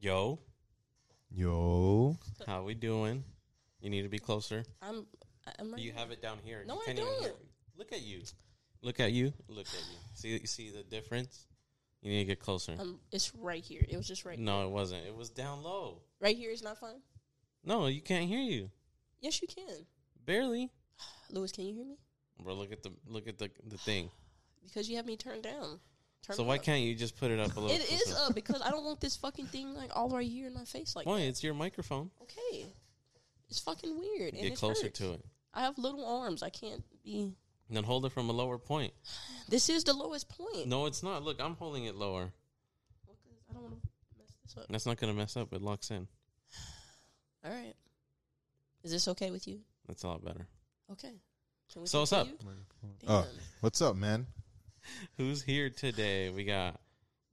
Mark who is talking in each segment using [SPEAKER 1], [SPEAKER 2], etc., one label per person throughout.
[SPEAKER 1] Yo,
[SPEAKER 2] Yo.
[SPEAKER 1] how we doing? You need to be closer.
[SPEAKER 3] I'm. I'm right
[SPEAKER 1] You have it down here.
[SPEAKER 3] No,
[SPEAKER 1] you
[SPEAKER 3] I
[SPEAKER 1] even
[SPEAKER 3] don't.
[SPEAKER 1] hear me. Look at you. Look at you. Look at you. See you see the difference? You need to get closer.
[SPEAKER 3] Um, it's right here. It was just right.
[SPEAKER 1] no, it wasn't. It was down low.
[SPEAKER 3] Right here is not fun.
[SPEAKER 1] No, you can't hear you.
[SPEAKER 3] Yes, you can.
[SPEAKER 1] Barely.
[SPEAKER 3] Lewis, can you hear me?
[SPEAKER 1] Bro, look at the look at the the thing.
[SPEAKER 3] Because you have me turned down. Turn
[SPEAKER 1] So
[SPEAKER 3] it
[SPEAKER 1] why
[SPEAKER 3] up.
[SPEAKER 1] can't you just put it up a little?
[SPEAKER 3] It is
[SPEAKER 1] closer?
[SPEAKER 3] up because I don't want this fucking thing like all right here in my face like.
[SPEAKER 1] Why? It's your microphone.
[SPEAKER 3] Okay. It's fucking weird. And
[SPEAKER 1] Get
[SPEAKER 3] it
[SPEAKER 1] closer
[SPEAKER 3] hurts.
[SPEAKER 1] to it.
[SPEAKER 3] I have little arms. I can't be.
[SPEAKER 1] And then hold it from a lower point.
[SPEAKER 3] This is the lowest point.
[SPEAKER 1] No, it's not. Look, I'm holding it lower.
[SPEAKER 3] Well, 'cause I don't want to mess this up.
[SPEAKER 1] That's not gonna mess up. It locks in.
[SPEAKER 3] All right. Is this okay with you?
[SPEAKER 1] That's a lot better.
[SPEAKER 3] Okay. Can we
[SPEAKER 1] So what's up?
[SPEAKER 3] continue? Damn.
[SPEAKER 2] Oh, what's up, man?
[SPEAKER 1] Who's here today? We got.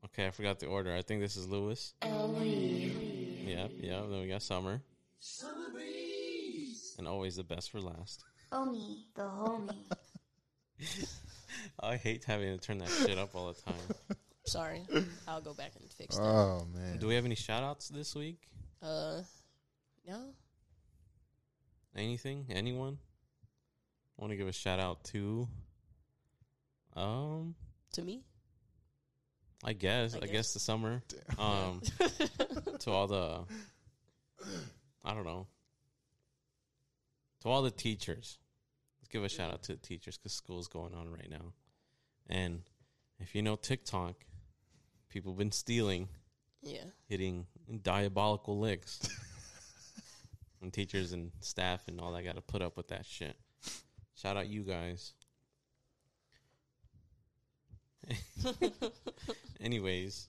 [SPEAKER 1] Okay, I forgot the order. I think this is Lewis. Yep, yep. Then we got Summer. Summer breeze. And always the best for last.
[SPEAKER 4] Homie, the homie.
[SPEAKER 1] I hate having to turn that shit up all the time.
[SPEAKER 3] Sorry. I'll go back and fix that.
[SPEAKER 2] Oh man.
[SPEAKER 1] Do we have any shout outs this week?
[SPEAKER 3] Uh, no.
[SPEAKER 1] Anything? Anyone? I want to give a shout out to. Um,
[SPEAKER 3] To me?
[SPEAKER 1] I guess. I,
[SPEAKER 3] I
[SPEAKER 1] guess.
[SPEAKER 3] guess.
[SPEAKER 1] the summer. Um, to all the, I don't know. To all the teachers, let's give a shout out to the teachers because school's going on right now, and if you know TikTok, people been stealing,
[SPEAKER 3] Yeah.
[SPEAKER 1] hitting diabolical licks, and teachers and staff and all that got to put up with that shit. Shout out you guys. Anyways,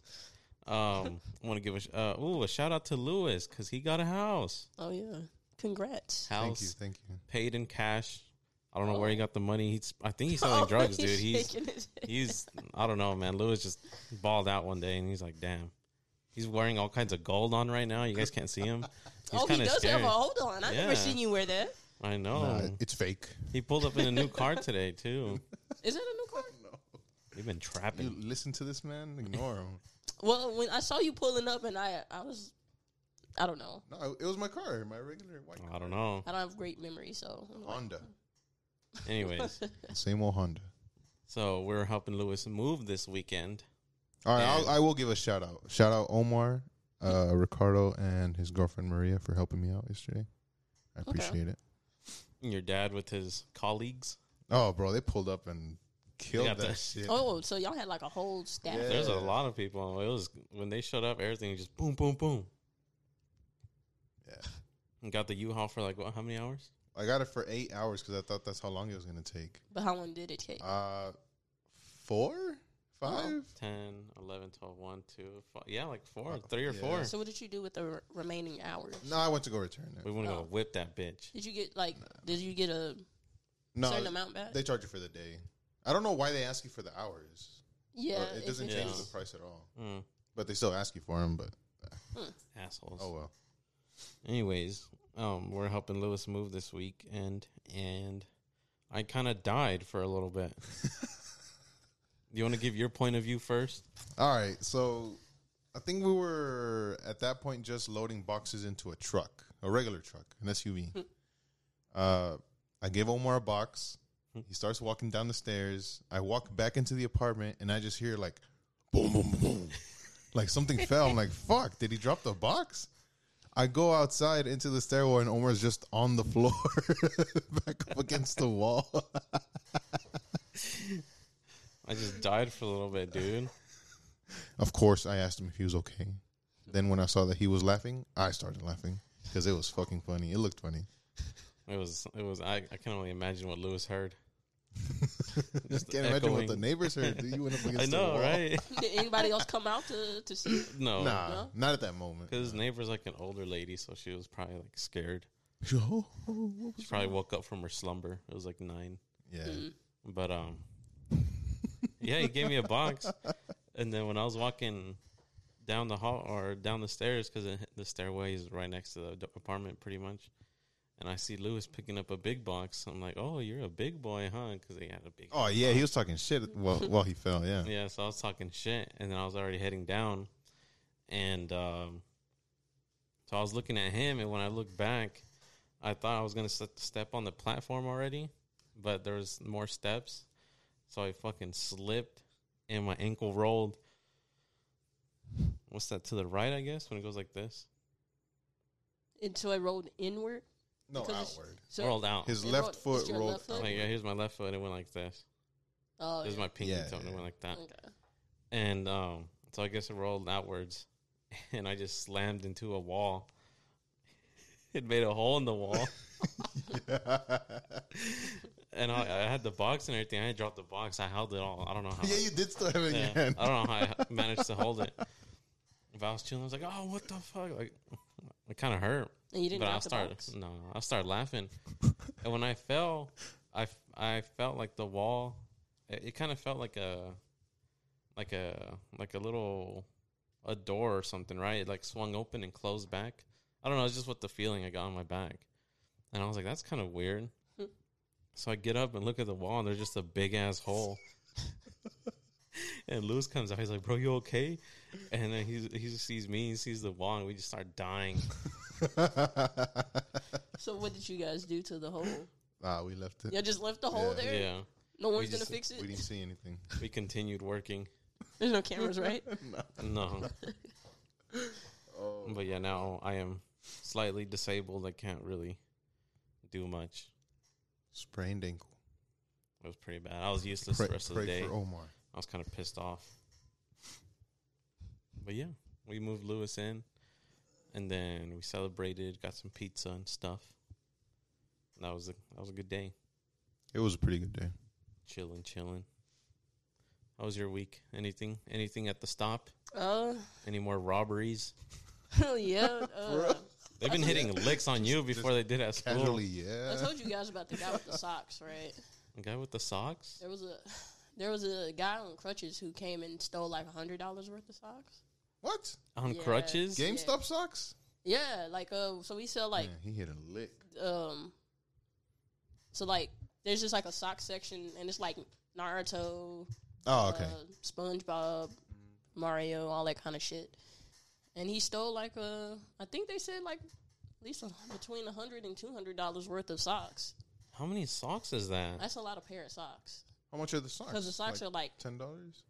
[SPEAKER 1] um, I want to give a sh- uh, ooh a shout out to Lewis because he got a house.
[SPEAKER 3] Oh, yeah. Congrats.
[SPEAKER 2] Thank you, Oh.
[SPEAKER 1] House
[SPEAKER 2] thank you.
[SPEAKER 1] paid in cash. I don't know where he got the money. He's I think
[SPEAKER 2] Oh,
[SPEAKER 1] he's selling drugs, dude. He's
[SPEAKER 3] Oh, shaking his head.
[SPEAKER 1] he's I don't know, man. Lewis just balled out one day and he's like, damn. He's wearing all kinds of gold on right now. You guys can't see him. He's
[SPEAKER 3] oh, he
[SPEAKER 1] kinda
[SPEAKER 3] does have
[SPEAKER 1] scary.
[SPEAKER 3] a hold on. I've
[SPEAKER 1] Yeah.
[SPEAKER 3] never seen you wear that.
[SPEAKER 1] I know.
[SPEAKER 2] Uh, it's fake.
[SPEAKER 1] he pulled up in a new car today too.
[SPEAKER 3] Is that a new car?
[SPEAKER 1] They've been
[SPEAKER 2] You
[SPEAKER 1] trapping.
[SPEAKER 2] listen to this man, ignore him.
[SPEAKER 3] Well, when I saw you pulling up and I I was I don't know.
[SPEAKER 2] No, it was my car, my regular white car.
[SPEAKER 1] I don't know.
[SPEAKER 3] I don't have great memory, so I'm like,
[SPEAKER 2] Honda.
[SPEAKER 1] Anyways,
[SPEAKER 2] Same old Honda.
[SPEAKER 1] so we're helping Lewis move this weekend.
[SPEAKER 2] All right,
[SPEAKER 1] And-
[SPEAKER 2] I'll, I will give a shout out. Shout out Omar, uh, Ricardo, and his girlfriend Maria for helping me out yesterday. I appreciate it.
[SPEAKER 1] Your dad with his colleagues.
[SPEAKER 2] Oh, bro, they pulled up and
[SPEAKER 1] got
[SPEAKER 2] killed
[SPEAKER 1] the-
[SPEAKER 2] that shit.
[SPEAKER 3] Oh, so y'all had like a whole staff.
[SPEAKER 2] Yeah.
[SPEAKER 1] There's a lot of people. It was when they showed up, everything was just boom, boom, boom.
[SPEAKER 2] Yeah.
[SPEAKER 1] And got the U-Haul for like what? How many hours?
[SPEAKER 2] I got it for eight hours because I thought that's how long it was gonna take.
[SPEAKER 3] But how long did it take?
[SPEAKER 2] Uh, four, five.
[SPEAKER 1] 10, 11, 12, 1, 2, 5. Yeah, like four,
[SPEAKER 2] Oh,
[SPEAKER 1] three or
[SPEAKER 2] yeah.
[SPEAKER 1] four.
[SPEAKER 3] so what did you do with the re- remaining hours?
[SPEAKER 2] No, I went to go return
[SPEAKER 1] we
[SPEAKER 2] it.
[SPEAKER 1] want to
[SPEAKER 3] Oh.
[SPEAKER 1] go whip that bitch.
[SPEAKER 3] Did you get like did you get a certain
[SPEAKER 2] No,
[SPEAKER 3] amount back?
[SPEAKER 2] they charge you for the day. I don't know why they ask you for the hours.
[SPEAKER 1] uh,
[SPEAKER 3] yeah,
[SPEAKER 2] Or it doesn't change
[SPEAKER 1] is.
[SPEAKER 2] the price at all.
[SPEAKER 1] Mm,
[SPEAKER 2] But they still ask you for them. But
[SPEAKER 1] assholes.
[SPEAKER 2] oh well.
[SPEAKER 1] Anyways, um, we're helping Lewis move this week, and and I kind of died for a little bit. you want to give your point of view first?
[SPEAKER 2] All right, so I think we were at that point just loading boxes into a truck, a regular truck, an SUV. uh, I gave Omar a box. He starts walking down the stairs. I walk back into the apartment, and I just hear like, boom, boom, boom, boom. like something fell. I'm like, fuck, did he drop the box? I go outside into the stairwell, and Omar's just on the floor, back up against the wall.
[SPEAKER 1] I just died for a little bit, dude.
[SPEAKER 2] Of course, I asked him if he was okay. Then when I saw that he was laughing, I started laughing because it was fucking funny. It looked funny.
[SPEAKER 1] It was it was I, I can only imagine what Lewis heard.
[SPEAKER 2] Just can't imagine what the
[SPEAKER 1] echoing.
[SPEAKER 2] neighbors heard. You went up against
[SPEAKER 1] I
[SPEAKER 2] the
[SPEAKER 1] know,
[SPEAKER 2] wall.
[SPEAKER 1] right?
[SPEAKER 3] Did anybody else come out to to see?
[SPEAKER 1] No,
[SPEAKER 2] Nah,
[SPEAKER 3] No?
[SPEAKER 2] not at that moment.
[SPEAKER 1] Because his neighbor's like an older lady, so she was probably like scared.
[SPEAKER 2] Yo, what
[SPEAKER 1] She
[SPEAKER 2] was-
[SPEAKER 1] probably woke up from her slumber. It was like nine.
[SPEAKER 2] oh. yeah,
[SPEAKER 1] But um Yeah, he gave me a box. And then when I was walking down the hall or down the stairs, because the stairway is right next to the d- apartment pretty much. And I see Lewis picking up a big box. I'm like, oh, you're a big boy, huh? Because they had a big
[SPEAKER 2] Oh yeah, he was talking shit while while he fell. Yeah.
[SPEAKER 1] Yeah, so I was talking shit, and then I was already heading down, and um, So I was looking at him, and when I looked back, I thought I was gonna set, step on the platform already, but there was more steps, so I fucking slipped, and my ankle rolled. What's that to the right? I guess when it goes like this,
[SPEAKER 3] And so I rolled inward.
[SPEAKER 2] No,
[SPEAKER 3] Because it's-
[SPEAKER 2] outward.
[SPEAKER 3] So
[SPEAKER 1] rolled out.
[SPEAKER 2] His
[SPEAKER 3] it
[SPEAKER 2] left
[SPEAKER 3] rolled-
[SPEAKER 2] foot
[SPEAKER 3] it's your
[SPEAKER 2] rolled
[SPEAKER 3] left foot?
[SPEAKER 2] outward.
[SPEAKER 1] like Oh. yeah, here's my left foot. It went like this.
[SPEAKER 3] oh,
[SPEAKER 1] This is
[SPEAKER 3] yeah.
[SPEAKER 1] my pinky
[SPEAKER 2] Yeah,
[SPEAKER 1] toe, and it
[SPEAKER 2] yeah.
[SPEAKER 1] went like that.
[SPEAKER 3] Okay.
[SPEAKER 1] And um, so I guess it rolled outwards, and I just slammed into a wall. It made a hole in the wall, and I, I had the box and everything. I had dropped the box. I held it all. I don't know how.
[SPEAKER 2] yeah, you did still have it in
[SPEAKER 1] Yeah,
[SPEAKER 2] your hand.
[SPEAKER 1] I don't know how I managed to hold it. If I was chilling, I was like, "Oh, what the fuck!" Like, it kind of hurt.
[SPEAKER 3] And you didn't
[SPEAKER 1] but I
[SPEAKER 3] drop the
[SPEAKER 1] started
[SPEAKER 3] box.
[SPEAKER 1] no, I started laughing, and when I fell, I f- I felt like the wall. It, it kind of felt like a, like a like a little, a door or something, right? It like swung open and closed back. I don't know. It's just what the feeling I got on my back, and I was like, "That's kind of weird." so I get up and look at the wall, and there's just a big ass hole. And Lewis comes out. He's like, "Bro, you okay?" And then he he just sees me. He sees the wall, and we just start dying. Oh.
[SPEAKER 3] So what did you guys do to the hole?
[SPEAKER 2] ah, we left it.
[SPEAKER 3] Y'all just left the hole
[SPEAKER 2] Yeah.
[SPEAKER 3] there.
[SPEAKER 1] Yeah,
[SPEAKER 3] No
[SPEAKER 1] We
[SPEAKER 3] one's gonna
[SPEAKER 1] just-
[SPEAKER 3] fix it.
[SPEAKER 2] We didn't see anything.
[SPEAKER 1] we continued working.
[SPEAKER 3] There's no cameras, right?
[SPEAKER 1] No,
[SPEAKER 2] Oh,
[SPEAKER 1] but yeah, now I am slightly disabled. I can't really do much.
[SPEAKER 2] sprained ankle.
[SPEAKER 1] It was pretty bad. I was useless
[SPEAKER 2] Pray,
[SPEAKER 1] the rest of the
[SPEAKER 2] pray
[SPEAKER 1] day.
[SPEAKER 2] for Omar.
[SPEAKER 1] I was kind of pissed off. But yeah, we moved Lewis in, and then we celebrated, got some pizza and stuff. And that was a that was a good day.
[SPEAKER 2] It was a pretty good day.
[SPEAKER 1] Chilling, chilling. How was your week? Anything? Anything at the stop?
[SPEAKER 3] Uh,
[SPEAKER 1] Any more robberies?
[SPEAKER 3] yeah. Uh,
[SPEAKER 1] They've been
[SPEAKER 3] I told
[SPEAKER 1] hitting licks on you before they did at school.
[SPEAKER 2] Casually,
[SPEAKER 3] I
[SPEAKER 2] yeah.
[SPEAKER 3] told you guys about the guy with the socks, right?
[SPEAKER 1] The guy with the socks?
[SPEAKER 3] There was a there was a guy on crutches who came and stole like hundred dollars worth of socks.
[SPEAKER 2] What?
[SPEAKER 1] On
[SPEAKER 3] Yeah.
[SPEAKER 1] crutches?
[SPEAKER 3] Game-
[SPEAKER 2] GameStop socks?
[SPEAKER 3] Yeah, like uh, so we sell like
[SPEAKER 2] Man, he hit a lick.
[SPEAKER 3] um, so like there's just like a sock section and it's like Naruto,
[SPEAKER 2] Oh, okay.
[SPEAKER 3] uh, SpongeBob, Mario, all that kind of shit. And he stole like a, I think they said like at least a- between a hundred and two hundred dollars worth of socks.
[SPEAKER 1] How many socks is that?
[SPEAKER 3] That's a lot of pair of socks
[SPEAKER 2] How much are the socks?
[SPEAKER 3] because the socks are like
[SPEAKER 2] ten dollars.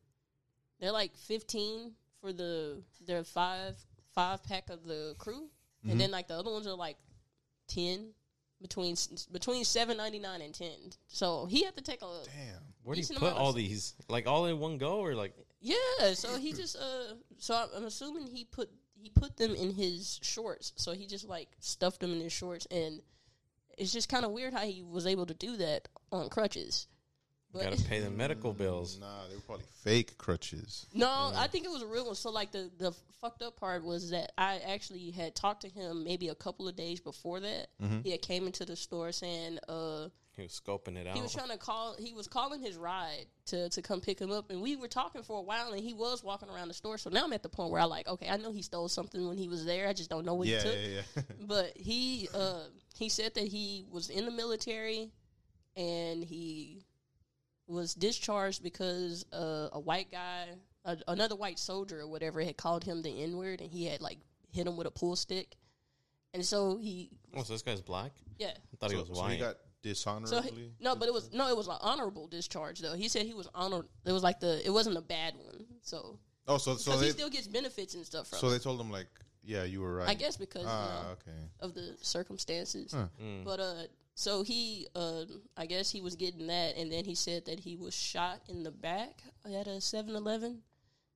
[SPEAKER 3] they're like fifteen for the their five five pack of the crew,
[SPEAKER 2] Mm-hmm.
[SPEAKER 3] and then like the other ones are like ten between s- between seven ninety nine and ten. So he had to take a
[SPEAKER 2] Damn.
[SPEAKER 1] Where do you
[SPEAKER 3] decent
[SPEAKER 1] put
[SPEAKER 3] amount of
[SPEAKER 1] all
[SPEAKER 3] s-
[SPEAKER 1] these? Like all in one go or like
[SPEAKER 3] yeah. So he just uh. So I- I'm assuming he put he put them in his shorts. So he just like stuffed them in his shorts, and it's just kind of weird how he was able to do that on crutches.
[SPEAKER 1] got
[SPEAKER 3] But
[SPEAKER 1] to pay the medical bills?
[SPEAKER 2] Nah, they were probably fake crutches.
[SPEAKER 3] No, I think it was a real one. So like the the fucked up part was that I actually had talked to him maybe a couple of days before that. He had came into the store saying uh
[SPEAKER 1] He was scoping it out.
[SPEAKER 3] he was
[SPEAKER 2] Oh.
[SPEAKER 3] trying to call he was calling his ride to to come pick him up and we were talking for a while and he was walking around the store. So now I'm at the point where I like, okay, I know he stole something when he was there. I just don't know what
[SPEAKER 2] Yeah,
[SPEAKER 3] he took.
[SPEAKER 2] yeah, yeah.
[SPEAKER 3] But he uh he said that he was in the military and he was discharged because uh, a white guy, a, another white soldier or whatever, had called him the N word and he had like hit him with a pool stick. And so he,
[SPEAKER 1] oh, so this guy's black?
[SPEAKER 3] yeah.
[SPEAKER 1] I thought he was
[SPEAKER 2] so,
[SPEAKER 1] white.
[SPEAKER 2] so he got
[SPEAKER 3] So
[SPEAKER 2] dishonorably.
[SPEAKER 3] he, no, but it was no, it was an honorable discharge though. He said he was honored. It was like the it wasn't a bad one. So
[SPEAKER 2] oh, so so
[SPEAKER 3] because
[SPEAKER 2] they
[SPEAKER 3] he still gets benefits and stuff from.
[SPEAKER 2] so
[SPEAKER 3] it.
[SPEAKER 2] they told him like, yeah, you were right.
[SPEAKER 3] I guess because you know,
[SPEAKER 2] Ah, okay.
[SPEAKER 3] of the circumstances.
[SPEAKER 2] Huh.
[SPEAKER 3] But uh, so he, uh, I guess he was getting that, and then he said that he was shot in the back at a 7-Eleven,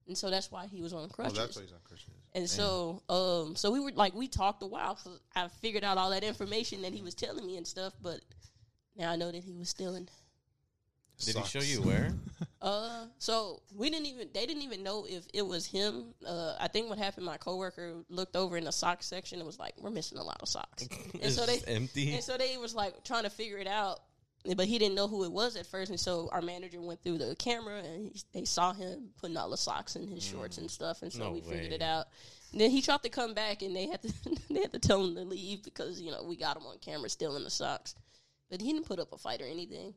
[SPEAKER 3] and so that's why he was on
[SPEAKER 2] Oh,
[SPEAKER 3] crutches.
[SPEAKER 2] that's why he's on crutches.
[SPEAKER 3] and so, um, so we were like, we talked a while. 'cause I figured out all that information that he was telling me and stuff, but now I know that he was stealing.
[SPEAKER 1] Did he show
[SPEAKER 2] Socks.
[SPEAKER 1] you where?
[SPEAKER 3] Uh, so we didn't even they didn't even know if it was him. Uh, I think what happened, my coworker looked over in the sock section and was like, "We're missing a lot of socks," and
[SPEAKER 1] It's
[SPEAKER 3] so they
[SPEAKER 1] just empty.
[SPEAKER 3] and so they was like trying to figure it out, but he didn't know who it was at first. And so our manager went through the camera and he, they saw him putting all the socks in his shorts and stuff. And so
[SPEAKER 1] Mm. No
[SPEAKER 3] we figured it
[SPEAKER 1] way.
[SPEAKER 3] out. And then he tried to come back and they had to they had to tell him to leave because you know we got him on camera stealing the socks, but he didn't put up a fight or anything.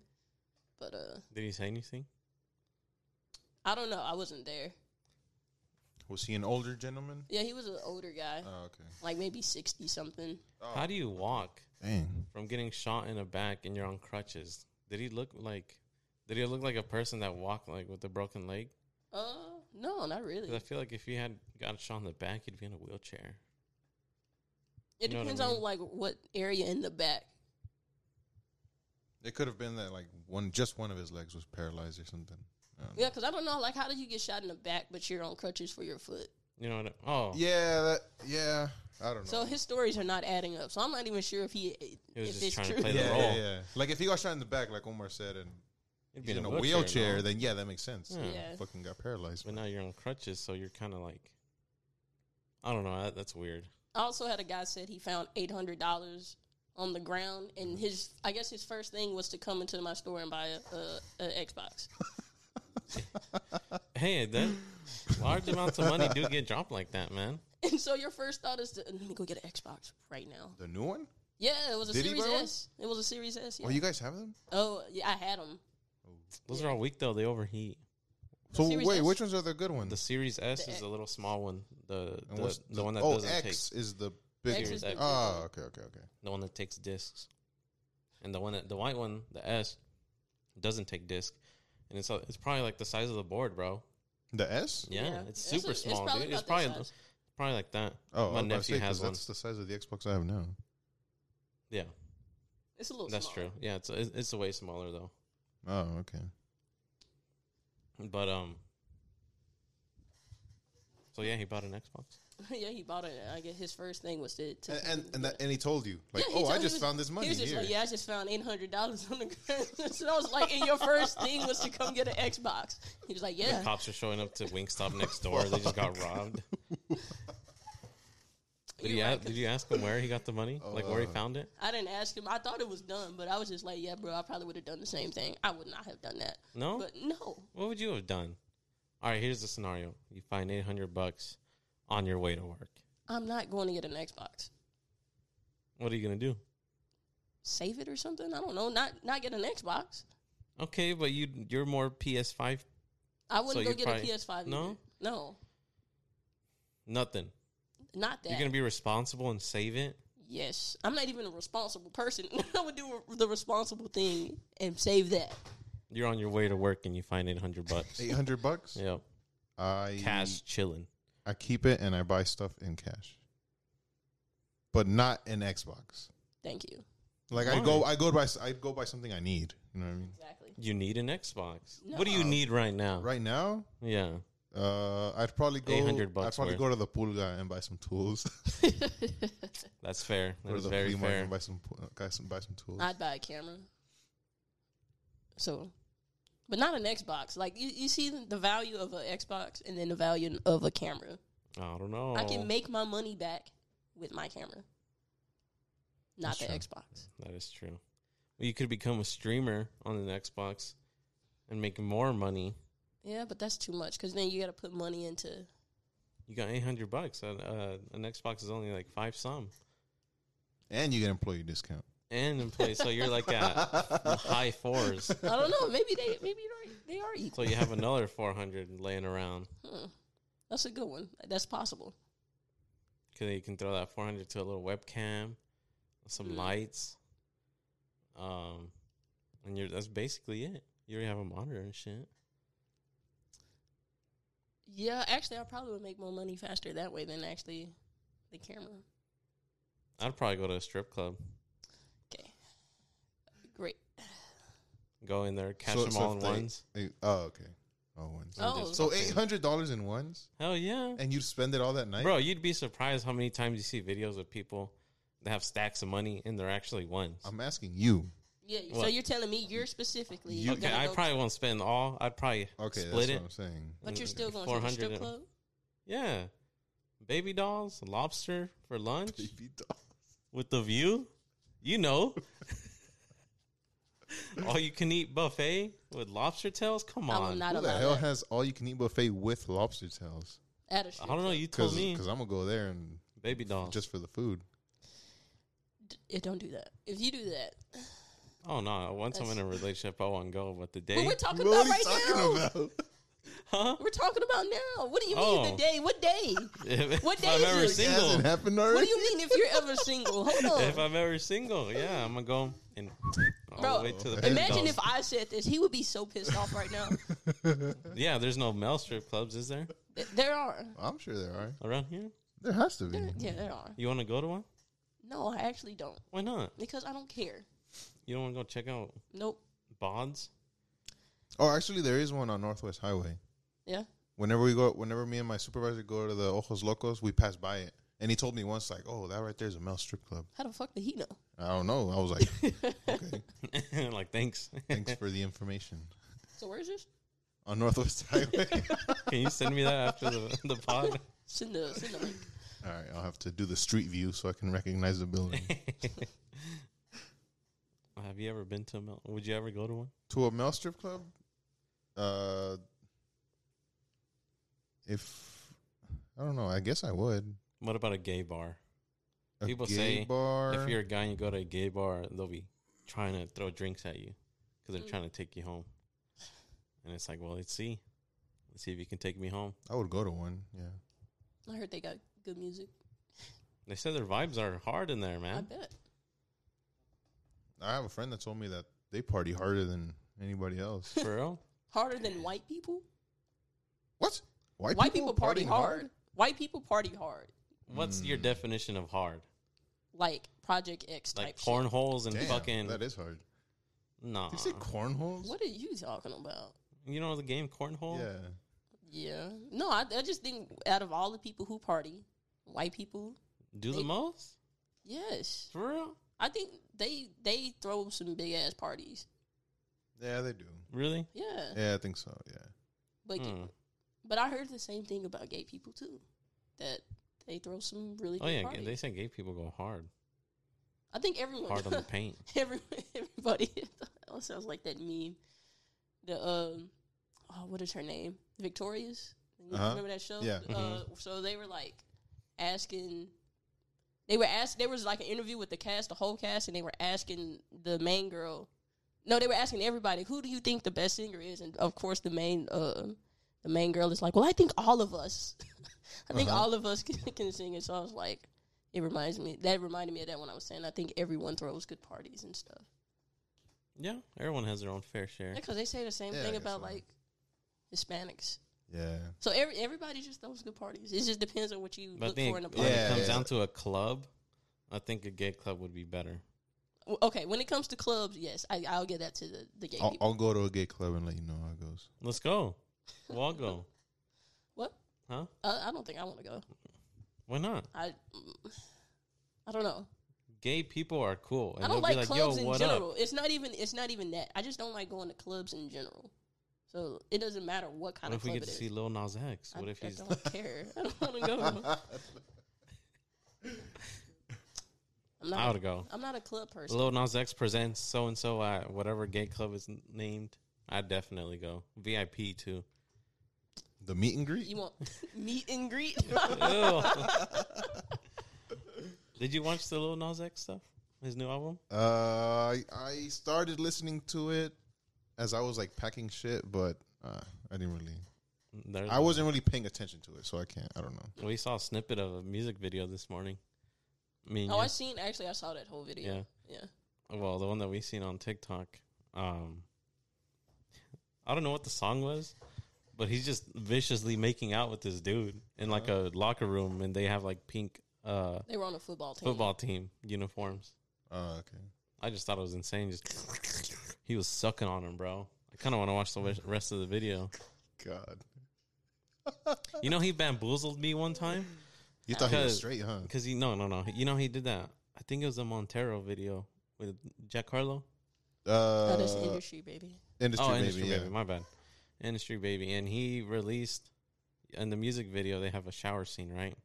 [SPEAKER 3] But uh,
[SPEAKER 1] Did he say anything?
[SPEAKER 3] I don't know. I wasn't there.
[SPEAKER 2] Was he an older gentleman?
[SPEAKER 3] Yeah, he was an older guy,
[SPEAKER 2] Oh, okay.
[SPEAKER 3] like maybe sixty something.
[SPEAKER 2] Oh.
[SPEAKER 1] How do you walk
[SPEAKER 2] Dang.
[SPEAKER 1] from getting shot in the back and you're on crutches? Did he look like? Did he look like a person that walked like with a broken leg?
[SPEAKER 3] Uh, no, not really.
[SPEAKER 1] 'Cause I feel like if you had got shot in the back, you'd be in a wheelchair.
[SPEAKER 3] It
[SPEAKER 1] You know what I
[SPEAKER 3] depends
[SPEAKER 1] mean?
[SPEAKER 3] on like what area in the back.
[SPEAKER 2] It could have been that like one, just one of his legs was paralyzed or something. I don't know.
[SPEAKER 3] Yeah, because I don't know. Like, how did you get shot in the back, but you're on crutches for your foot?
[SPEAKER 1] You know what? I- Oh,
[SPEAKER 2] Yeah, that, yeah. I don't know.
[SPEAKER 3] So his stories are not adding up. So I'm not even sure if he
[SPEAKER 1] He was
[SPEAKER 3] if
[SPEAKER 1] just
[SPEAKER 3] it's
[SPEAKER 1] trying to
[SPEAKER 3] true.
[SPEAKER 1] play
[SPEAKER 2] yeah,
[SPEAKER 1] the role.
[SPEAKER 2] yeah, yeah. Like if he got shot in the back, like Omar said, and
[SPEAKER 1] you'd
[SPEAKER 2] he's in, a
[SPEAKER 1] wheelchair,
[SPEAKER 2] wheelchair,
[SPEAKER 1] no?
[SPEAKER 2] then yeah, that makes sense.
[SPEAKER 1] Yeah.
[SPEAKER 3] Hmm. Yeah.
[SPEAKER 2] Fucking got paralyzed.
[SPEAKER 1] But now you're on crutches, so you're kind of like, I don't know. That, that's weird.
[SPEAKER 3] I also had a guy said he found eight hundred dollars on the ground,
[SPEAKER 1] Mm-hmm.
[SPEAKER 3] and his I guess his first thing was to come into my store and buy a, a, a Xbox.
[SPEAKER 1] Hey, that large amounts of money do get dropped like that, man.
[SPEAKER 3] And so your first thought is, to, let me go get an Xbox right now.
[SPEAKER 2] The new one?
[SPEAKER 3] Yeah, it was a
[SPEAKER 2] Did he
[SPEAKER 3] Series
[SPEAKER 2] buy one?
[SPEAKER 3] S. It was a Series S. Yeah.
[SPEAKER 2] Oh, you guys have them?
[SPEAKER 3] oh, yeah, I had them.
[SPEAKER 1] Those are all weak though. They overheat.
[SPEAKER 2] So
[SPEAKER 3] Series
[SPEAKER 2] wait,
[SPEAKER 3] S.
[SPEAKER 2] which ones are the good ones?
[SPEAKER 1] The Series S
[SPEAKER 3] The
[SPEAKER 1] is
[SPEAKER 3] X-
[SPEAKER 1] the little small one. The
[SPEAKER 2] Mm. And
[SPEAKER 1] the,
[SPEAKER 2] what's
[SPEAKER 1] the one that
[SPEAKER 2] oh,
[SPEAKER 1] doesn't
[SPEAKER 2] X
[SPEAKER 1] take
[SPEAKER 2] is the big.
[SPEAKER 3] X
[SPEAKER 1] Series
[SPEAKER 3] is
[SPEAKER 1] X.
[SPEAKER 3] the-
[SPEAKER 2] Ah, okay, okay, okay.
[SPEAKER 1] the one that takes discs, and the one that the white one, the S, doesn't take disc, and it's uh, it's probably like the size of the board, bro.
[SPEAKER 2] The S?
[SPEAKER 1] Yeah,
[SPEAKER 3] Yeah.
[SPEAKER 1] it's
[SPEAKER 3] It's
[SPEAKER 1] super
[SPEAKER 3] a- it's
[SPEAKER 1] small,
[SPEAKER 3] probably
[SPEAKER 1] dude. It's
[SPEAKER 3] about that
[SPEAKER 1] probably
[SPEAKER 3] size.
[SPEAKER 1] probably like that. my
[SPEAKER 2] Oh, I was about to
[SPEAKER 1] nephew
[SPEAKER 2] say, 'cause
[SPEAKER 1] has one.
[SPEAKER 2] That's the size of the Xbox I have now.
[SPEAKER 1] Yeah,
[SPEAKER 3] It's a little.
[SPEAKER 1] that's
[SPEAKER 3] Oh, small.
[SPEAKER 1] true. Yeah, it's it's it's a way smaller though.
[SPEAKER 2] Oh, okay.
[SPEAKER 1] But um, so yeah, he bought an Xbox.
[SPEAKER 3] yeah, he bought it. I guess his first thing was to. to
[SPEAKER 2] And and and, that, and he told you like,
[SPEAKER 3] Yeah, he
[SPEAKER 2] oh,
[SPEAKER 3] told-
[SPEAKER 2] I
[SPEAKER 3] he
[SPEAKER 2] just
[SPEAKER 3] was-
[SPEAKER 2] found this money
[SPEAKER 3] he was just
[SPEAKER 2] here.
[SPEAKER 3] like, yeah, I just found eight hundred dollars on the ground. so I was like, and your first thing was to come get an Xbox. He was like, yeah.
[SPEAKER 1] Cops are showing up to Wingstop next door. they just got robbed. Did,
[SPEAKER 3] You're
[SPEAKER 1] he
[SPEAKER 3] right,
[SPEAKER 1] a- did you ask him where he got the money? like where he found it?
[SPEAKER 3] I didn't ask him. I thought it was done, but I was just like, yeah, bro, I probably would have done the same thing. I would not have done that.
[SPEAKER 1] No.
[SPEAKER 3] But no.
[SPEAKER 1] What would you have done? All right, here's the scenario: you find eight hundred bucks on your way to work.
[SPEAKER 3] I'm not going to get an Xbox.
[SPEAKER 1] What are you gonna do?
[SPEAKER 3] Save it or something. I don't know. Not not get an Xbox.
[SPEAKER 1] Okay, but you you're more PS5.
[SPEAKER 3] I
[SPEAKER 1] So
[SPEAKER 3] wouldn't
[SPEAKER 1] you
[SPEAKER 3] go get
[SPEAKER 1] probably-
[SPEAKER 3] a PS5.
[SPEAKER 1] No?
[SPEAKER 3] either. no,
[SPEAKER 1] Nothing.
[SPEAKER 3] not that.
[SPEAKER 1] You're gonna be responsible and save it.
[SPEAKER 3] yes, I'm not even a responsible person. I would do the responsible thing and save that.
[SPEAKER 1] You're on your way to work and you find eight hundred bucks.
[SPEAKER 2] Eight hundred bucks.
[SPEAKER 1] yep,
[SPEAKER 2] I
[SPEAKER 1] cash chilling.
[SPEAKER 2] I keep it and I buy stuff in cash, but not an Xbox.
[SPEAKER 3] Thank you.
[SPEAKER 2] Like I
[SPEAKER 1] Why?
[SPEAKER 2] go, I go buy, I go buy something I need. You know what I mean?
[SPEAKER 3] Exactly.
[SPEAKER 1] You need an Xbox. What do you
[SPEAKER 2] No.
[SPEAKER 1] need right now?
[SPEAKER 2] Right now,
[SPEAKER 1] Yeah.
[SPEAKER 2] uh, I'd probably go.
[SPEAKER 1] 800
[SPEAKER 2] I'd
[SPEAKER 1] bucks
[SPEAKER 2] probably
[SPEAKER 1] worth.
[SPEAKER 2] go to the pulga and buy some tools.
[SPEAKER 1] That's fair. That
[SPEAKER 2] Go to
[SPEAKER 1] is
[SPEAKER 2] the
[SPEAKER 1] very
[SPEAKER 2] flea market
[SPEAKER 1] fair.
[SPEAKER 2] and buy some, pu- buy some, buy some tools.
[SPEAKER 3] I'd buy a camera. So, but not an Xbox. Like you, you see the value of an Xbox and then the value of a camera.
[SPEAKER 1] I don't know.
[SPEAKER 3] I
[SPEAKER 2] Oh.
[SPEAKER 3] can make my money back with my camera, not
[SPEAKER 2] That's
[SPEAKER 3] the
[SPEAKER 2] true.
[SPEAKER 3] Xbox.
[SPEAKER 1] That is true. Well, you could become a streamer on an Xbox and make more money.
[SPEAKER 3] Yeah, but that's too much because then you got to put money into.
[SPEAKER 1] You got eight hundred bucks. Uh, uh, an Xbox is only like five some,
[SPEAKER 2] and you get employee discount.
[SPEAKER 1] and in play. So you're like at the high fours.
[SPEAKER 3] I don't know. Maybe they maybe they are- they are
[SPEAKER 1] So
[SPEAKER 3] equal.
[SPEAKER 1] you have another four hundred laying around
[SPEAKER 3] Hmm. That's a good one. That's possible.
[SPEAKER 1] because you can throw that four hundred to a little webcam, some
[SPEAKER 3] Mm.
[SPEAKER 1] lights, um, and you're that's basically it. You already have a monitor and shit.
[SPEAKER 3] Yeah, actually, I probably would make more money faster that way than actually the camera.
[SPEAKER 1] I'd probably go to a strip club,
[SPEAKER 3] Okay, great.
[SPEAKER 1] go in there, catch
[SPEAKER 2] So-
[SPEAKER 1] them
[SPEAKER 2] so
[SPEAKER 1] all
[SPEAKER 2] if
[SPEAKER 1] in
[SPEAKER 2] they-
[SPEAKER 1] ones.
[SPEAKER 2] eh, Oh, okay. Oh, ones.
[SPEAKER 1] and
[SPEAKER 3] Oh.
[SPEAKER 1] just
[SPEAKER 2] So
[SPEAKER 1] fucking-
[SPEAKER 2] eight hundred dollars in ones,
[SPEAKER 1] Hell yeah.
[SPEAKER 2] and you spend it all that night.
[SPEAKER 1] Bro, you'd be surprised how many times you see videos of people that have stacks of money and they're actually ones.
[SPEAKER 2] I'm asking you.
[SPEAKER 3] Yeah, so
[SPEAKER 1] What?
[SPEAKER 3] you're telling me you're specifically
[SPEAKER 2] You-
[SPEAKER 1] okay,
[SPEAKER 3] gonna
[SPEAKER 1] I
[SPEAKER 3] go-
[SPEAKER 1] probably won't spend all. I'd probably
[SPEAKER 2] Okay,
[SPEAKER 1] split
[SPEAKER 2] that's
[SPEAKER 1] it.
[SPEAKER 2] what I'm saying.
[SPEAKER 3] but you're still going to the
[SPEAKER 1] 400
[SPEAKER 3] strip
[SPEAKER 1] and-
[SPEAKER 3] club.
[SPEAKER 1] Yeah. Baby dolls, lobster for lunch
[SPEAKER 2] Baby doll.
[SPEAKER 1] with the view. You know. all you can eat buffet with lobster tails? Come
[SPEAKER 3] I will
[SPEAKER 1] on. I,
[SPEAKER 3] not
[SPEAKER 2] Who the
[SPEAKER 3] allow
[SPEAKER 2] hell
[SPEAKER 3] that
[SPEAKER 2] has all you can eat buffet with lobster tails?
[SPEAKER 3] at a strip
[SPEAKER 1] don't know. You told
[SPEAKER 2] Because
[SPEAKER 1] me.
[SPEAKER 2] I'm gonna go there and
[SPEAKER 1] Baby dolls.
[SPEAKER 2] just for the food.
[SPEAKER 3] club. Yeah, eh, don't do that. If you do that,
[SPEAKER 1] oh, no. Once I'm in a relationship, I won't go. But the
[SPEAKER 3] but
[SPEAKER 1] day
[SPEAKER 3] we're talking about right now.
[SPEAKER 2] about?
[SPEAKER 1] huh?
[SPEAKER 3] We're talking about now. What do you mean
[SPEAKER 1] Oh.
[SPEAKER 3] the day? What day?
[SPEAKER 1] If,
[SPEAKER 3] What
[SPEAKER 1] if
[SPEAKER 3] day
[SPEAKER 1] I'm
[SPEAKER 3] is
[SPEAKER 1] ever
[SPEAKER 3] it?
[SPEAKER 2] It
[SPEAKER 1] single,
[SPEAKER 2] hasn't happened already.
[SPEAKER 3] What do you mean if you're ever single? Hold on.
[SPEAKER 1] if I'm ever single, yeah, I'm gonna go and all
[SPEAKER 3] Bro,
[SPEAKER 1] the way to the
[SPEAKER 2] Hey,
[SPEAKER 3] Imagine
[SPEAKER 1] penthouse.
[SPEAKER 3] if I said this, he would be so pissed off right now.
[SPEAKER 1] yeah, there's no male strip clubs, is there
[SPEAKER 3] Th- there are.
[SPEAKER 2] I'm sure there are.
[SPEAKER 1] around here?
[SPEAKER 2] There has to be.
[SPEAKER 3] There, yeah, there are.
[SPEAKER 1] You want to go to one?
[SPEAKER 3] No, I actually don't
[SPEAKER 1] Why not?
[SPEAKER 3] because I don't care.
[SPEAKER 1] You don't want to go check out
[SPEAKER 3] Nope.
[SPEAKER 1] bods?
[SPEAKER 2] Oh, actually, there is one on Northwest Highway.
[SPEAKER 3] Yeah.
[SPEAKER 2] Whenever we go, whenever me and my supervisor go to the Ojos Locos, we pass by it, and he told me once, like, "Oh, that right there is a male strip club."
[SPEAKER 3] How the fuck did he know?
[SPEAKER 2] I don't know. I was like, "Okay,
[SPEAKER 1] like thanks.
[SPEAKER 2] thanks for the information."
[SPEAKER 3] So where's this?
[SPEAKER 2] On Northwest Highway.
[SPEAKER 1] Can you send me that after the the pod?
[SPEAKER 3] Send the send the link.
[SPEAKER 2] All right, I'll have to do the street view so I can recognize the building.
[SPEAKER 1] Have you ever been to a male? Would you ever go to one?
[SPEAKER 2] to a male strip club, uh, if I don't know, I guess I would.
[SPEAKER 1] What about a gay bar?
[SPEAKER 2] A
[SPEAKER 1] People
[SPEAKER 2] gay
[SPEAKER 1] say
[SPEAKER 2] bar.
[SPEAKER 1] If you're a guy and you go to a gay bar, they'll be trying to throw drinks at you because
[SPEAKER 3] Hmm.
[SPEAKER 1] they're trying to take you home. And it's like, well, let's see, let's see if you can take me home.
[SPEAKER 2] I would go to one. Yeah.
[SPEAKER 3] I heard they got good music.
[SPEAKER 1] They said their vibes are hard in there,
[SPEAKER 3] I
[SPEAKER 1] man.
[SPEAKER 3] bet.
[SPEAKER 2] I have a friend that told me that they party harder than anybody else.
[SPEAKER 1] For real?
[SPEAKER 3] Harder than white people.
[SPEAKER 2] what?
[SPEAKER 3] White, people, party
[SPEAKER 2] partying
[SPEAKER 3] hard. White people party hard.
[SPEAKER 1] What's
[SPEAKER 2] Hmm.
[SPEAKER 1] your definition of hard?
[SPEAKER 3] Like Project X type
[SPEAKER 1] Like
[SPEAKER 3] shit.
[SPEAKER 1] cornholes and
[SPEAKER 2] Damn,
[SPEAKER 1] fucking
[SPEAKER 2] that is hard.
[SPEAKER 1] nah.
[SPEAKER 2] Did you say cornholes?
[SPEAKER 3] What are you talking about?
[SPEAKER 1] You know the game cornhole?
[SPEAKER 2] Yeah.
[SPEAKER 3] Yeah. No, I, I just think out of all the people who party, white people,
[SPEAKER 1] Do the
[SPEAKER 3] They-
[SPEAKER 1] most?
[SPEAKER 3] yes.
[SPEAKER 1] For real?
[SPEAKER 3] I think they they throw some big ass parties.
[SPEAKER 2] Yeah, they do.
[SPEAKER 1] Really?
[SPEAKER 3] Yeah.
[SPEAKER 2] Yeah, I think so. Yeah.
[SPEAKER 3] But
[SPEAKER 1] Hmm.
[SPEAKER 3] but I heard the same thing about gay people too. That they throw some really
[SPEAKER 1] Oh
[SPEAKER 3] good
[SPEAKER 1] yeah, ga-
[SPEAKER 3] parties.
[SPEAKER 1] they say gay people go hard,
[SPEAKER 3] I think everyone
[SPEAKER 1] hard on the paint.
[SPEAKER 3] every, everybody that sounds like that meme. The um oh what is her name? Victorious? You
[SPEAKER 2] Uh-huh.
[SPEAKER 3] Remember that show?
[SPEAKER 2] Yeah.
[SPEAKER 3] Uh, so they were like asking they were asked there was like an interview with the cast, the whole cast, and they were asking the main girl no, they were asking everybody, who do you think the best singer is? And of course the main uh the main girl is like, Well, I think all of us. I think
[SPEAKER 2] Uh-huh.
[SPEAKER 3] all of us can, can sing it. So I was like, it reminds me that reminded me of that when I was saying I think everyone throws good parties and stuff.
[SPEAKER 1] Yeah, everyone has their own fair share.
[SPEAKER 3] Because they say the same
[SPEAKER 2] Yeah, I
[SPEAKER 3] thing
[SPEAKER 2] guess
[SPEAKER 3] about
[SPEAKER 2] so.
[SPEAKER 3] like Hispanics.
[SPEAKER 2] Yeah.
[SPEAKER 3] So every everybody just throws good parties. It just depends on what you
[SPEAKER 1] But I
[SPEAKER 3] look
[SPEAKER 1] think
[SPEAKER 3] for in a
[SPEAKER 1] when
[SPEAKER 3] party.
[SPEAKER 1] it
[SPEAKER 2] Yeah.
[SPEAKER 1] comes down to a club, I think a gay club would be better.
[SPEAKER 3] W- Okay, when it comes to clubs, yes, I, I'll give that to the, the gay
[SPEAKER 2] I'll,
[SPEAKER 3] people.
[SPEAKER 2] I'll go to a gay club and let you know how it goes.
[SPEAKER 1] Let's go. We'll all go.
[SPEAKER 3] What?
[SPEAKER 1] Huh?
[SPEAKER 3] Uh, I don't think I want to go.
[SPEAKER 1] Why not?
[SPEAKER 3] I mm, I don't know.
[SPEAKER 1] Gay people are cool. And
[SPEAKER 3] I don't
[SPEAKER 1] they'll
[SPEAKER 3] like,
[SPEAKER 1] be like,
[SPEAKER 3] clubs
[SPEAKER 1] yo,
[SPEAKER 3] in
[SPEAKER 1] what
[SPEAKER 3] general.
[SPEAKER 1] up?
[SPEAKER 3] It's not even it's not even that. I just don't like going to clubs in general. So it doesn't matter what kind
[SPEAKER 1] What
[SPEAKER 3] of
[SPEAKER 1] if we
[SPEAKER 3] club
[SPEAKER 1] get
[SPEAKER 3] it
[SPEAKER 1] to
[SPEAKER 3] is.
[SPEAKER 1] see Lil Nas X?
[SPEAKER 3] I,
[SPEAKER 1] What if
[SPEAKER 3] I
[SPEAKER 1] he's
[SPEAKER 3] don't care. I don't want to go.
[SPEAKER 1] I
[SPEAKER 3] I'm not.
[SPEAKER 1] would go.
[SPEAKER 3] I'm not a club person.
[SPEAKER 1] Lil Nas X presents so and so at whatever gay club is n- named. I'd definitely go. VIP too.
[SPEAKER 2] The meet and greet?
[SPEAKER 3] You want meet and greet?
[SPEAKER 1] Ew. Did you watch the Lil Nas X stuff? His new album?
[SPEAKER 2] Uh, I- I started listening to it as I was like packing shit, but uh, I didn't really.
[SPEAKER 1] There's
[SPEAKER 2] I wasn't really paying attention to it, so I can't. I don't know.
[SPEAKER 1] We saw a snippet of a music video this morning. I mean,
[SPEAKER 3] Oh, I seen. Actually, I saw that whole video. Yeah.
[SPEAKER 1] well, the one that we seen on TikTok. Um, I don't know what the song was, but he's just viciously making out with this dude in like a locker room, and they have like pink uh,
[SPEAKER 3] They were on a football team.
[SPEAKER 1] football team uniforms.
[SPEAKER 2] Uh, okay.
[SPEAKER 1] I just thought it was insane. Just he was sucking on him, bro. I kind of want to watch the wi- rest of the video.
[SPEAKER 2] God.
[SPEAKER 1] You know, he bamboozled me one time.
[SPEAKER 2] You thought he was
[SPEAKER 1] Because-
[SPEAKER 2] straight, huh?
[SPEAKER 1] Because he no no no. You know he did that. I think it was a Montero video with Jack Harlow.
[SPEAKER 2] Uh,
[SPEAKER 3] That is Oh, industry, baby.
[SPEAKER 2] industry,
[SPEAKER 1] oh,
[SPEAKER 2] baby.
[SPEAKER 1] industry
[SPEAKER 2] yeah.
[SPEAKER 1] baby. My bad. Industry baby, and he released in the music video. They have a shower scene, right?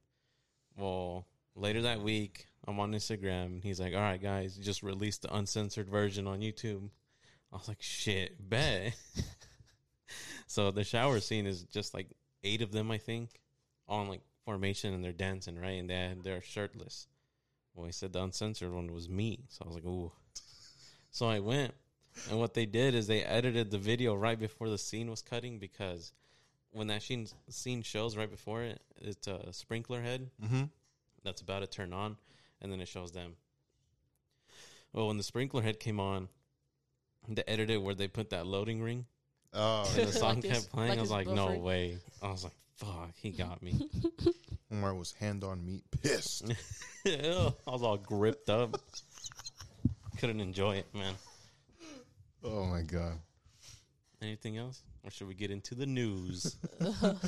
[SPEAKER 1] Well, later that week, I'm on Instagram, and he's like, "All right, guys, just release the uncensored version on YouTube." I was like, "Shit, bet." so the shower scene is just like eight of them, I think, on like formation, and they're dancing, right? And they had, they're shirtless. Well, he said the uncensored one was me, so I was like, "Ooh." So I went, and what they did is they edited the video right before the scene was cutting because when that scene scene shows right before it, it's a sprinkler head
[SPEAKER 2] Mm-hmm.
[SPEAKER 1] that's about to turn on, and then it shows them. Well, when the sprinkler head came on, they edited where they put that loading ring.
[SPEAKER 2] Oh,
[SPEAKER 1] And the
[SPEAKER 2] yes.
[SPEAKER 1] song
[SPEAKER 3] Like
[SPEAKER 1] kept
[SPEAKER 3] his-
[SPEAKER 1] playing.
[SPEAKER 3] like
[SPEAKER 1] I was
[SPEAKER 3] his
[SPEAKER 1] like, no
[SPEAKER 3] buffering.
[SPEAKER 1] way. I was like, fuck, he got me.
[SPEAKER 2] Omar was hand on meat pissed.
[SPEAKER 1] I was all gripped up. Couldn't enjoy it, man.
[SPEAKER 2] oh my god.
[SPEAKER 1] Anything else? Or should we get into the news?
[SPEAKER 2] Uh,
[SPEAKER 3] Um,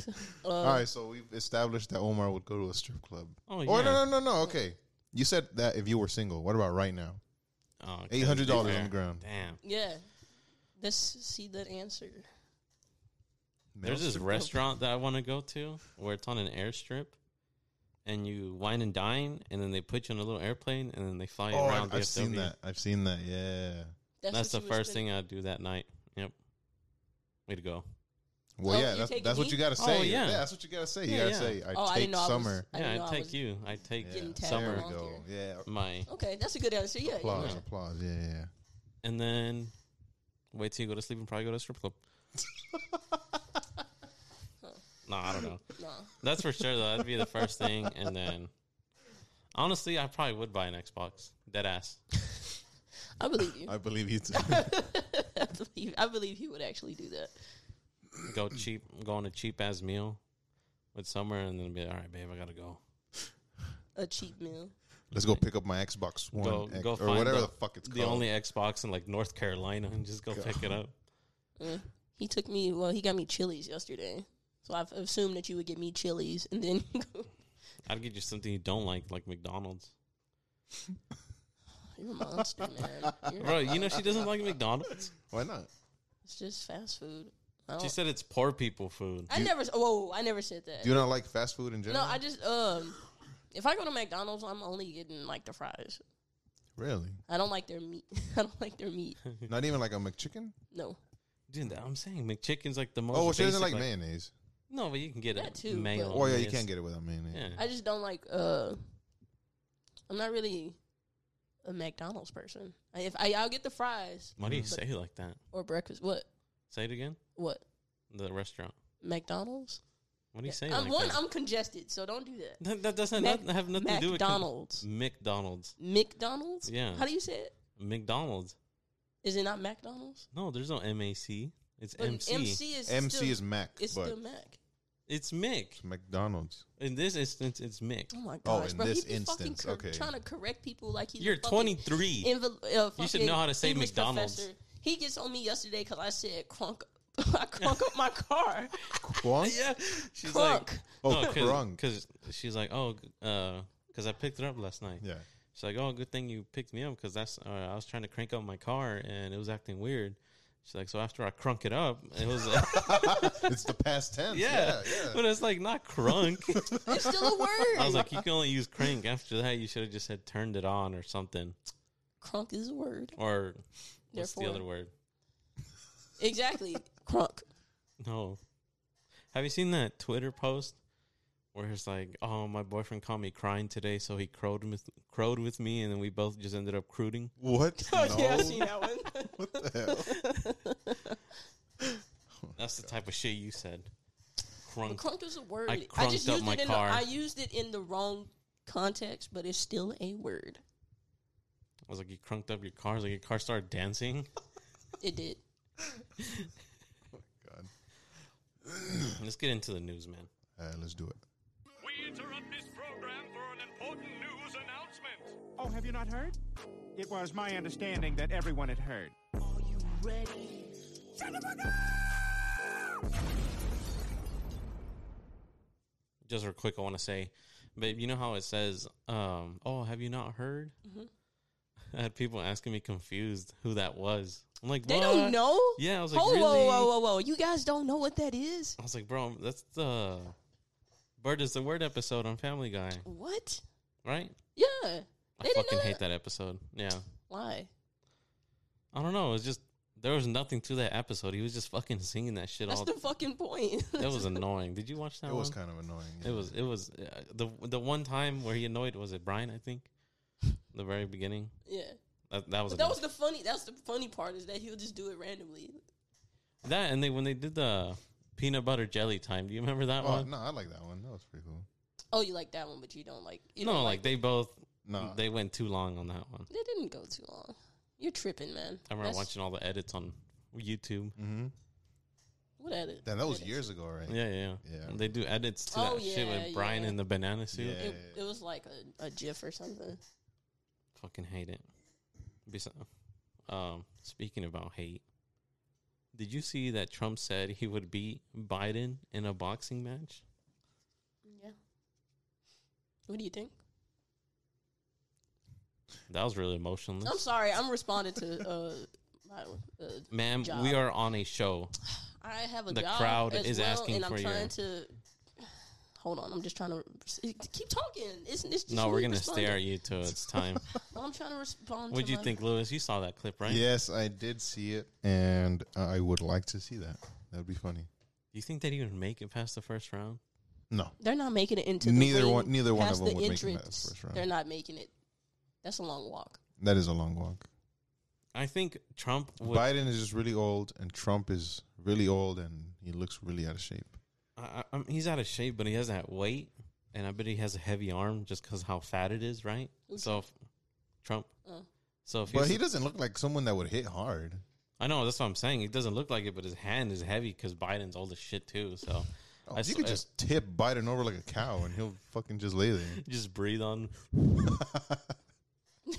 [SPEAKER 3] Uh,
[SPEAKER 2] All right, so we've established that Omar would go to a strip club.
[SPEAKER 1] Oh,
[SPEAKER 2] Oh
[SPEAKER 1] yeah.
[SPEAKER 2] no, no, no, no. Okay, you said that if you were single. What about right now?
[SPEAKER 1] Oh, okay.
[SPEAKER 2] Eight hundred dollars
[SPEAKER 1] Fair.
[SPEAKER 2] on the ground.
[SPEAKER 1] Damn.
[SPEAKER 3] Yeah. Let's see that answer.
[SPEAKER 1] There's this
[SPEAKER 2] Male strip
[SPEAKER 1] restaurant that I want to go to where it's on an airstrip and you wine and dine and then they put you on a little airplane and then they fly
[SPEAKER 2] club? Oh,
[SPEAKER 1] around
[SPEAKER 2] I've, I've
[SPEAKER 1] DFW.
[SPEAKER 2] seen that. I've seen that. Yeah.
[SPEAKER 1] That's the
[SPEAKER 3] what you would
[SPEAKER 1] first
[SPEAKER 3] spend-
[SPEAKER 1] thing I'd do that night. Yep. Way to go.
[SPEAKER 2] Well,
[SPEAKER 3] Oh,
[SPEAKER 2] yeah.
[SPEAKER 3] you
[SPEAKER 2] That's,
[SPEAKER 3] taking
[SPEAKER 2] that's what
[SPEAKER 3] me?
[SPEAKER 2] you gotta
[SPEAKER 1] Oh,
[SPEAKER 2] say. yeah.
[SPEAKER 1] yeah.
[SPEAKER 2] that's what you gotta say. You
[SPEAKER 1] Yeah,
[SPEAKER 2] gotta
[SPEAKER 1] yeah.
[SPEAKER 2] say, I
[SPEAKER 3] Oh, I
[SPEAKER 2] take
[SPEAKER 3] didn't know I was-
[SPEAKER 2] summer.
[SPEAKER 3] I didn't
[SPEAKER 1] Yeah,
[SPEAKER 3] know
[SPEAKER 1] I'd
[SPEAKER 3] I
[SPEAKER 1] take
[SPEAKER 3] was-
[SPEAKER 1] you. I'd take
[SPEAKER 2] Yeah.
[SPEAKER 3] Getting tagged
[SPEAKER 2] There
[SPEAKER 1] summer
[SPEAKER 3] along.
[SPEAKER 2] we go. Yeah.
[SPEAKER 1] my
[SPEAKER 3] Okay, that's a good answer. Yeah. yeah.
[SPEAKER 2] Applause. Applause. Yeah. Yeah.
[SPEAKER 1] and then wait till you go to sleep and probably go to a strip club. no, I don't know.
[SPEAKER 3] No.
[SPEAKER 1] That's for sure though. That'd be the first thing, and then honestly, I probably would buy an Xbox. Dead ass.
[SPEAKER 3] I believe you.
[SPEAKER 2] I believe you too.
[SPEAKER 3] I believe I believe he would actually do that.
[SPEAKER 1] Go cheap. Go on a cheap ass meal with somewhere, and then be like, all right, babe, I gotta go.
[SPEAKER 3] A cheap meal.
[SPEAKER 2] Let's go pick up my Xbox One
[SPEAKER 1] Go-
[SPEAKER 2] X,
[SPEAKER 1] go
[SPEAKER 2] or
[SPEAKER 1] find
[SPEAKER 2] whatever the,
[SPEAKER 1] the-
[SPEAKER 2] fuck it's
[SPEAKER 1] the
[SPEAKER 2] called.
[SPEAKER 1] only Xbox in like North Carolina, and just go pick it up.
[SPEAKER 3] Yeah. Mm. He took me. Well, he got me chilies yesterday, so I've assumed that you would get me chilies, and then "Oh,
[SPEAKER 1] I'd get you something you don't like, like McDonald's.
[SPEAKER 3] you're a monster, man. You're-
[SPEAKER 1] Bro, you know she doesn't like McDonald's.
[SPEAKER 2] Why not?
[SPEAKER 3] it's just fast food. I,
[SPEAKER 1] She
[SPEAKER 3] don't,
[SPEAKER 1] said it's poor people food.
[SPEAKER 3] I never. s- Whoa, I never said that.
[SPEAKER 2] Do you not like fast food in
[SPEAKER 3] no,
[SPEAKER 2] general?
[SPEAKER 3] I just um, if I go to McDonald's, I'm only getting like the fries.
[SPEAKER 2] really.
[SPEAKER 3] I don't like their meat. I don't like their meat.
[SPEAKER 2] Not even like a McChicken.
[SPEAKER 3] No,
[SPEAKER 1] Dude, that- I'm saying McChicken's like the most.
[SPEAKER 2] Oh, well, she doesn't
[SPEAKER 1] basic,
[SPEAKER 2] like mayonnaise.
[SPEAKER 1] No, but you can get
[SPEAKER 3] That
[SPEAKER 1] it
[SPEAKER 3] too,
[SPEAKER 1] mayo.
[SPEAKER 3] but-
[SPEAKER 2] Oh yeah, you can't get it without mayonnaise.
[SPEAKER 1] Yeah.
[SPEAKER 3] I just don't like. uh I'm not really a McDonald's person. I, if I, I'll get the fries
[SPEAKER 1] Why do you
[SPEAKER 2] Mhm.
[SPEAKER 1] say it like that?
[SPEAKER 3] or breakfast. What?
[SPEAKER 1] Say it again.
[SPEAKER 3] What?
[SPEAKER 1] The restaurant.
[SPEAKER 3] McDonald's?
[SPEAKER 1] What do you say?
[SPEAKER 3] I'm
[SPEAKER 1] like
[SPEAKER 3] one.
[SPEAKER 1] that?
[SPEAKER 3] I'm congested, so don't do that.
[SPEAKER 1] that, that doesn't
[SPEAKER 3] Mac-
[SPEAKER 1] not- have nothing to do with
[SPEAKER 3] McDonald's.
[SPEAKER 1] McDonald's.
[SPEAKER 3] McDonald's?
[SPEAKER 1] Yeah.
[SPEAKER 3] How do you say it?
[SPEAKER 1] McDonald's.
[SPEAKER 3] Is it not McDonald's?
[SPEAKER 1] No, there's no M A C. It's
[SPEAKER 3] But
[SPEAKER 1] MC.
[SPEAKER 3] is
[SPEAKER 2] MC
[SPEAKER 3] still,
[SPEAKER 2] is Mac,
[SPEAKER 3] it's
[SPEAKER 2] but
[SPEAKER 3] still Mac.
[SPEAKER 1] It's Mick.
[SPEAKER 2] it's McDonald's.
[SPEAKER 1] In this instance, it's Mick.
[SPEAKER 3] Oh my gosh,
[SPEAKER 2] in
[SPEAKER 3] bro!
[SPEAKER 2] this
[SPEAKER 3] he be
[SPEAKER 2] instance,
[SPEAKER 3] fucking
[SPEAKER 2] okay.
[SPEAKER 3] trying to correct people like he's a
[SPEAKER 1] You're
[SPEAKER 3] fucking
[SPEAKER 1] 23.
[SPEAKER 3] inval- uh,
[SPEAKER 1] You should
[SPEAKER 3] fucking
[SPEAKER 1] know how to say
[SPEAKER 3] English
[SPEAKER 1] McDonald's.
[SPEAKER 3] professor. He gets on me yesterday because I said crunk. I crunk up my car.
[SPEAKER 2] Kwon?
[SPEAKER 1] yeah, she's
[SPEAKER 3] Crunk.
[SPEAKER 1] like,
[SPEAKER 2] Oh,
[SPEAKER 1] no,
[SPEAKER 2] crunk.
[SPEAKER 1] because she's like, oh, because I picked her up last night.
[SPEAKER 2] Yeah.
[SPEAKER 1] She's like, "Oh, good thing you picked me up because that's uh, I was trying to crank up my car and it was acting weird." She's like, "So after I crunk it up, it was uh,
[SPEAKER 2] it's the past tense.
[SPEAKER 1] yeah.
[SPEAKER 2] Yeah, yeah.
[SPEAKER 1] but it's like not crunk."
[SPEAKER 3] It's
[SPEAKER 1] I
[SPEAKER 3] still a word.
[SPEAKER 1] was like, "You can only use crank." After that, you should have just said turned it on or something,
[SPEAKER 3] crunk is a word.
[SPEAKER 1] or what's the
[SPEAKER 3] Therefore.
[SPEAKER 1] other word?
[SPEAKER 3] Exactly. crunk.
[SPEAKER 1] No. Have you seen that Twitter post where it's like, "Oh, my boyfriend called me crying today, so he crowed with crowed with me, and then we both just ended up crooting."
[SPEAKER 2] What?
[SPEAKER 1] Oh,
[SPEAKER 2] No.
[SPEAKER 3] yeah, I seen that one.
[SPEAKER 2] What the hell?
[SPEAKER 1] That's the type of shit you said.
[SPEAKER 3] But
[SPEAKER 1] Crunk.
[SPEAKER 3] crunk is a word.
[SPEAKER 1] I
[SPEAKER 3] I,
[SPEAKER 1] crunked
[SPEAKER 3] just
[SPEAKER 1] up
[SPEAKER 3] used
[SPEAKER 1] my
[SPEAKER 3] it in
[SPEAKER 1] car.
[SPEAKER 3] The, I used it in the wrong context, but it's still a word.
[SPEAKER 1] I was like, you crunked up your car. I was like, your car started dancing.
[SPEAKER 3] It did.
[SPEAKER 2] God.
[SPEAKER 1] Let's get into the news, man.
[SPEAKER 2] All right, let's do it.
[SPEAKER 5] We interrupt this program for an important news announcement.
[SPEAKER 6] Oh, have you not heard? It was my understanding that everyone had heard.
[SPEAKER 1] Just real quick, I want to say, babe, you know how it says, um, oh, have you not heard?
[SPEAKER 3] Mm-hmm.
[SPEAKER 1] I had people asking me confused who that was. I'm like,
[SPEAKER 3] They
[SPEAKER 1] what?
[SPEAKER 3] don't know.
[SPEAKER 1] Yeah, I was like,
[SPEAKER 3] Oh,
[SPEAKER 1] really?
[SPEAKER 3] whoa, whoa, whoa, whoa! You guys don't know what that is?
[SPEAKER 1] I was like, bro, that's the Bird is the Word episode on Family Guy,
[SPEAKER 3] What?
[SPEAKER 1] right?
[SPEAKER 3] Yeah.
[SPEAKER 1] I
[SPEAKER 3] They didn't
[SPEAKER 1] fucking
[SPEAKER 3] know
[SPEAKER 1] hate that episode. Yeah.
[SPEAKER 3] Why?
[SPEAKER 1] I don't know. It was just, there was nothing to that episode. He was just fucking singing that shit
[SPEAKER 3] That's
[SPEAKER 1] all
[SPEAKER 3] the fucking point.
[SPEAKER 1] That was annoying. Did you watch that
[SPEAKER 2] It was
[SPEAKER 1] one?
[SPEAKER 2] kind of annoying.
[SPEAKER 1] It was it was uh, the the one time where he annoyed was it Brian I think the very beginning
[SPEAKER 3] yeah.
[SPEAKER 1] that that was
[SPEAKER 3] But that
[SPEAKER 1] annoying.
[SPEAKER 3] was the funny. That's the funny part is that he'll just do it randomly.
[SPEAKER 1] that and they when they did the peanut butter jelly time. Do you remember that
[SPEAKER 2] Oh
[SPEAKER 1] one?
[SPEAKER 2] no, I like that one. That was pretty cool.
[SPEAKER 3] Oh, you like that one, but you don't like. You
[SPEAKER 1] No,
[SPEAKER 3] don't
[SPEAKER 1] like they both
[SPEAKER 2] No,
[SPEAKER 1] they went too long on that one.
[SPEAKER 3] They didn't go too long. You're tripping, man.
[SPEAKER 1] I remember
[SPEAKER 3] That's-
[SPEAKER 1] watching all the edits on YouTube.
[SPEAKER 2] mm-hmm.
[SPEAKER 3] What edit?
[SPEAKER 2] Damn, that was
[SPEAKER 3] edit?
[SPEAKER 2] years ago, right?
[SPEAKER 1] Yeah, yeah,
[SPEAKER 2] Yeah.
[SPEAKER 1] They do edits to
[SPEAKER 3] Oh,
[SPEAKER 1] that shit
[SPEAKER 3] yeah,
[SPEAKER 1] with Brian
[SPEAKER 3] yeah.
[SPEAKER 1] in the banana suit.
[SPEAKER 2] Yeah.
[SPEAKER 3] It, it was like a, a GIF or something.
[SPEAKER 1] Fucking hate it. Besi- um, speaking about hate, did you see that Trump said he would beat Biden in a boxing match?
[SPEAKER 3] Yeah. What do you think?
[SPEAKER 1] That was really emotionless.
[SPEAKER 3] I'm sorry. I'm responding to. Uh, my, uh,
[SPEAKER 1] Ma'am,
[SPEAKER 3] Job.
[SPEAKER 1] we are on a show.
[SPEAKER 3] I have a
[SPEAKER 1] The
[SPEAKER 3] job
[SPEAKER 1] crowd
[SPEAKER 3] as
[SPEAKER 1] is
[SPEAKER 3] well,
[SPEAKER 1] asking
[SPEAKER 3] and I'm
[SPEAKER 1] for your-
[SPEAKER 3] trying to. Hold on, I'm just trying to keep talking. It's, it's just
[SPEAKER 1] No, we're
[SPEAKER 3] me
[SPEAKER 1] gonna stare at
[SPEAKER 3] responding.
[SPEAKER 1] you till it's time.
[SPEAKER 3] I'm trying to respond.
[SPEAKER 1] What'd
[SPEAKER 3] to
[SPEAKER 1] you
[SPEAKER 3] my-
[SPEAKER 1] think, Lewis? You saw that clip, right?
[SPEAKER 2] Yes, I did see it, and I would like to see that. That'd be funny.
[SPEAKER 1] Do you think they'd even make it past the first round?
[SPEAKER 2] No,
[SPEAKER 3] They're not making it into the
[SPEAKER 2] Neither
[SPEAKER 3] ring
[SPEAKER 2] one- neither one
[SPEAKER 3] past
[SPEAKER 2] of them
[SPEAKER 3] the
[SPEAKER 2] would make it past
[SPEAKER 3] entrance.
[SPEAKER 2] the first round.
[SPEAKER 3] They're not making it. That's a long walk.
[SPEAKER 2] that is a long walk.
[SPEAKER 1] I think Trump would.
[SPEAKER 2] Biden is just really old, and Trump is really old, and he looks really out of shape.
[SPEAKER 1] I, I, I'm- he's out of shape, but he has that weight, and I bet he has a heavy arm just because how fat it is, right?
[SPEAKER 3] Who's
[SPEAKER 1] So, if, Trump.
[SPEAKER 3] Oh.
[SPEAKER 1] So if
[SPEAKER 2] But
[SPEAKER 1] he's-
[SPEAKER 2] he doesn't look like someone that would hit hard.
[SPEAKER 1] I know that's what I'm saying. He doesn't look like it, but his hand is heavy because Biden's old as shit too. So
[SPEAKER 2] Oh,
[SPEAKER 1] I
[SPEAKER 2] you
[SPEAKER 1] swear.
[SPEAKER 2] could just tip Biden over like a cow, and he'll fucking just lay there.
[SPEAKER 1] just breathe on.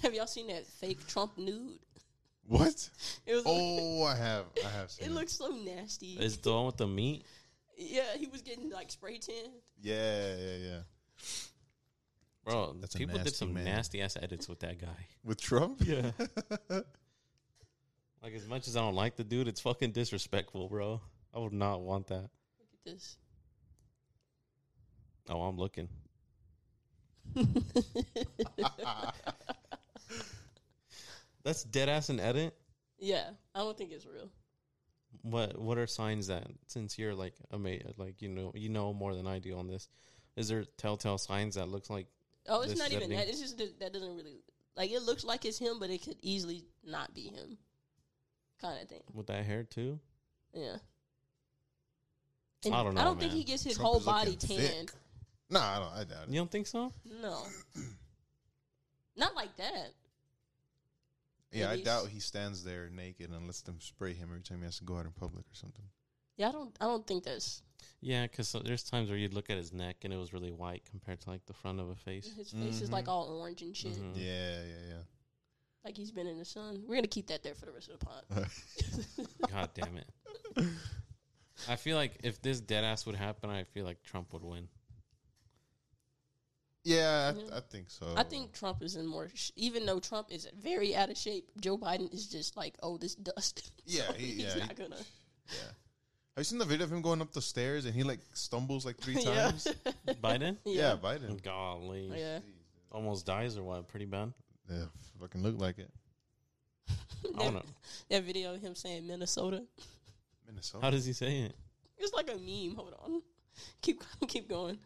[SPEAKER 3] Have y'all seen that fake Trump nude?
[SPEAKER 2] What?
[SPEAKER 3] It was.
[SPEAKER 2] Oh, I have, I have. Seen
[SPEAKER 3] it looks so nasty.
[SPEAKER 1] Is the one with the meat?
[SPEAKER 3] yeah, he was getting like spray tan.
[SPEAKER 2] Yeah, yeah, yeah.
[SPEAKER 1] Bro,
[SPEAKER 2] That's a
[SPEAKER 1] people did
[SPEAKER 2] nasty
[SPEAKER 1] some
[SPEAKER 2] man.
[SPEAKER 1] nasty ass edits with that guy.
[SPEAKER 2] With Trump?
[SPEAKER 1] Yeah. like as much as I don't like the dude, it's fucking disrespectful, bro. I would not want that.
[SPEAKER 3] Look at this.
[SPEAKER 1] Oh, I'm looking. That's dead ass an edit.
[SPEAKER 3] Yeah, I don't think it's real.
[SPEAKER 1] What What are signs that since you're like a ma- like you know you know more than I do on this, is there telltale signs that looks like
[SPEAKER 3] Oh, it's
[SPEAKER 1] This
[SPEAKER 3] not even
[SPEAKER 1] editing.
[SPEAKER 3] that. It's just that, that doesn't really like. It looks like it's him, but it could easily not be him. Kind of thing.
[SPEAKER 1] with that hair too?
[SPEAKER 3] Yeah.
[SPEAKER 1] I don't
[SPEAKER 3] I
[SPEAKER 1] know,
[SPEAKER 3] don't think
[SPEAKER 1] man.
[SPEAKER 3] he gets his
[SPEAKER 2] Trump
[SPEAKER 3] whole
[SPEAKER 2] is looking
[SPEAKER 3] body tanned.
[SPEAKER 2] thick. Nah, I don't. I doubt it.
[SPEAKER 1] You don't think so?
[SPEAKER 3] No. Not like that.
[SPEAKER 2] Yeah, I
[SPEAKER 3] Ladies.
[SPEAKER 2] doubt he stands there naked and lets them spray him every time he has to go out in public or something.
[SPEAKER 3] Yeah, I don't. I don't think that's
[SPEAKER 1] Yeah, because there's times where you'd look at his neck and it was really white compared to like the front of a face.
[SPEAKER 3] his face is
[SPEAKER 2] Mm-hmm.
[SPEAKER 3] like all orange and shit.
[SPEAKER 1] Mhm.
[SPEAKER 2] Yeah, yeah,
[SPEAKER 3] Like he's been in the sun. We're gonna keep that there for the rest of the pod.
[SPEAKER 2] yeah.
[SPEAKER 1] God damn it. I feel like if this dead ass would happen, I feel like Trump would win.
[SPEAKER 2] yeah, I,
[SPEAKER 3] Yeah.
[SPEAKER 2] I think so.
[SPEAKER 3] I think Trump is in more. Sh- even though Trump is very out of shape, Joe Biden is just like, oh, this dust.
[SPEAKER 2] Yeah,
[SPEAKER 3] So
[SPEAKER 2] he-
[SPEAKER 3] he's
[SPEAKER 2] yeah, he-
[SPEAKER 3] not gonna.
[SPEAKER 2] Yeah. Have you seen the video of him going up the stairs and he like stumbles like three
[SPEAKER 3] Yeah.
[SPEAKER 2] times?
[SPEAKER 1] Biden? Oh,
[SPEAKER 2] yeah.
[SPEAKER 3] Yeah.
[SPEAKER 2] Biden.
[SPEAKER 1] Golly.
[SPEAKER 3] Yeah.
[SPEAKER 1] Almost dies or what? Pretty bad.
[SPEAKER 2] Yeah, fucking look like it.
[SPEAKER 1] I don't know.
[SPEAKER 3] That video of him saying Minnesota.
[SPEAKER 2] Minnesota.
[SPEAKER 1] How does he say it?
[SPEAKER 3] It's like a meme. Hold on. Keep keep going.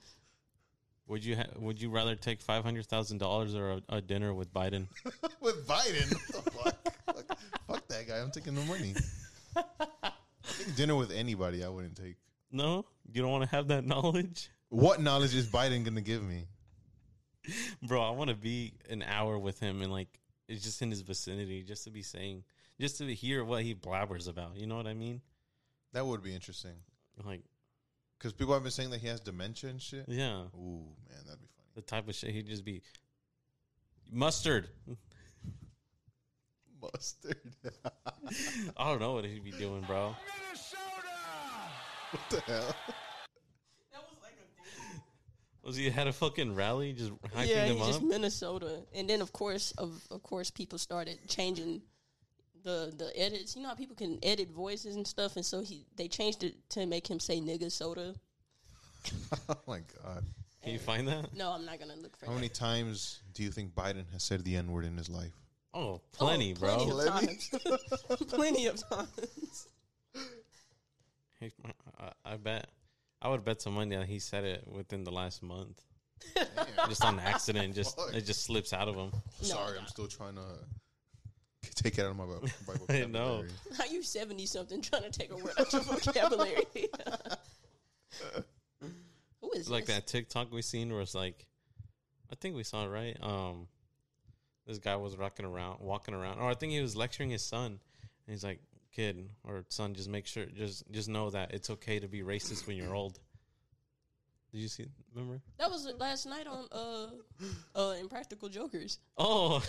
[SPEAKER 1] Would you ha- would you rather take five hundred thousand dollars or a, a dinner with Biden?
[SPEAKER 2] With Biden. What the fuck? fuck? Fuck that guy. I'm taking the money. I think dinner with anybody I wouldn't take.
[SPEAKER 1] No, you don't want to have that knowledge,
[SPEAKER 2] What knowledge is Biden gonna give me?
[SPEAKER 1] bro. I want to be an hour with him and like it's just in his vicinity, just to be saying, just to hear what he blabbers about. You know what I mean?
[SPEAKER 2] That would be interesting.
[SPEAKER 1] Like,
[SPEAKER 2] Because people have been saying that he has dementia and shit.
[SPEAKER 1] yeah,
[SPEAKER 2] Ooh, man, that'd be funny.
[SPEAKER 1] the type of shit he'd just be mustard.
[SPEAKER 2] Mustard.
[SPEAKER 1] I don't know what he'd be doing, bro.
[SPEAKER 2] what the hell?
[SPEAKER 1] Was he had a fucking rally just hyping
[SPEAKER 3] yeah,
[SPEAKER 1] them
[SPEAKER 3] he's
[SPEAKER 1] up?
[SPEAKER 3] just Minnesota, and then of course, of of course, people started changing the the edits. You know how people can edit voices and stuff, and so he they changed it to make him say nigga soda.
[SPEAKER 2] oh my god.
[SPEAKER 1] Can you find that?
[SPEAKER 3] No, I'm not gonna look for
[SPEAKER 2] How
[SPEAKER 3] that.
[SPEAKER 2] many times do you think Biden has said the N word in his life? Oh,
[SPEAKER 1] Oh,
[SPEAKER 3] Oh,
[SPEAKER 1] plenty, bro.
[SPEAKER 3] Plenty of times. plenty of times.
[SPEAKER 1] He- I, I bet. I would bet some money that he said it within the last month, just on accident. Just
[SPEAKER 2] Fuck.
[SPEAKER 1] it just slips out of him.
[SPEAKER 3] No,
[SPEAKER 2] Sorry,
[SPEAKER 3] no.
[SPEAKER 2] I'm still trying to could take it out of my vo- my
[SPEAKER 1] I
[SPEAKER 2] vocabulary.
[SPEAKER 1] know.
[SPEAKER 3] How you seventy something trying to take a word out your vocabulary? Who is
[SPEAKER 1] like
[SPEAKER 3] this?
[SPEAKER 1] that TikTok we seen where it's like, I think we saw it right. Um, this guy was rocking around, walking around, or I think he was lecturing his son, and he's like, "Kid or son, just make sure, just just know that it's okay to be racist when you're old." Did you see? Remember?
[SPEAKER 3] That was last night on uh, uh, Impractical Jokers.
[SPEAKER 1] Oh,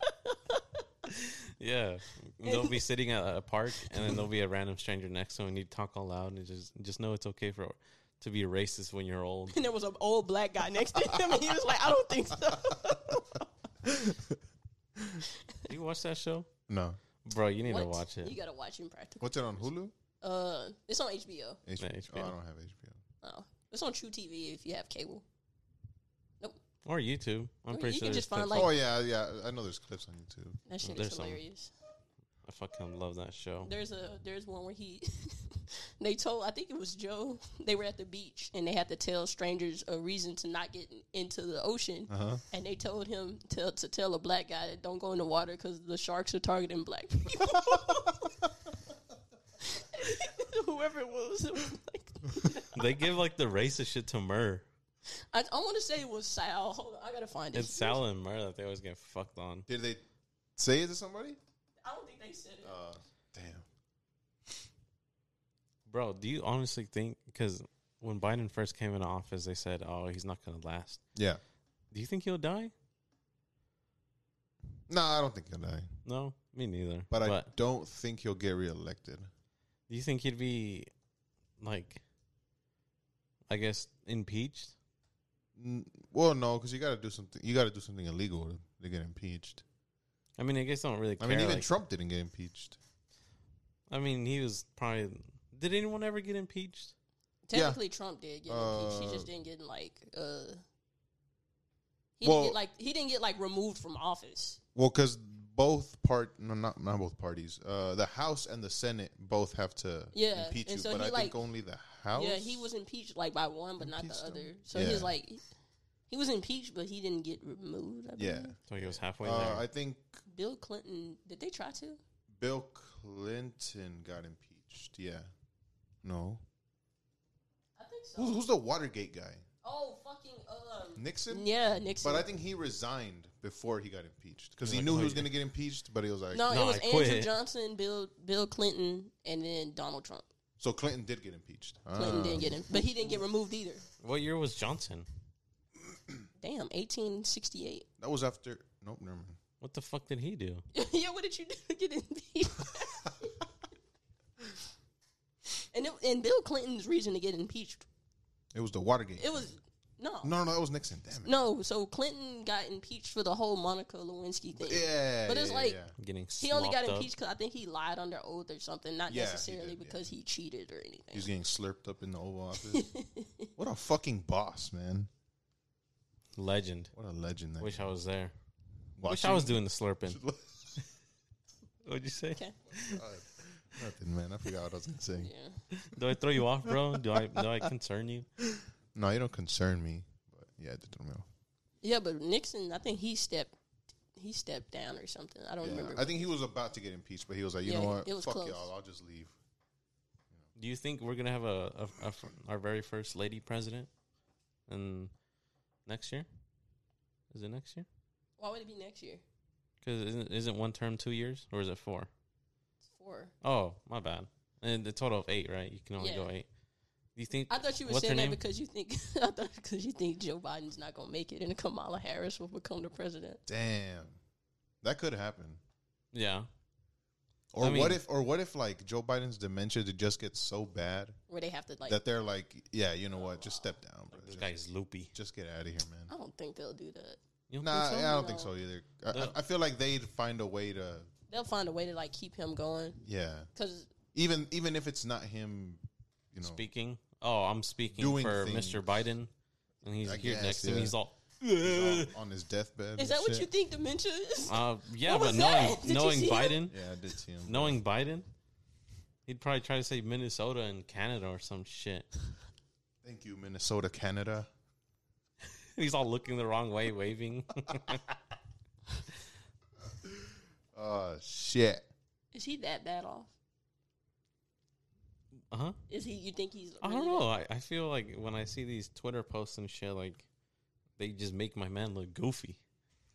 [SPEAKER 1] yeah. They'll be sitting at a park, and then there'll be a random stranger next to him, and you talk all loud, and just just know it's okay for to be racist when you're old.
[SPEAKER 3] And there was an old black guy next to him, and he was like, "I don't think so."
[SPEAKER 1] you watch that show,
[SPEAKER 2] No.
[SPEAKER 1] bro? You need to
[SPEAKER 3] What?
[SPEAKER 1] watch it.
[SPEAKER 3] You gotta watch Impractical.
[SPEAKER 2] What's it on Hulu?
[SPEAKER 3] Uh, it's on
[SPEAKER 2] HBO.
[SPEAKER 3] HBO.
[SPEAKER 2] Oh,
[SPEAKER 1] HBO.
[SPEAKER 2] I don't have HBO.
[SPEAKER 3] Oh, it's on True TV if you have cable.
[SPEAKER 1] Or YouTube. I'm
[SPEAKER 3] Or
[SPEAKER 1] pretty sure
[SPEAKER 3] you can
[SPEAKER 1] there's
[SPEAKER 3] just find,
[SPEAKER 1] clips.
[SPEAKER 3] Like-
[SPEAKER 2] oh yeah, yeah. I know there's clips on YouTube.
[SPEAKER 3] That shit
[SPEAKER 1] There's
[SPEAKER 3] is
[SPEAKER 1] some.
[SPEAKER 3] hilarious.
[SPEAKER 1] I fucking love that show.
[SPEAKER 3] There's a there's one where he they told I think it was Joe they were at the beach and they had to tell strangers a reason to not get in- into the ocean
[SPEAKER 2] Uh-huh.
[SPEAKER 3] and they told him to to tell a black guy that don't go in the water because the sharks are targeting black people. Whoever it was, it was like,
[SPEAKER 1] they give like the racist shit to Murr.
[SPEAKER 3] I, I want to say it was Sal. Hold on, I gotta find it.
[SPEAKER 1] It's Sal and Murr that they always get fucked on.
[SPEAKER 2] Did they say it to somebody?
[SPEAKER 3] I don't think they said it.
[SPEAKER 2] Uh, damn.
[SPEAKER 1] Bro, do you honestly think because when Biden first came into office, they said, "Oh, he's not gonna last."
[SPEAKER 2] Yeah.
[SPEAKER 1] Do you think he'll die?
[SPEAKER 2] No, I don't think he'll die.
[SPEAKER 1] No, me neither.
[SPEAKER 2] But, I don't think he'll get reelected.
[SPEAKER 1] do you think he'd be like, I guess, impeached?
[SPEAKER 2] N- Well, no, because you got to do something. You got to do something illegal to, to get impeached.
[SPEAKER 1] I mean, I guess I don't really.
[SPEAKER 2] I
[SPEAKER 1] Care.
[SPEAKER 2] mean, even
[SPEAKER 1] like-
[SPEAKER 2] Trump didn't get impeached.
[SPEAKER 1] I mean, he was probably. Did anyone ever get impeached?
[SPEAKER 3] Technically, Trump did get impeached. He
[SPEAKER 2] Uh,
[SPEAKER 3] just didn't get like uh. He
[SPEAKER 2] Well-
[SPEAKER 3] didn't get like he didn't get like removed from office.
[SPEAKER 2] Well, because both part no, not not both parties. Uh, the House and the Senate both have to
[SPEAKER 3] Yeah,
[SPEAKER 2] impeach
[SPEAKER 3] and
[SPEAKER 2] you,
[SPEAKER 3] so
[SPEAKER 2] but
[SPEAKER 3] he,
[SPEAKER 2] I
[SPEAKER 3] like-
[SPEAKER 2] think only the House.
[SPEAKER 3] Yeah, he was impeached like by one, but not
[SPEAKER 2] Impeached
[SPEAKER 3] the
[SPEAKER 2] him.
[SPEAKER 3] other. So he was
[SPEAKER 2] Yeah.
[SPEAKER 3] like, he was impeached, but he didn't get removed. I
[SPEAKER 2] Yeah,
[SPEAKER 3] believe.
[SPEAKER 1] So he was halfway
[SPEAKER 2] uh,
[SPEAKER 1] there.
[SPEAKER 2] I think
[SPEAKER 3] Bill Clinton, did they try to?
[SPEAKER 2] Bill Clinton got impeached. Yeah, no.
[SPEAKER 3] I think so.
[SPEAKER 2] Who's, who's the Watergate guy?
[SPEAKER 3] Oh, fucking
[SPEAKER 2] Nixon.
[SPEAKER 3] um, yeah, Nixon.
[SPEAKER 2] But I think he resigned before he got impeached because he
[SPEAKER 1] Like,
[SPEAKER 2] knew
[SPEAKER 1] oh,
[SPEAKER 2] he was
[SPEAKER 1] yeah.
[SPEAKER 2] going to get impeached, but he was like,
[SPEAKER 3] no,
[SPEAKER 1] No,
[SPEAKER 3] it was
[SPEAKER 1] I
[SPEAKER 3] Andrew
[SPEAKER 1] quit.
[SPEAKER 3] Johnson, Bill Bill Clinton, and then Donald Trump.
[SPEAKER 2] So Clinton did get impeached.
[SPEAKER 3] Clinton
[SPEAKER 2] Ah.
[SPEAKER 3] didn't get him, but he didn't get removed either.
[SPEAKER 1] what year was Johnson?
[SPEAKER 3] Damn, eighteen sixty eight.
[SPEAKER 2] That was after. Nope, never mind.
[SPEAKER 1] What the fuck did he do?
[SPEAKER 3] yeah, what did you do to get impeached? and it, and Bill Clinton's reason to get impeached,
[SPEAKER 2] It was the Watergate.
[SPEAKER 3] it was no,
[SPEAKER 2] no, no, that was Nixon. Damn it.
[SPEAKER 3] No, so Clinton got impeached for the whole Monica Lewinsky thing.
[SPEAKER 2] Yeah,
[SPEAKER 3] But
[SPEAKER 2] yeah,
[SPEAKER 3] it's
[SPEAKER 2] yeah,
[SPEAKER 3] like-
[SPEAKER 2] yeah.
[SPEAKER 1] Getting
[SPEAKER 3] He only got
[SPEAKER 1] slopped up?
[SPEAKER 3] impeached because I think he lied under oath or something, not
[SPEAKER 2] Yeah, he
[SPEAKER 3] necessarily
[SPEAKER 2] did, yeah.
[SPEAKER 3] because he cheated or anything.
[SPEAKER 2] he was getting slurped up in the Oval Office. what a fucking boss, man!
[SPEAKER 1] Legend.
[SPEAKER 2] What a legend that.
[SPEAKER 1] Wish I was there. Wish
[SPEAKER 2] Watching-
[SPEAKER 1] I was doing the slurping. What'd you say?
[SPEAKER 3] okay.
[SPEAKER 2] Nothing, man. I forgot what I was going to say.
[SPEAKER 3] Yeah.
[SPEAKER 1] Do I throw you off, bro? Do I do I concern you?
[SPEAKER 2] No, you don't concern me. But yeah, I didn't know.
[SPEAKER 3] Yeah, but Nixon, I think he stepped he stepped down or something. I don't
[SPEAKER 2] Yeah.
[SPEAKER 3] remember.
[SPEAKER 2] I think he was about to get impeached, but he was like, you
[SPEAKER 3] Yeah,
[SPEAKER 2] know
[SPEAKER 3] he-
[SPEAKER 2] what?
[SPEAKER 3] it was
[SPEAKER 2] Fuck
[SPEAKER 3] close.
[SPEAKER 2] y'all. I'll just leave.
[SPEAKER 1] Do you think we're gonna have a, a, a f- our very first lady president, and next year? Is it next year?
[SPEAKER 3] Why would it be next year?
[SPEAKER 1] Because isn't, isn't one term two years or is it four?
[SPEAKER 3] It's four.
[SPEAKER 1] Oh, my bad. And the total of eight, right? You can only
[SPEAKER 3] Yeah.
[SPEAKER 1] go eight. Do you think?
[SPEAKER 3] I thought you were
[SPEAKER 1] what's her
[SPEAKER 3] saying that
[SPEAKER 1] name?
[SPEAKER 3] because you think I thought because you think Joe Biden's not gonna make it and Kamala Harris will become the president.
[SPEAKER 2] Damn, that could happen.
[SPEAKER 1] yeah.
[SPEAKER 2] Or
[SPEAKER 1] I mean-
[SPEAKER 2] what if? Or what if like Joe Biden's dementia to just get so bad
[SPEAKER 3] Where they have to like
[SPEAKER 2] that they're like, yeah, you know what? Just step down, bro.
[SPEAKER 1] This
[SPEAKER 2] Just,
[SPEAKER 1] guy's loopy.
[SPEAKER 2] just get out of here,
[SPEAKER 3] I
[SPEAKER 2] man.
[SPEAKER 3] don't think they'll do that.
[SPEAKER 1] You don't
[SPEAKER 2] Nah,
[SPEAKER 1] think so?
[SPEAKER 2] yeah, I don't think
[SPEAKER 3] Oh, No.
[SPEAKER 2] so either. I,
[SPEAKER 1] No.
[SPEAKER 2] I- I feel like they'd find a way to,
[SPEAKER 3] They'll find a way to like keep him going.
[SPEAKER 2] yeah.
[SPEAKER 3] Cause
[SPEAKER 2] Even even if it's not him, you know.
[SPEAKER 1] Speaking. Oh, I'm speaking
[SPEAKER 2] Doing
[SPEAKER 1] for
[SPEAKER 2] things.
[SPEAKER 1] Mr. Biden, and he's
[SPEAKER 2] I
[SPEAKER 1] here
[SPEAKER 2] guess,
[SPEAKER 1] next to me.
[SPEAKER 2] yeah.
[SPEAKER 1] He's all.
[SPEAKER 2] he's on, on his deathbed.
[SPEAKER 3] is
[SPEAKER 2] and
[SPEAKER 3] that what
[SPEAKER 2] shit.
[SPEAKER 3] you think dementia is?
[SPEAKER 1] Uh, yeah,
[SPEAKER 3] What
[SPEAKER 1] but
[SPEAKER 3] was
[SPEAKER 1] knowing
[SPEAKER 3] that? Did you
[SPEAKER 1] knowing
[SPEAKER 3] see that?
[SPEAKER 1] Biden,
[SPEAKER 2] Yeah, I did see him.
[SPEAKER 1] knowing Biden, he'd probably try to say Minnesota and Canada or some shit.
[SPEAKER 2] Thank you, Minnesota, Canada.
[SPEAKER 1] He's all looking the wrong way, waving.
[SPEAKER 2] Oh shit!
[SPEAKER 3] Is he that bad off?
[SPEAKER 1] Uh huh.
[SPEAKER 3] Is he? You think he's?
[SPEAKER 1] I don't
[SPEAKER 3] really
[SPEAKER 1] know.
[SPEAKER 3] that-
[SPEAKER 1] I, I feel like when I see these Twitter posts and shit, like they just make my man look goofy.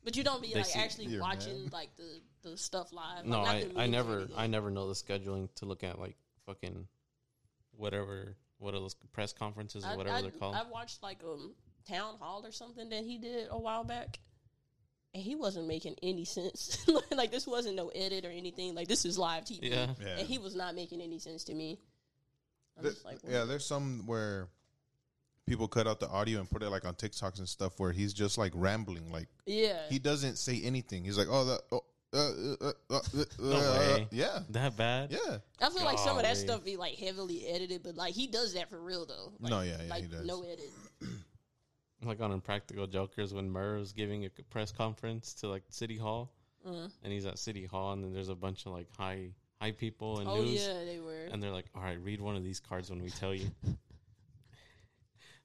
[SPEAKER 3] But you don't be
[SPEAKER 1] They
[SPEAKER 3] like
[SPEAKER 1] see-
[SPEAKER 3] actually
[SPEAKER 2] Yeah,
[SPEAKER 3] watching
[SPEAKER 2] man.
[SPEAKER 3] like the the stuff live.
[SPEAKER 1] No,
[SPEAKER 3] Like, not
[SPEAKER 1] I, I
[SPEAKER 3] the memes or
[SPEAKER 1] never
[SPEAKER 3] anything.
[SPEAKER 1] I never know the scheduling to look at like fucking whatever what are those press conferences or
[SPEAKER 3] I-
[SPEAKER 1] whatever
[SPEAKER 3] I,
[SPEAKER 1] they're called.
[SPEAKER 3] I watched like um town hall or something that he did a while back, and he wasn't making any sense. like this wasn't no edit or anything. Like this is live TV.
[SPEAKER 1] yeah.
[SPEAKER 2] Yeah,
[SPEAKER 3] and he was not making any sense to me. I'm
[SPEAKER 2] Th-
[SPEAKER 3] just like,
[SPEAKER 2] yeah. There's some where people cut out the audio and put it like on TikToks and stuff where he's just like rambling, like
[SPEAKER 3] yeah.
[SPEAKER 2] he doesn't say anything. He's like, oh, the, oh uh, uh, uh, uh,
[SPEAKER 1] No
[SPEAKER 2] uh,
[SPEAKER 1] way.
[SPEAKER 2] yeah,
[SPEAKER 1] That bad?
[SPEAKER 2] yeah.
[SPEAKER 3] I feel like some of that
[SPEAKER 1] Golly.
[SPEAKER 3] stuff be like heavily edited, but like he does that for real though. Like,
[SPEAKER 2] No, yeah, yeah,
[SPEAKER 3] like
[SPEAKER 2] he does.
[SPEAKER 3] no edit.
[SPEAKER 1] Like on Impractical Jokers when Murr was giving a c- press conference to like City Hall
[SPEAKER 3] Uh-huh.
[SPEAKER 1] and he's at City Hall and then there's a bunch of like high high people and
[SPEAKER 3] Oh
[SPEAKER 1] news
[SPEAKER 3] yeah, they were.
[SPEAKER 1] and they're like, All right, read one of these cards when we tell you.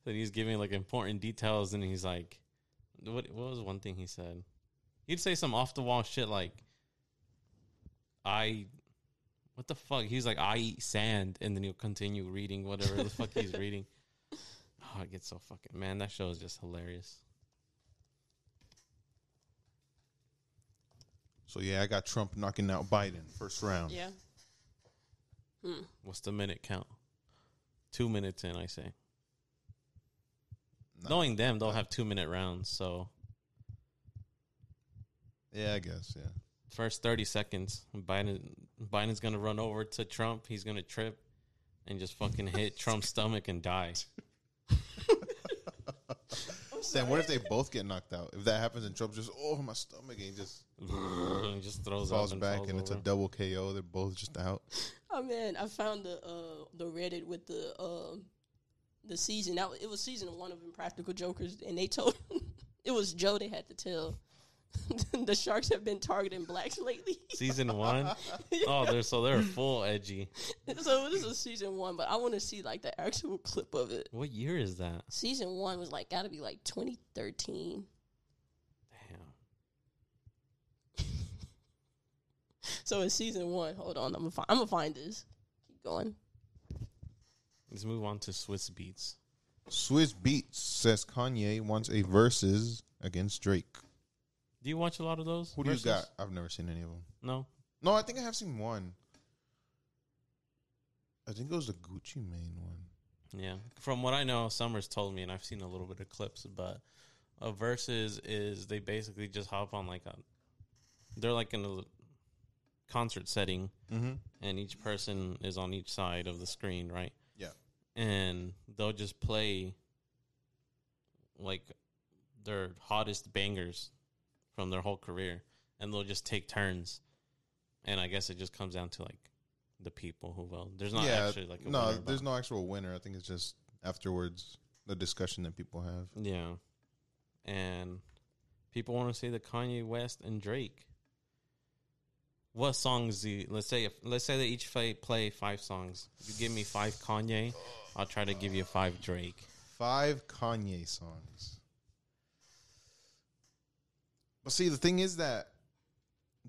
[SPEAKER 1] then he's giving like important details and he's like what what was one thing he said? He'd say some off the wall shit like I what the fuck? He's like, I eat sand and then he'll continue reading whatever the fuck he's reading. Oh, it gets so fucking man, that show is just hilarious.
[SPEAKER 2] So yeah, I got Trump knocking out Biden first round.
[SPEAKER 3] yeah.
[SPEAKER 1] What's the minute count? Two minutes in, I say. Knowing them, they'll have two minute rounds. So
[SPEAKER 2] yeah, I guess. Yeah,
[SPEAKER 1] first thirty seconds, Biden Biden's gonna run over to Trump. He's gonna trip and just fucking hit Trump's stomach and die.
[SPEAKER 2] Sam, what if they both get knocked out? If that happens and Trump just oh my stomach and he just
[SPEAKER 1] and just throws
[SPEAKER 2] falls
[SPEAKER 1] up and
[SPEAKER 2] back
[SPEAKER 1] falls
[SPEAKER 2] and it's a
[SPEAKER 1] over.
[SPEAKER 2] double KO, they're both just out.
[SPEAKER 3] Oh man, I found the uh, the Reddit with the um the season. That wa- it was season one of Impractical Jokers, and they told it was Joe they had to tell the sharks have been targeting blacks lately.
[SPEAKER 1] season one. Oh, they're so they're full edgy.
[SPEAKER 3] so this is season one, but I want to see like the actual clip of it.
[SPEAKER 1] What year is that?
[SPEAKER 3] Season one was like got to be like 2013.
[SPEAKER 1] Damn.
[SPEAKER 3] So it's season one. Hold on, I'm gonna find, I'm gonna find this. Keep going.
[SPEAKER 1] Let's move on to Swiss beats.
[SPEAKER 2] Swiss Beats says Kanye wants a versus against Drake.
[SPEAKER 1] Do you watch a lot of those?
[SPEAKER 2] Who do
[SPEAKER 1] verses?
[SPEAKER 2] you got? I've never seen any of them.
[SPEAKER 1] No.
[SPEAKER 2] No, I think I have seen one. I think it was the Gucci Mane one.
[SPEAKER 1] Yeah. From what I know, Summers told me, and I've seen a little bit of clips, but a versus is they basically just hop on like a, they're like in a concert setting,
[SPEAKER 2] Mm-hmm.
[SPEAKER 1] and each person is on each side of the screen, right?
[SPEAKER 2] Yeah.
[SPEAKER 1] And they'll just play like their hottest bangers from their whole career, and they'll just take turns. And I guess it just comes down to like the people who will. There's not
[SPEAKER 2] yeah.
[SPEAKER 1] actually like a
[SPEAKER 2] no,
[SPEAKER 1] winner, but-
[SPEAKER 2] there's no actual winner. I think it's just afterwards the discussion that people have.
[SPEAKER 1] Yeah. And people want to see the Kanye West and Drake. What songs do you, let's say if let's say they each play, play five songs. You give me five Kanye, I'll try to give you five Drake.
[SPEAKER 2] Five Kanye songs. But see, the thing is that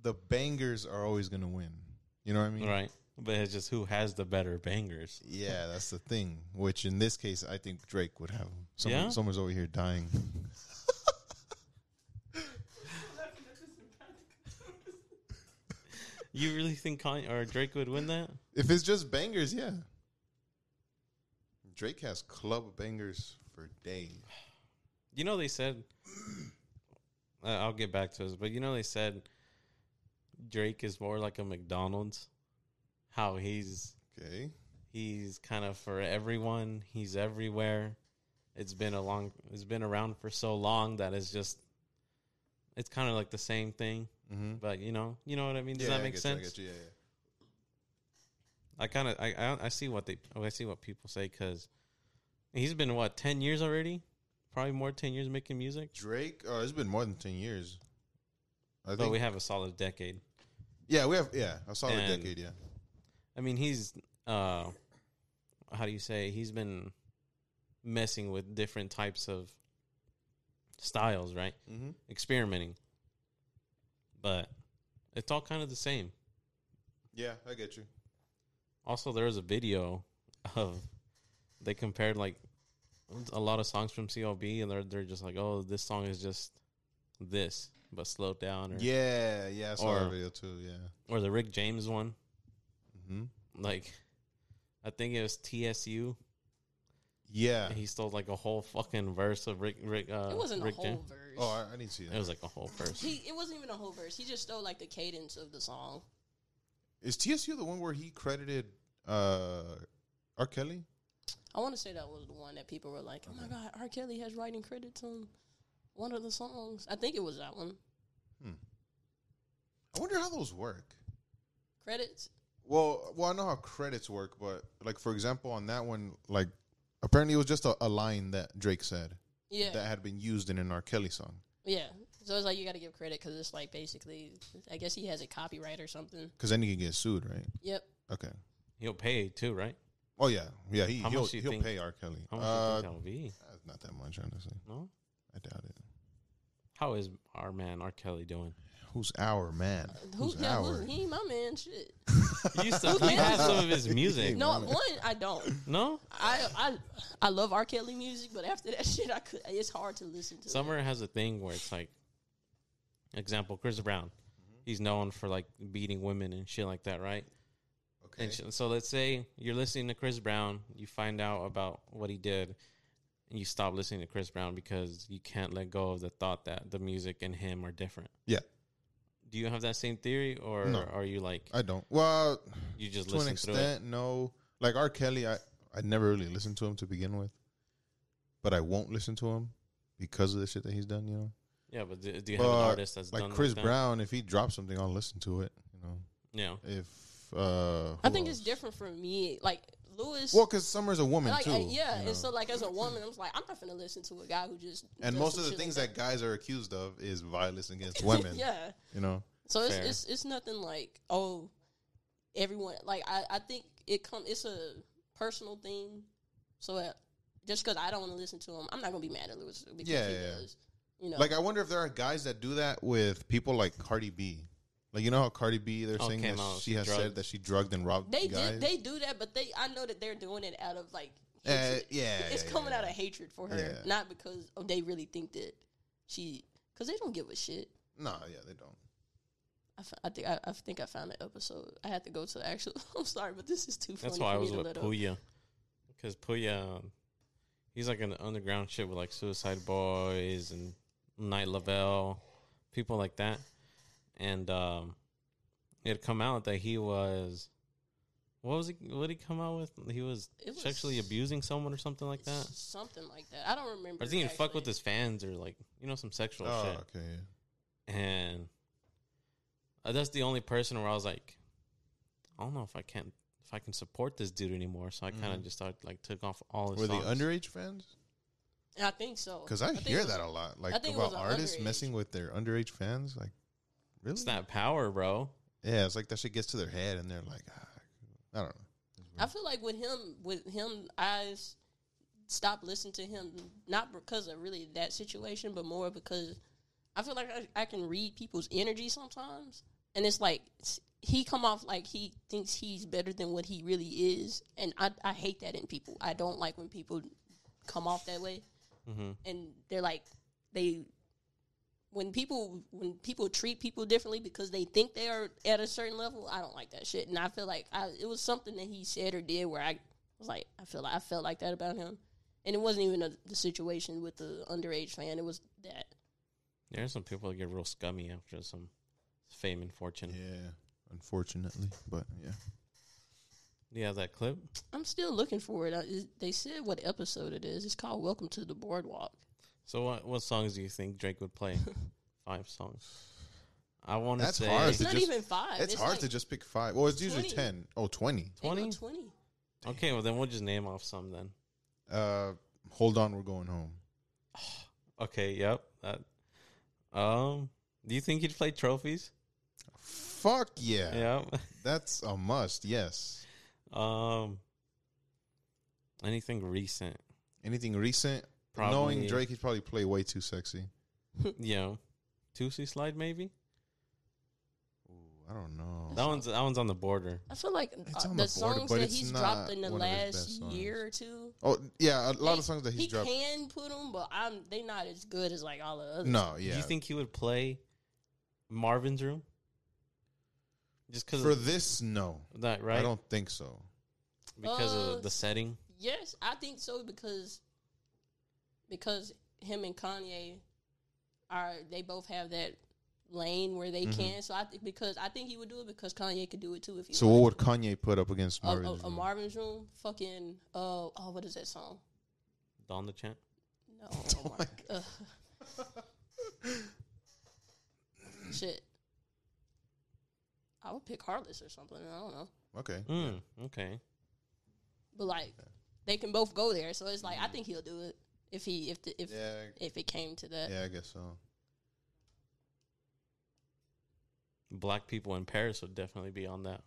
[SPEAKER 2] the bangers are always going to win. You know what I mean?
[SPEAKER 1] Right. But it's just who has the better bangers.
[SPEAKER 2] Yeah, that's the thing. Which in this case, I think Drake would have. Someone,
[SPEAKER 1] Yeah?
[SPEAKER 2] Someone's over here dying.
[SPEAKER 1] You really think Kanye or Drake would win that?
[SPEAKER 2] If it's just bangers, yeah. Drake has club bangers for days.
[SPEAKER 1] You know they said uh, I'll get back to this, but you know they said Drake is more like a McDonald's. How he's
[SPEAKER 2] Okay.
[SPEAKER 1] He's kind of for everyone. He's everywhere. It's been a long. It's been around for so long that it's just. It's kind of like the same thing,
[SPEAKER 2] Mm-hmm.
[SPEAKER 1] but you know, you know what I mean. Does that make sense?
[SPEAKER 2] I, get you,
[SPEAKER 1] I kind of, I, I, I see what they, oh, I see what people say because he's been what ten years already, probably more ten years making music.
[SPEAKER 2] Drake, oh, it's been more than 10 years. I
[SPEAKER 1] But we have a solid decade.
[SPEAKER 2] yeah, we have, yeah, I saw a
[SPEAKER 1] And-
[SPEAKER 2] decade, yeah.
[SPEAKER 1] I mean, he's uh, how do you say? He's been messing with different types of styles, right?
[SPEAKER 2] Mm-hmm.
[SPEAKER 1] experimenting. But It's all kind of the same.
[SPEAKER 2] Yeah, I get you.
[SPEAKER 1] Also, there was a video of they compared like a lot of songs from CLB, and they're they're just like, oh, this song is just this, but slowed down, or
[SPEAKER 2] Yeah, yeah, I saw
[SPEAKER 1] Or-
[SPEAKER 2] that video too. Yeah.
[SPEAKER 1] or the Rick James one.
[SPEAKER 2] hmm
[SPEAKER 1] Like, I think it was TSU.
[SPEAKER 2] Yeah.
[SPEAKER 1] He stole like a whole fucking verse of Rick. Rick uh,
[SPEAKER 3] It wasn't
[SPEAKER 1] Rick
[SPEAKER 3] a whole
[SPEAKER 1] James.
[SPEAKER 3] verse.
[SPEAKER 2] Oh, I, I need to see
[SPEAKER 1] It
[SPEAKER 2] that.
[SPEAKER 1] was like a whole verse.
[SPEAKER 3] he, it wasn't even a whole verse. He just stole like the cadence of the song.
[SPEAKER 2] Is TSU the one where he credited uh, R. Kelly?
[SPEAKER 3] I want to say that was the one that people were like, "Oh my god, R. Kelly has writing credits on one of the songs." I think it was that one.
[SPEAKER 2] I wonder how those work.
[SPEAKER 3] Credits.
[SPEAKER 2] Well, well, I know how credits work, but like for example, on that one, like apparently it was just a, a line that Drake said
[SPEAKER 3] Yeah,
[SPEAKER 2] that had been used in an R. Kelly song.
[SPEAKER 3] yeah. So it's like you got to give credit because it's like basically, I guess he has a copyright or something.
[SPEAKER 2] Because then he can get sued, right?
[SPEAKER 3] Yep.
[SPEAKER 2] Okay.
[SPEAKER 1] He'll pay too, right?
[SPEAKER 2] Oh yeah, yeah. He
[SPEAKER 1] How
[SPEAKER 2] he'll,
[SPEAKER 1] much do you
[SPEAKER 2] he'll
[SPEAKER 1] think-
[SPEAKER 2] pay R. Kelly.
[SPEAKER 1] How much
[SPEAKER 2] Uh,
[SPEAKER 1] do you think that'll be?
[SPEAKER 2] uh, not that much, honestly.
[SPEAKER 1] No.
[SPEAKER 2] I doubt it.
[SPEAKER 1] How is our man R. Kelly doing?
[SPEAKER 2] Who's our man?
[SPEAKER 3] Who?
[SPEAKER 1] Uh,
[SPEAKER 2] Who's
[SPEAKER 3] Yeah,
[SPEAKER 2] our?
[SPEAKER 3] who's, he ain't my man. Shit.
[SPEAKER 1] You used to we have some of his music.
[SPEAKER 3] No, one I don't.
[SPEAKER 1] No?
[SPEAKER 3] I I I love R. Kelly music, but after that shit, I could. It's hard to listen to.
[SPEAKER 1] Summer has a thing where it's like, example, Chris Brown.
[SPEAKER 2] Mm-hmm.
[SPEAKER 1] He's known for like beating women and shit like that, right?
[SPEAKER 2] Okay.
[SPEAKER 1] And sh- so let's say you're listening to Chris Brown, you find out about what he did, and you stop listening to Chris Brown because you can't let go of the thought that the music and him are different.
[SPEAKER 2] Yeah,
[SPEAKER 1] Do you have that same theory, or
[SPEAKER 2] No.
[SPEAKER 1] are you like
[SPEAKER 2] I don't. Well,
[SPEAKER 1] you just
[SPEAKER 2] to an
[SPEAKER 1] listen through it?
[SPEAKER 2] extent, no. Like R. Kelly, I I never really listened to him to begin with, but I won't listen to him because of the shit that he's done. You know,
[SPEAKER 1] Yeah, but do, do you have an
[SPEAKER 2] but
[SPEAKER 1] artist that's
[SPEAKER 2] like
[SPEAKER 1] done
[SPEAKER 2] Chris
[SPEAKER 1] that?
[SPEAKER 2] Brown, if he drops something, I'll listen to it. You know,
[SPEAKER 1] Yeah,
[SPEAKER 2] if uh,
[SPEAKER 3] I
[SPEAKER 2] who
[SPEAKER 3] think it's
[SPEAKER 2] else?
[SPEAKER 3] different for me. Like Lewis.
[SPEAKER 2] Well, because Summer's a woman
[SPEAKER 3] like,
[SPEAKER 2] too.
[SPEAKER 3] uh, yeah,
[SPEAKER 2] you know.
[SPEAKER 3] and so like as a woman, I was like, I'm not gonna listen to a guy who just
[SPEAKER 2] and
[SPEAKER 3] does
[SPEAKER 2] most
[SPEAKER 3] some
[SPEAKER 2] of the
[SPEAKER 3] shit
[SPEAKER 2] things
[SPEAKER 3] like
[SPEAKER 2] that guys are accused of is violence against women.
[SPEAKER 3] yeah.
[SPEAKER 2] you know.
[SPEAKER 3] So it's,
[SPEAKER 1] Fair.
[SPEAKER 3] it's it's nothing like oh, everyone like I I think it come it's a personal thing. So uh, just because I don't want to listen to him, I'm not gonna be mad at Lewis because
[SPEAKER 2] Yeah,
[SPEAKER 3] he
[SPEAKER 2] yeah, yeah.
[SPEAKER 3] does. You know,
[SPEAKER 2] Like I wonder if there are guys that do that with people like Cardi B. Like you know how Cardi B, they're
[SPEAKER 1] Oh,
[SPEAKER 2] saying
[SPEAKER 1] came
[SPEAKER 2] that
[SPEAKER 1] out
[SPEAKER 2] she has said
[SPEAKER 1] drugged.
[SPEAKER 2] that she drugged and robbed
[SPEAKER 3] they
[SPEAKER 2] guys.
[SPEAKER 3] did, they do that, but they I know that they're doing it out of like
[SPEAKER 2] Uh,
[SPEAKER 3] hatred.
[SPEAKER 2] yeah,
[SPEAKER 3] it's
[SPEAKER 2] yeah,
[SPEAKER 3] coming
[SPEAKER 2] yeah.
[SPEAKER 3] out of hatred for her,
[SPEAKER 2] Yeah.
[SPEAKER 3] not because oh they really think that she because they don't give a shit.
[SPEAKER 2] no, yeah, they don't.
[SPEAKER 3] I, f- I think I, I think I found the episode. I had to go to the actual. I'm sorry, but this is too funny.
[SPEAKER 1] that's why I
[SPEAKER 3] for me
[SPEAKER 1] was
[SPEAKER 3] to
[SPEAKER 1] with
[SPEAKER 3] let up.
[SPEAKER 1] Puya, because Puya, um, he's like an underground shit with like Suicide Boys and Night Lavelle, people like that, and um, it had come out that he was. What was he? What did he come out with? He was,
[SPEAKER 3] It was-
[SPEAKER 1] sexually abusing someone or something like that.
[SPEAKER 3] Something like that. I don't remember.
[SPEAKER 1] Or I think he fucked with
[SPEAKER 3] actually.
[SPEAKER 1] his fans or like you know some sexual
[SPEAKER 2] Oh,
[SPEAKER 1] shit.
[SPEAKER 2] okay. yeah.
[SPEAKER 1] and uh, that's the only person where I was like, I don't know if I can't if I can support this dude anymore. So I kind of just started like took off all his.
[SPEAKER 2] Mm-hmm. Were they
[SPEAKER 1] songs.
[SPEAKER 2] underage fans?
[SPEAKER 3] I think so.
[SPEAKER 2] Because I,
[SPEAKER 3] think
[SPEAKER 2] hear
[SPEAKER 3] it was-
[SPEAKER 2] that a lot, like
[SPEAKER 3] I think it
[SPEAKER 2] about
[SPEAKER 3] was an
[SPEAKER 2] artists
[SPEAKER 3] underage.
[SPEAKER 2] messing with their underage fans. Like, really?
[SPEAKER 1] It's that power, bro.
[SPEAKER 2] Yeah, it's like that shit gets to their head, and they're like, ah, I don't know.
[SPEAKER 3] I feel like with him, with him, I s- stopped listening to him not because of really that situation, but more because I feel like I, I can read people's energy sometimes, and it's like s- he come off like he thinks he's better than what he really is, and I I hate that in people. I don't like when people come off that way,
[SPEAKER 1] Mm-hmm.
[SPEAKER 3] and they're like they. When people when people treat people differently because they think they are at a certain level, I don't like that shit, and I feel like I, it was something that he said or did where I was like, I feel like I felt like that about him, and it wasn't even a, the situation with the underage fan; it was that.
[SPEAKER 1] There are some people that get real scummy after some fame and fortune. Yeah,
[SPEAKER 2] Yeah, unfortunately, but yeah.
[SPEAKER 1] that clip.
[SPEAKER 3] I'm still looking for it. I, it. They said what episode it is. It's called "Welcome to the Boardwalk."
[SPEAKER 1] So what what songs do you think Drake would play? Five songs. I want to
[SPEAKER 2] That's
[SPEAKER 1] say
[SPEAKER 2] hard
[SPEAKER 3] It's
[SPEAKER 2] to
[SPEAKER 3] not
[SPEAKER 2] just-
[SPEAKER 3] even five.
[SPEAKER 2] It's, hard
[SPEAKER 3] like,
[SPEAKER 2] to just pick five. Well, it's usually
[SPEAKER 3] 20.
[SPEAKER 2] ten. Oh, 20.
[SPEAKER 3] ain't no
[SPEAKER 1] 20?
[SPEAKER 3] 20.
[SPEAKER 1] Okay, well then we'll just name off some then.
[SPEAKER 2] Uh, hold on, we're going home.
[SPEAKER 1] Okay, yep. That, um, do you think he'd play trophies?
[SPEAKER 2] Fuck yeah.
[SPEAKER 1] Yep.
[SPEAKER 2] That's a must. Yes.
[SPEAKER 1] Um, anything recent?
[SPEAKER 2] Anything recent?
[SPEAKER 1] Probably-
[SPEAKER 2] Knowing Drake, he'd probably play way too sexy.
[SPEAKER 1] you know, two C slide maybe.
[SPEAKER 2] I don't know.
[SPEAKER 1] That one's that one's on the border.
[SPEAKER 3] I feel like
[SPEAKER 2] It's
[SPEAKER 3] uh,
[SPEAKER 2] on
[SPEAKER 3] the,
[SPEAKER 2] the border,
[SPEAKER 3] songs
[SPEAKER 2] but
[SPEAKER 3] that
[SPEAKER 2] it's
[SPEAKER 3] he's
[SPEAKER 2] not
[SPEAKER 3] dropped in the
[SPEAKER 2] one of his best
[SPEAKER 3] last
[SPEAKER 2] songs.
[SPEAKER 3] year or two.
[SPEAKER 2] Oh yeah, a lot
[SPEAKER 3] like,
[SPEAKER 2] of songs that he's
[SPEAKER 3] he
[SPEAKER 2] dropped.
[SPEAKER 3] can put them, but I'm they not as good as like all the others.
[SPEAKER 2] No, yeah.
[SPEAKER 1] Do you think he would play Marvin's Room? Just because
[SPEAKER 2] for this? No,
[SPEAKER 1] that, right?
[SPEAKER 2] I don't think so.
[SPEAKER 1] because
[SPEAKER 3] Uh,
[SPEAKER 1] of the setting.
[SPEAKER 3] Yes, I think so because because him and Kanye are they both have that lane where
[SPEAKER 2] Mm-hmm.
[SPEAKER 3] they can. So I think because I think he would do it because Kanye could do it too if he.
[SPEAKER 2] So what
[SPEAKER 3] wanted
[SPEAKER 2] would Kanye put up against
[SPEAKER 3] to. A-
[SPEAKER 2] Marvin's
[SPEAKER 3] a, a
[SPEAKER 2] Room?
[SPEAKER 3] Marvin's Room, fucking uh oh, what is that song?
[SPEAKER 1] Don the Champ.
[SPEAKER 3] No, oh my God. shit. I would pick Heartless or something. I don't know.
[SPEAKER 2] okay,
[SPEAKER 1] Mm, okay.
[SPEAKER 3] But like they can both go there, so it's like I think he'll do it if he if the, if
[SPEAKER 2] Mm-hmm. Yeah.
[SPEAKER 3] if it came to that.
[SPEAKER 2] yeah, I guess so.
[SPEAKER 1] Black people in Paris would definitely be on that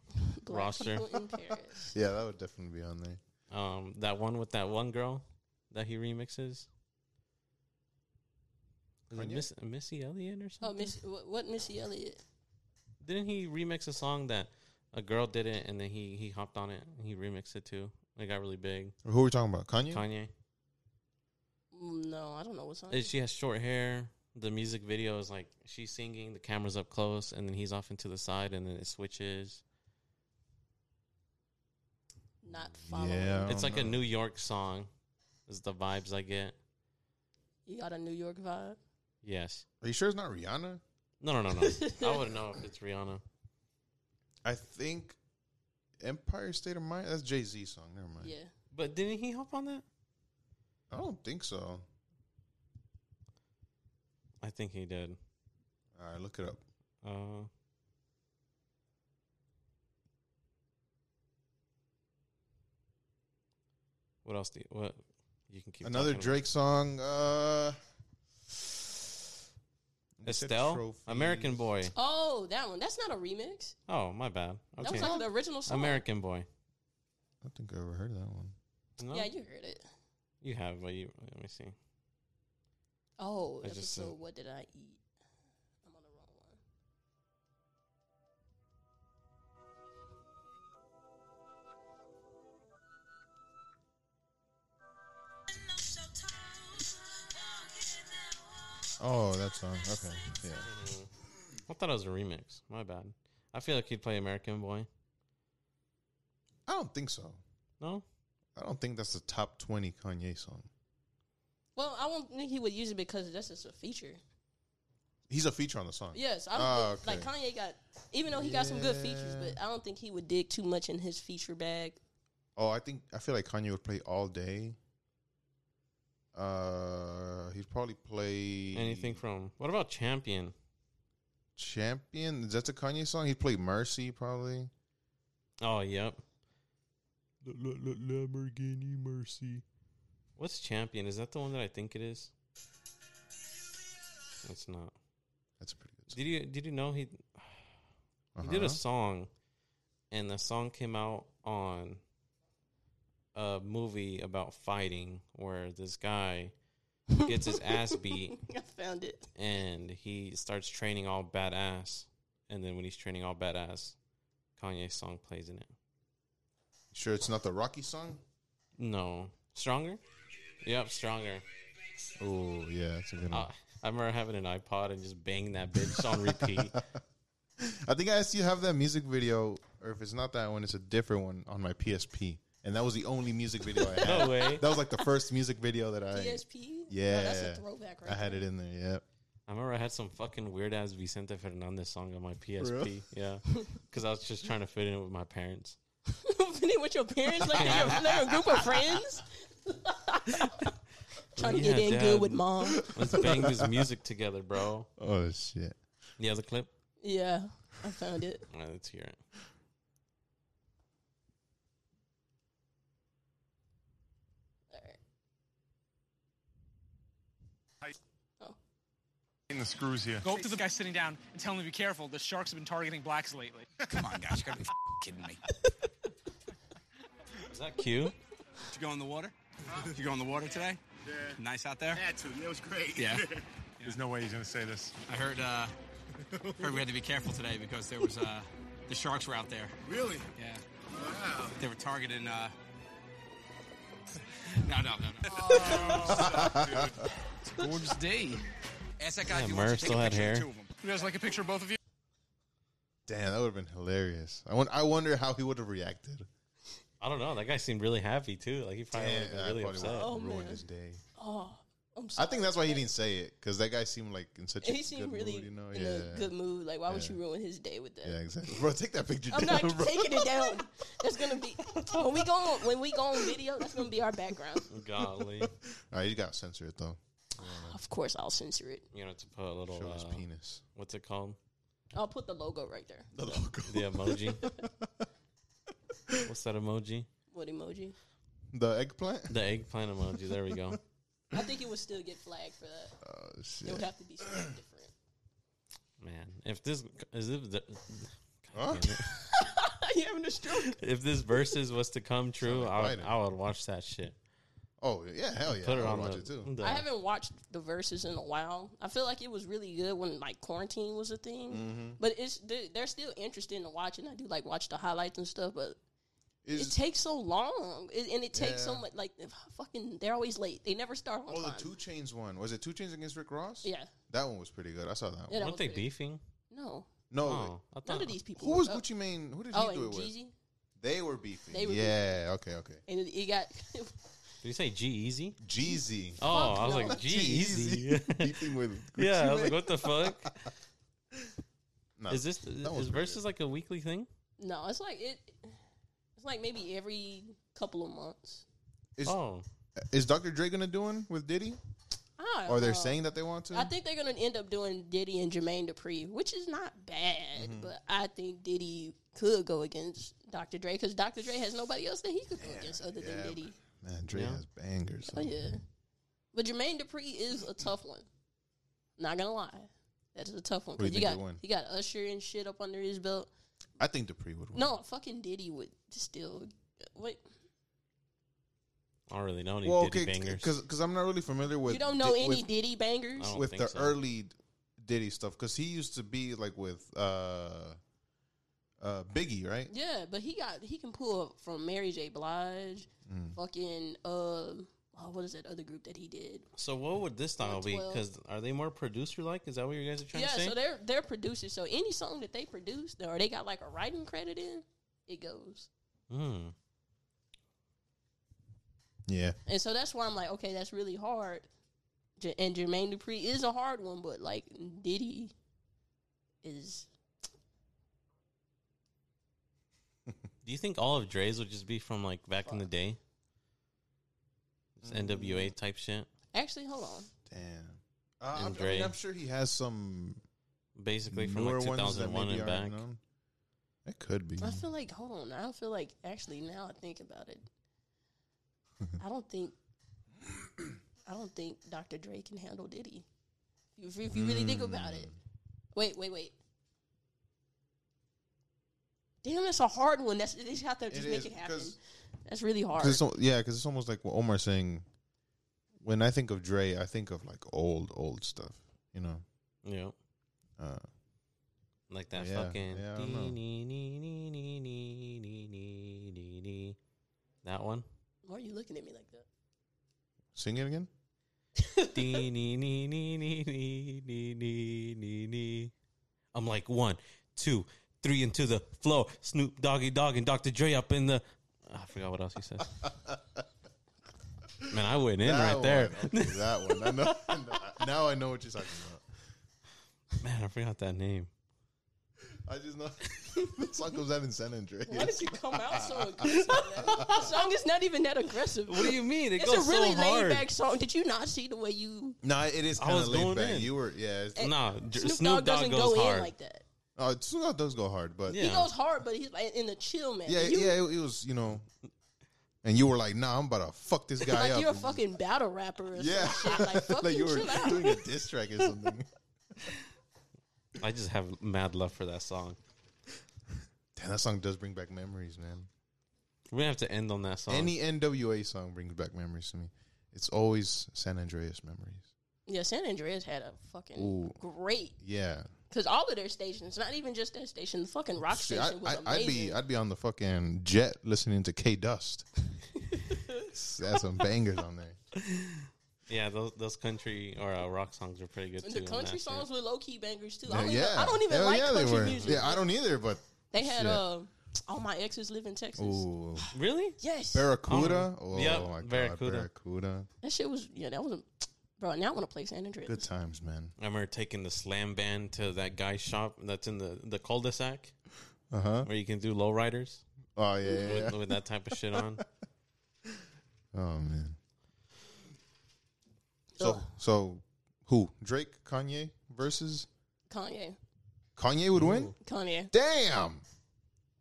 [SPEAKER 3] Black
[SPEAKER 1] roster.
[SPEAKER 3] people in Paris.
[SPEAKER 2] Yeah, that would definitely be on there.
[SPEAKER 1] Um, that one with that one girl that he remixes. Is it
[SPEAKER 2] Kanye?
[SPEAKER 1] Miss, Missy Elliott or
[SPEAKER 3] Oh,
[SPEAKER 1] something?
[SPEAKER 3] Miss, what, what Missy Elliott?
[SPEAKER 1] Didn't he remix a song that a girl did it and then he he hopped on it and he remixed it too? It got really big.
[SPEAKER 2] Who are we talking about? Kanye.
[SPEAKER 1] Kanye.
[SPEAKER 3] Mm, No, I don't know what song.
[SPEAKER 1] Uh, She has short hair. The music video is like she's singing, the camera's up close, and then he's off into the side, and then it switches.
[SPEAKER 3] Not following.
[SPEAKER 2] Yeah. I
[SPEAKER 1] It's
[SPEAKER 2] don't
[SPEAKER 1] like a
[SPEAKER 2] know.
[SPEAKER 1] New York song, is the vibes I get.
[SPEAKER 3] You got a New York vibe.
[SPEAKER 1] Yes.
[SPEAKER 2] Are you sure it's not Rihanna?
[SPEAKER 1] No, no, no, no. I wouldn't know if it's Rihanna.
[SPEAKER 2] I think Empire State of Mind. That's Jay Z song. Never mind.
[SPEAKER 3] Yeah.
[SPEAKER 1] But didn't he hop on that?
[SPEAKER 2] I don't think so. All
[SPEAKER 1] I think he did.
[SPEAKER 2] right, look it up.
[SPEAKER 1] Uh, what else do you, what you can keep talking
[SPEAKER 2] Another
[SPEAKER 1] about.
[SPEAKER 2] Drake song. Uh, we said
[SPEAKER 1] Estelle
[SPEAKER 2] trophies.
[SPEAKER 1] American Boy.
[SPEAKER 3] Oh, that one. That's not a remix.
[SPEAKER 1] Oh my bad.
[SPEAKER 3] That
[SPEAKER 1] Okay.
[SPEAKER 3] was like the original song.
[SPEAKER 1] American Boy.
[SPEAKER 2] I don't think I ever heard that one.
[SPEAKER 1] No?
[SPEAKER 3] Yeah, you heard it.
[SPEAKER 1] You have, but you let me see.
[SPEAKER 3] Oh,
[SPEAKER 1] I
[SPEAKER 3] episode.
[SPEAKER 1] just, uh,
[SPEAKER 3] what did I eat? I'm on the wrong one.
[SPEAKER 2] Oh, that song. Okay, yeah.
[SPEAKER 1] I thought it was a remix. My bad. I feel like he'd play American Boy.
[SPEAKER 2] I don't think so.
[SPEAKER 1] No,
[SPEAKER 2] I don't think that's a top twenty Kanye song.
[SPEAKER 3] Well, I don't think he would use it because that's just a feature.
[SPEAKER 2] He's a feature on the song.
[SPEAKER 3] Yes, I don't
[SPEAKER 2] Ah,
[SPEAKER 3] think, like Kanye got even though he got some good features, but I don't think he would dig too much in his feature bag.
[SPEAKER 2] Oh, I think I feel like Kanye would play all day. Uh, he'd probably play
[SPEAKER 1] anything from what about Champion?
[SPEAKER 2] Champion. Is that a Kanye song? He'd play Mercy probably.
[SPEAKER 1] Oh, yep. Lamborghini Mercy. What's Champion? Is that the one that I think it is? It's not.
[SPEAKER 2] That's a pretty good. Song.
[SPEAKER 1] Did you Did you know he he did
[SPEAKER 2] Uh-huh.
[SPEAKER 1] a song, and the song came out on a movie about fighting where this guy gets his ass beat
[SPEAKER 3] I found it.
[SPEAKER 1] and he starts training all badass. And then when he's training all badass, Kanye's song plays in it.
[SPEAKER 2] Sure, it's not the Rocky song.
[SPEAKER 1] No, stronger. Yep, stronger.
[SPEAKER 2] Oh yeah, that's a good one.
[SPEAKER 1] Uh, I remember having an iPod and just banging that bitch on repeat. Ah.
[SPEAKER 2] I think I still have that music video, or if it's not that one, it's a different one on my PSP. And that was the only music video I had.
[SPEAKER 1] No way.
[SPEAKER 2] That was like the first music video that I
[SPEAKER 3] PSP.
[SPEAKER 2] Yeah.
[SPEAKER 3] Oh, that's a throwback. Right
[SPEAKER 2] I had
[SPEAKER 3] there.
[SPEAKER 2] it in there. Yep.
[SPEAKER 1] I remember I had some fucking weird ass Vicente Fernandez song on my PSP. Yeah, because I was just trying to fit in with my parents.
[SPEAKER 3] Opening with your parents, like you're, they're a group of friends. Trying to
[SPEAKER 1] Yeah,
[SPEAKER 3] get in
[SPEAKER 1] Dad.
[SPEAKER 3] good with mom.
[SPEAKER 1] Let's bang this music together, bro.
[SPEAKER 2] Oh shit.
[SPEAKER 1] You have the clip?
[SPEAKER 3] Yeah, I found it.
[SPEAKER 1] All right, let's hear it.
[SPEAKER 3] All right.
[SPEAKER 7] the screws here.
[SPEAKER 6] Go up to the guy sitting down and tell him to be careful. The sharks have been targeting blacks lately.
[SPEAKER 8] Come on, guys, you gotta be kidding me.
[SPEAKER 1] Is that cute?
[SPEAKER 8] Did you go in the water? Did you go in the water today? Yeah. Nice out there?
[SPEAKER 7] That was great.
[SPEAKER 8] Yeah.
[SPEAKER 7] There's no way he's gonna say this.
[SPEAKER 8] I heard uh, Heard we had to be careful today because there was uh, the sharks were out there.
[SPEAKER 7] Really?
[SPEAKER 8] Yeah,
[SPEAKER 7] Wow.
[SPEAKER 8] they were targeting. Uh... No, no, no, no.
[SPEAKER 6] Oh,
[SPEAKER 7] Gorgeous day.
[SPEAKER 8] Ask that guy
[SPEAKER 1] Yeah,
[SPEAKER 8] if you
[SPEAKER 1] Murph
[SPEAKER 8] want to take
[SPEAKER 1] still
[SPEAKER 8] a
[SPEAKER 1] had
[SPEAKER 8] picture of
[SPEAKER 1] hair.
[SPEAKER 8] the two of them.
[SPEAKER 7] You guys like a picture of both of you?
[SPEAKER 2] Damn, that would have been hilarious. I, won- I wonder how he would have reacted.
[SPEAKER 1] I don't know. That guy seemed really happy too. Like he probably
[SPEAKER 2] Damn,
[SPEAKER 1] would've been
[SPEAKER 2] I
[SPEAKER 1] really
[SPEAKER 2] probably
[SPEAKER 1] upset.
[SPEAKER 2] would've
[SPEAKER 3] Oh,
[SPEAKER 2] ruined
[SPEAKER 3] man.
[SPEAKER 2] his day.
[SPEAKER 3] Oh, I'm sorry.
[SPEAKER 2] I think that's why he didn't say it because that guy seemed like in such a
[SPEAKER 3] he seemed
[SPEAKER 2] good
[SPEAKER 3] really
[SPEAKER 2] mood, you know?
[SPEAKER 3] in
[SPEAKER 2] yeah,
[SPEAKER 3] a good mood. Like, why would
[SPEAKER 2] Yeah.
[SPEAKER 3] you ruin his day with that?
[SPEAKER 2] yeah, exactly. Bro, take that picture
[SPEAKER 3] I'm
[SPEAKER 2] down,
[SPEAKER 3] not
[SPEAKER 2] bro.
[SPEAKER 3] taking it down. That's gonna be when we go on, when we go on video. That's gonna be our background.
[SPEAKER 1] Golly,
[SPEAKER 2] All right, you gotta censor it though.
[SPEAKER 3] Of course, I'll censor it.
[SPEAKER 1] you know to put a little.
[SPEAKER 2] Show his
[SPEAKER 1] uh,
[SPEAKER 2] penis.
[SPEAKER 1] what's it called?
[SPEAKER 3] I'll put the logo right there.
[SPEAKER 2] The logo.
[SPEAKER 1] The emoji. what's that emoji?
[SPEAKER 3] What emoji?
[SPEAKER 2] The eggplant.
[SPEAKER 1] The eggplant emoji. There we go.
[SPEAKER 3] I think it would still get flagged for that.
[SPEAKER 2] Oh
[SPEAKER 3] It
[SPEAKER 2] shit!
[SPEAKER 3] would have to be something different.
[SPEAKER 1] Man, if this is if, the,
[SPEAKER 2] Huh?
[SPEAKER 3] Are you having a stroke?
[SPEAKER 1] if this verses was to come true,
[SPEAKER 2] Sounded
[SPEAKER 1] I would,
[SPEAKER 2] violent.
[SPEAKER 1] I would watch that shit.
[SPEAKER 2] Oh yeah, hell yeah!
[SPEAKER 1] Put it
[SPEAKER 2] I
[SPEAKER 1] on
[SPEAKER 2] would watch
[SPEAKER 1] the,
[SPEAKER 2] it too.
[SPEAKER 1] the-
[SPEAKER 3] I haven't watched the verses in a while. I feel like it was really good when like quarantine was a thing,
[SPEAKER 2] Mm-hmm.
[SPEAKER 3] but it's they- they're still interesting to watch, and I do like watch the highlights and stuff. But it
[SPEAKER 2] Is,
[SPEAKER 3] takes so long, it, and it takes so
[SPEAKER 2] Yeah.
[SPEAKER 3] much. Like fucking, they're always late. They never start on
[SPEAKER 2] oh, the
[SPEAKER 3] time.
[SPEAKER 2] Two Chains one was it? Two Chains against Rick Ross?
[SPEAKER 3] Yeah.
[SPEAKER 2] that one was pretty good. I saw that
[SPEAKER 3] Yeah,
[SPEAKER 2] one.
[SPEAKER 3] that
[SPEAKER 1] Weren't
[SPEAKER 3] was
[SPEAKER 1] they
[SPEAKER 3] pretty-
[SPEAKER 1] beefing?
[SPEAKER 3] No,
[SPEAKER 2] No,
[SPEAKER 1] Oh, I
[SPEAKER 3] none
[SPEAKER 1] thought-
[SPEAKER 3] of these people.
[SPEAKER 2] who was
[SPEAKER 3] woke up.
[SPEAKER 2] Gucci Mane? Who did
[SPEAKER 3] Oh,
[SPEAKER 2] he do it
[SPEAKER 3] and
[SPEAKER 2] with?
[SPEAKER 3] Jeezy,
[SPEAKER 2] They were beefing.
[SPEAKER 3] They were
[SPEAKER 2] yeah. Okay. Okay.
[SPEAKER 3] and it, it got
[SPEAKER 1] Did you say G Easy?
[SPEAKER 2] Jeezy.
[SPEAKER 1] Oh, I was
[SPEAKER 3] no.
[SPEAKER 1] like G
[SPEAKER 2] Jeezy
[SPEAKER 1] Easy.
[SPEAKER 2] beefing with. Gucci
[SPEAKER 1] yeah, I was
[SPEAKER 2] Mane.
[SPEAKER 1] like, what the fuck?
[SPEAKER 2] No,
[SPEAKER 1] Is this
[SPEAKER 2] was
[SPEAKER 1] is
[SPEAKER 2] pretty
[SPEAKER 1] versus like a weekly thing?
[SPEAKER 3] no. It's like it. It's like maybe every couple of months.
[SPEAKER 2] Is,
[SPEAKER 1] Oh,
[SPEAKER 2] is Dr. Dre gonna do one with Diddy?
[SPEAKER 3] I
[SPEAKER 2] Or they're
[SPEAKER 3] don't know.
[SPEAKER 2] saying that they want to?
[SPEAKER 3] Uh, I think they're gonna end up doing Diddy and Jermaine Dupri, which is not bad.
[SPEAKER 2] Mm-hmm.
[SPEAKER 3] But I think Diddy could go against Dr. Dre because Dr. Dre has nobody else that he could go against other
[SPEAKER 2] yeah.
[SPEAKER 3] than Diddy.
[SPEAKER 2] Man, Dre
[SPEAKER 1] Yeah.
[SPEAKER 2] has bangers.
[SPEAKER 3] Oh yeah, but Jermaine Dupri is a tough one. Not gonna lie, that's a tough one
[SPEAKER 2] Who do you
[SPEAKER 3] because you
[SPEAKER 2] think
[SPEAKER 3] got
[SPEAKER 2] would win?
[SPEAKER 3] you got Usher and shit up under his belt.
[SPEAKER 2] I think Dupree would win.
[SPEAKER 3] No, fucking Diddy would still wait.
[SPEAKER 1] I don't really know any
[SPEAKER 2] well,
[SPEAKER 1] Diddy
[SPEAKER 2] okay,
[SPEAKER 1] bangers.
[SPEAKER 2] because I'm not really familiar with
[SPEAKER 3] you don't know
[SPEAKER 2] Di-
[SPEAKER 3] any
[SPEAKER 2] with- Oh,
[SPEAKER 3] Diddy bangers.
[SPEAKER 1] I don't
[SPEAKER 2] with
[SPEAKER 1] think
[SPEAKER 2] the
[SPEAKER 1] so.
[SPEAKER 2] early Diddy stuff because he used to be like with uh, uh, Biggie, right?
[SPEAKER 3] Yeah, but he got he can pull up from Mary J. Blige, fucking uh, oh, what is that other group that he did?
[SPEAKER 1] So what would this style be?
[SPEAKER 3] 12.
[SPEAKER 1] Because are they more producer like? Is that what you guys are trying
[SPEAKER 3] yeah,
[SPEAKER 1] to say?
[SPEAKER 3] so they're they're producers. So any song that they produced or they got like a writing credit in, it goes.
[SPEAKER 1] Hmm.
[SPEAKER 2] Yeah,
[SPEAKER 3] And so that's why I'm like, okay, that's really hard. J- and Jermaine Dupri is a hard one, but like Diddy is
[SPEAKER 1] Do you think all of Dre's would just be from like back in the day? Just
[SPEAKER 2] Mm.
[SPEAKER 1] NWA type shit,
[SPEAKER 3] actually hold on.
[SPEAKER 2] damn. Uh,
[SPEAKER 1] And
[SPEAKER 2] I'm, I
[SPEAKER 1] Dre.
[SPEAKER 2] am sure he has some
[SPEAKER 1] basically from
[SPEAKER 2] newer
[SPEAKER 1] like
[SPEAKER 2] ones that
[SPEAKER 1] 2001
[SPEAKER 2] maybe
[SPEAKER 1] and back.
[SPEAKER 2] aren't known. It could be.
[SPEAKER 3] I feel like hold on. I don't feel like actually now I think about it. I don't think I don't think Dr. Dre can handle Diddy. If, if you really think about it.
[SPEAKER 1] Hmm.
[SPEAKER 3] Wait, wait, wait. Damn, that's a hard one. That's they just have to just make
[SPEAKER 2] is,
[SPEAKER 3] it happen.
[SPEAKER 2] 'cause-
[SPEAKER 3] That's really hard.
[SPEAKER 2] Cause it's, al- yeah, because it's almost like what Omar saying. When I think of Dre, I think of like old, old stuff. You know,
[SPEAKER 1] Yeah,
[SPEAKER 2] uh,
[SPEAKER 1] like that
[SPEAKER 2] Yeah,
[SPEAKER 1] fucking
[SPEAKER 2] yeah, I don't know.
[SPEAKER 1] nee, nee, nee, nee, nee, nee, nee, nee, nee. that one.
[SPEAKER 3] Why are you looking at me like that?
[SPEAKER 2] sing it again.
[SPEAKER 1] Dee, nee, nee, nee, nee, nee, nee, nee, nee, nee. I'm like one, two, three, and to the floor. Snoop Doggy Dogg and Dr. Dre up in the. I forgot what else he said. Man, I went in
[SPEAKER 2] That
[SPEAKER 1] right
[SPEAKER 2] one.
[SPEAKER 1] there.
[SPEAKER 2] Okay, that one. I know, I know- Now I know what you're talking
[SPEAKER 1] Man, I forgot that name.
[SPEAKER 2] about. I just know the song comes out in San Andreas.
[SPEAKER 3] Why did you come out so aggressive? man? That song is not even that aggressive.
[SPEAKER 1] What do you mean? It
[SPEAKER 3] It's
[SPEAKER 1] goes
[SPEAKER 3] a really
[SPEAKER 1] so
[SPEAKER 3] laid
[SPEAKER 1] hard.
[SPEAKER 3] back song. Did you not see the way you
[SPEAKER 2] No, it is
[SPEAKER 1] I
[SPEAKER 2] kind of
[SPEAKER 1] was
[SPEAKER 2] laid
[SPEAKER 1] going
[SPEAKER 2] back.
[SPEAKER 1] in.
[SPEAKER 2] You were, yeah. It's,
[SPEAKER 1] No, Dr-
[SPEAKER 3] Snoop,
[SPEAKER 1] Snoop Dog
[SPEAKER 3] Dogg doesn't
[SPEAKER 1] goes
[SPEAKER 3] go
[SPEAKER 1] hard.
[SPEAKER 3] in like that?
[SPEAKER 2] uh, Snoop Dogg does go hard, but
[SPEAKER 1] Yeah.
[SPEAKER 3] He goes hard, but he's like in a chill man.
[SPEAKER 2] yeah,
[SPEAKER 3] You-
[SPEAKER 2] yeah, it, it was, you know. And you were like, "Nah, I'm about to fuck this guy
[SPEAKER 3] Like
[SPEAKER 2] up."
[SPEAKER 3] you're a fucking battle rapper or
[SPEAKER 2] yeah,
[SPEAKER 3] some shit. Like fucking
[SPEAKER 2] like you were
[SPEAKER 3] chill out.
[SPEAKER 2] doing a diss track or something.
[SPEAKER 1] I just have mad love for that song.
[SPEAKER 2] Damn, that song does bring back memories, man.
[SPEAKER 1] We're gonna have to end on that song.
[SPEAKER 2] Any NWA song brings back memories to me. It's always San Andreas memories.
[SPEAKER 3] Yeah, San Andreas had a fucking
[SPEAKER 2] Ooh.
[SPEAKER 3] great
[SPEAKER 2] Yeah,
[SPEAKER 3] Because all of their stations, not even just that station, the fucking rock
[SPEAKER 2] See, I,
[SPEAKER 3] station was
[SPEAKER 2] I, would
[SPEAKER 3] amazing.
[SPEAKER 2] be I'd be on the fucking jet listening to K Dust. That's some bangers on there.
[SPEAKER 1] Yeah, those those country or uh, rock songs were pretty good
[SPEAKER 3] And
[SPEAKER 1] too.
[SPEAKER 3] the
[SPEAKER 1] on
[SPEAKER 3] country
[SPEAKER 1] that
[SPEAKER 3] songs
[SPEAKER 1] shit.
[SPEAKER 3] were low key bangers too.
[SPEAKER 2] Yeah,
[SPEAKER 3] I don't even, I don't even
[SPEAKER 2] Hell
[SPEAKER 3] like
[SPEAKER 2] yeah, they
[SPEAKER 3] country
[SPEAKER 2] were.
[SPEAKER 3] music.
[SPEAKER 2] Yeah, I don't either. But
[SPEAKER 3] They had
[SPEAKER 2] shit.
[SPEAKER 3] uh, all my exes live in Texas.
[SPEAKER 2] Ooh,
[SPEAKER 1] really?
[SPEAKER 3] Yes,
[SPEAKER 2] Barracuda.
[SPEAKER 1] Oh,
[SPEAKER 2] Oh
[SPEAKER 1] yep,
[SPEAKER 2] my god,
[SPEAKER 1] Barracuda.
[SPEAKER 2] Barracuda. Barracuda.
[SPEAKER 3] that shit was yeah. That was a bro. Now I want to play San Andreas.
[SPEAKER 2] Good times, man.
[SPEAKER 1] I remember taking the slam band to that guy's shop that's in the the cul-de-sac
[SPEAKER 2] Uh
[SPEAKER 3] Uh-huh.
[SPEAKER 2] huh.
[SPEAKER 1] where you can do lowriders
[SPEAKER 2] Oh yeah, yeah, yeah.
[SPEAKER 1] with, with that type of shit on.
[SPEAKER 2] Oh man. So so who? Drake, Kanye versus
[SPEAKER 3] Kanye,
[SPEAKER 2] Kanye would win?
[SPEAKER 3] Kanye.
[SPEAKER 2] Damn.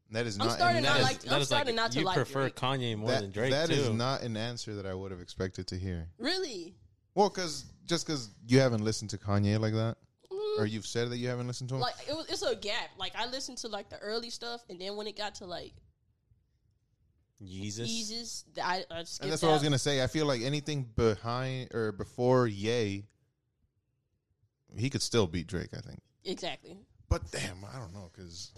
[SPEAKER 2] That is
[SPEAKER 3] I'm
[SPEAKER 2] not
[SPEAKER 3] starting
[SPEAKER 2] an
[SPEAKER 3] out
[SPEAKER 1] That is-
[SPEAKER 2] answer-
[SPEAKER 3] like- I'm
[SPEAKER 1] that is
[SPEAKER 3] starting not to
[SPEAKER 1] you
[SPEAKER 3] like
[SPEAKER 1] prefer
[SPEAKER 3] Drake.
[SPEAKER 1] Kanye more
[SPEAKER 2] that-
[SPEAKER 1] than Drake
[SPEAKER 2] that
[SPEAKER 1] too.
[SPEAKER 2] is not an answer that I would have expected to hear.
[SPEAKER 3] Really?
[SPEAKER 2] Well, because just because you haven't listened to Kanye like that, or you've said that you haven't listened to him,
[SPEAKER 3] Mm. Like it was. It's a gap. Like I listened to like the early stuff, and then when it got to like
[SPEAKER 1] Jesus.
[SPEAKER 3] Jesus, I, I
[SPEAKER 2] and
[SPEAKER 3] skipped
[SPEAKER 2] that's what I was
[SPEAKER 3] out.
[SPEAKER 2] gonna say. I feel like anything behind or before Ye, he could still beat Drake. I think,
[SPEAKER 3] Exactly.
[SPEAKER 2] but damn, I don't know because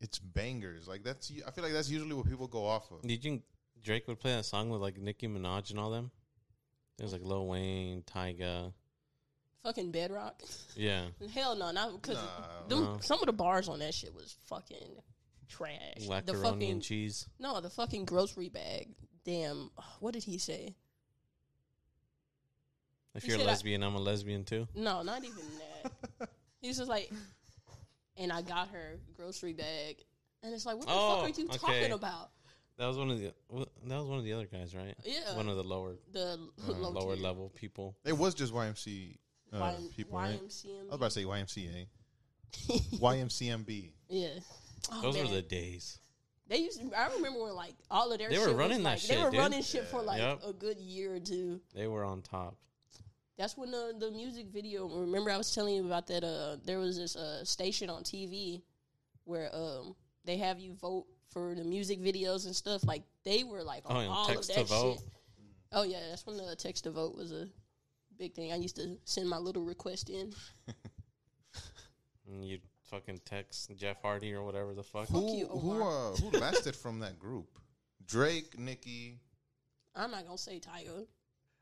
[SPEAKER 2] it's bangers. Like that's I feel like that's usually what people go off of.
[SPEAKER 1] Did you think Drake would play that song with like Nicki Minaj and all them? It was like Lil Wayne, Tyga.
[SPEAKER 3] Fucking Bedrock.
[SPEAKER 1] Yeah.
[SPEAKER 3] Hell no, not because
[SPEAKER 2] Nah,
[SPEAKER 1] no.
[SPEAKER 3] some of the bars on that shit was fucking trash. the
[SPEAKER 1] Macaroni
[SPEAKER 3] fucking
[SPEAKER 1] and cheese.
[SPEAKER 3] no, the fucking grocery bag. Damn, what did he say?
[SPEAKER 1] If
[SPEAKER 3] He
[SPEAKER 1] you're a
[SPEAKER 3] said I-
[SPEAKER 1] lesbian, I, am a lesbian too.
[SPEAKER 3] No, not even that. He's just like, and I got her grocery bag, and it's like, what the
[SPEAKER 1] Oh,
[SPEAKER 3] fuck are you
[SPEAKER 1] okay.
[SPEAKER 3] talking about?
[SPEAKER 1] That was one of the wha- that was one of the other guys, right?
[SPEAKER 3] Yeah.
[SPEAKER 1] One of the lower
[SPEAKER 3] The low
[SPEAKER 1] Uh, lower
[SPEAKER 3] tier.
[SPEAKER 1] level people.
[SPEAKER 2] It was just YMC uh,
[SPEAKER 3] Y-
[SPEAKER 2] people, right? I was
[SPEAKER 3] YMCMB.
[SPEAKER 2] about to say YMCA, YMCMB.
[SPEAKER 3] Yeah. Oh,
[SPEAKER 1] Those
[SPEAKER 3] man.
[SPEAKER 1] were the days.
[SPEAKER 3] They used. To, I remember when like all of their
[SPEAKER 1] They were
[SPEAKER 3] shit was,
[SPEAKER 1] running that
[SPEAKER 3] like,
[SPEAKER 1] shit,
[SPEAKER 3] They were
[SPEAKER 1] dude.
[SPEAKER 3] running shit for like
[SPEAKER 1] Yep.
[SPEAKER 3] a good year or two.
[SPEAKER 1] They were on top.
[SPEAKER 3] That's when the the music video. Remember, I was telling you about that. Uh, there was this uh station on TV where um they have you vote for the music videos and stuff. Like they were like
[SPEAKER 1] Oh,
[SPEAKER 3] on
[SPEAKER 1] and
[SPEAKER 3] all
[SPEAKER 1] text
[SPEAKER 3] of
[SPEAKER 1] to
[SPEAKER 3] that
[SPEAKER 1] vote.
[SPEAKER 3] shit. Oh yeah, that's when the text to vote was a big thing. I used to send my little request in.
[SPEAKER 1] And Mm, you fucking text Jeff Hardy or whatever the fuck.
[SPEAKER 3] Who-
[SPEAKER 2] Who
[SPEAKER 3] you,
[SPEAKER 2] who uh,
[SPEAKER 3] Omar.
[SPEAKER 2] who lasted from that group? Drake, Nicki.
[SPEAKER 3] I'm not gonna say Tiger.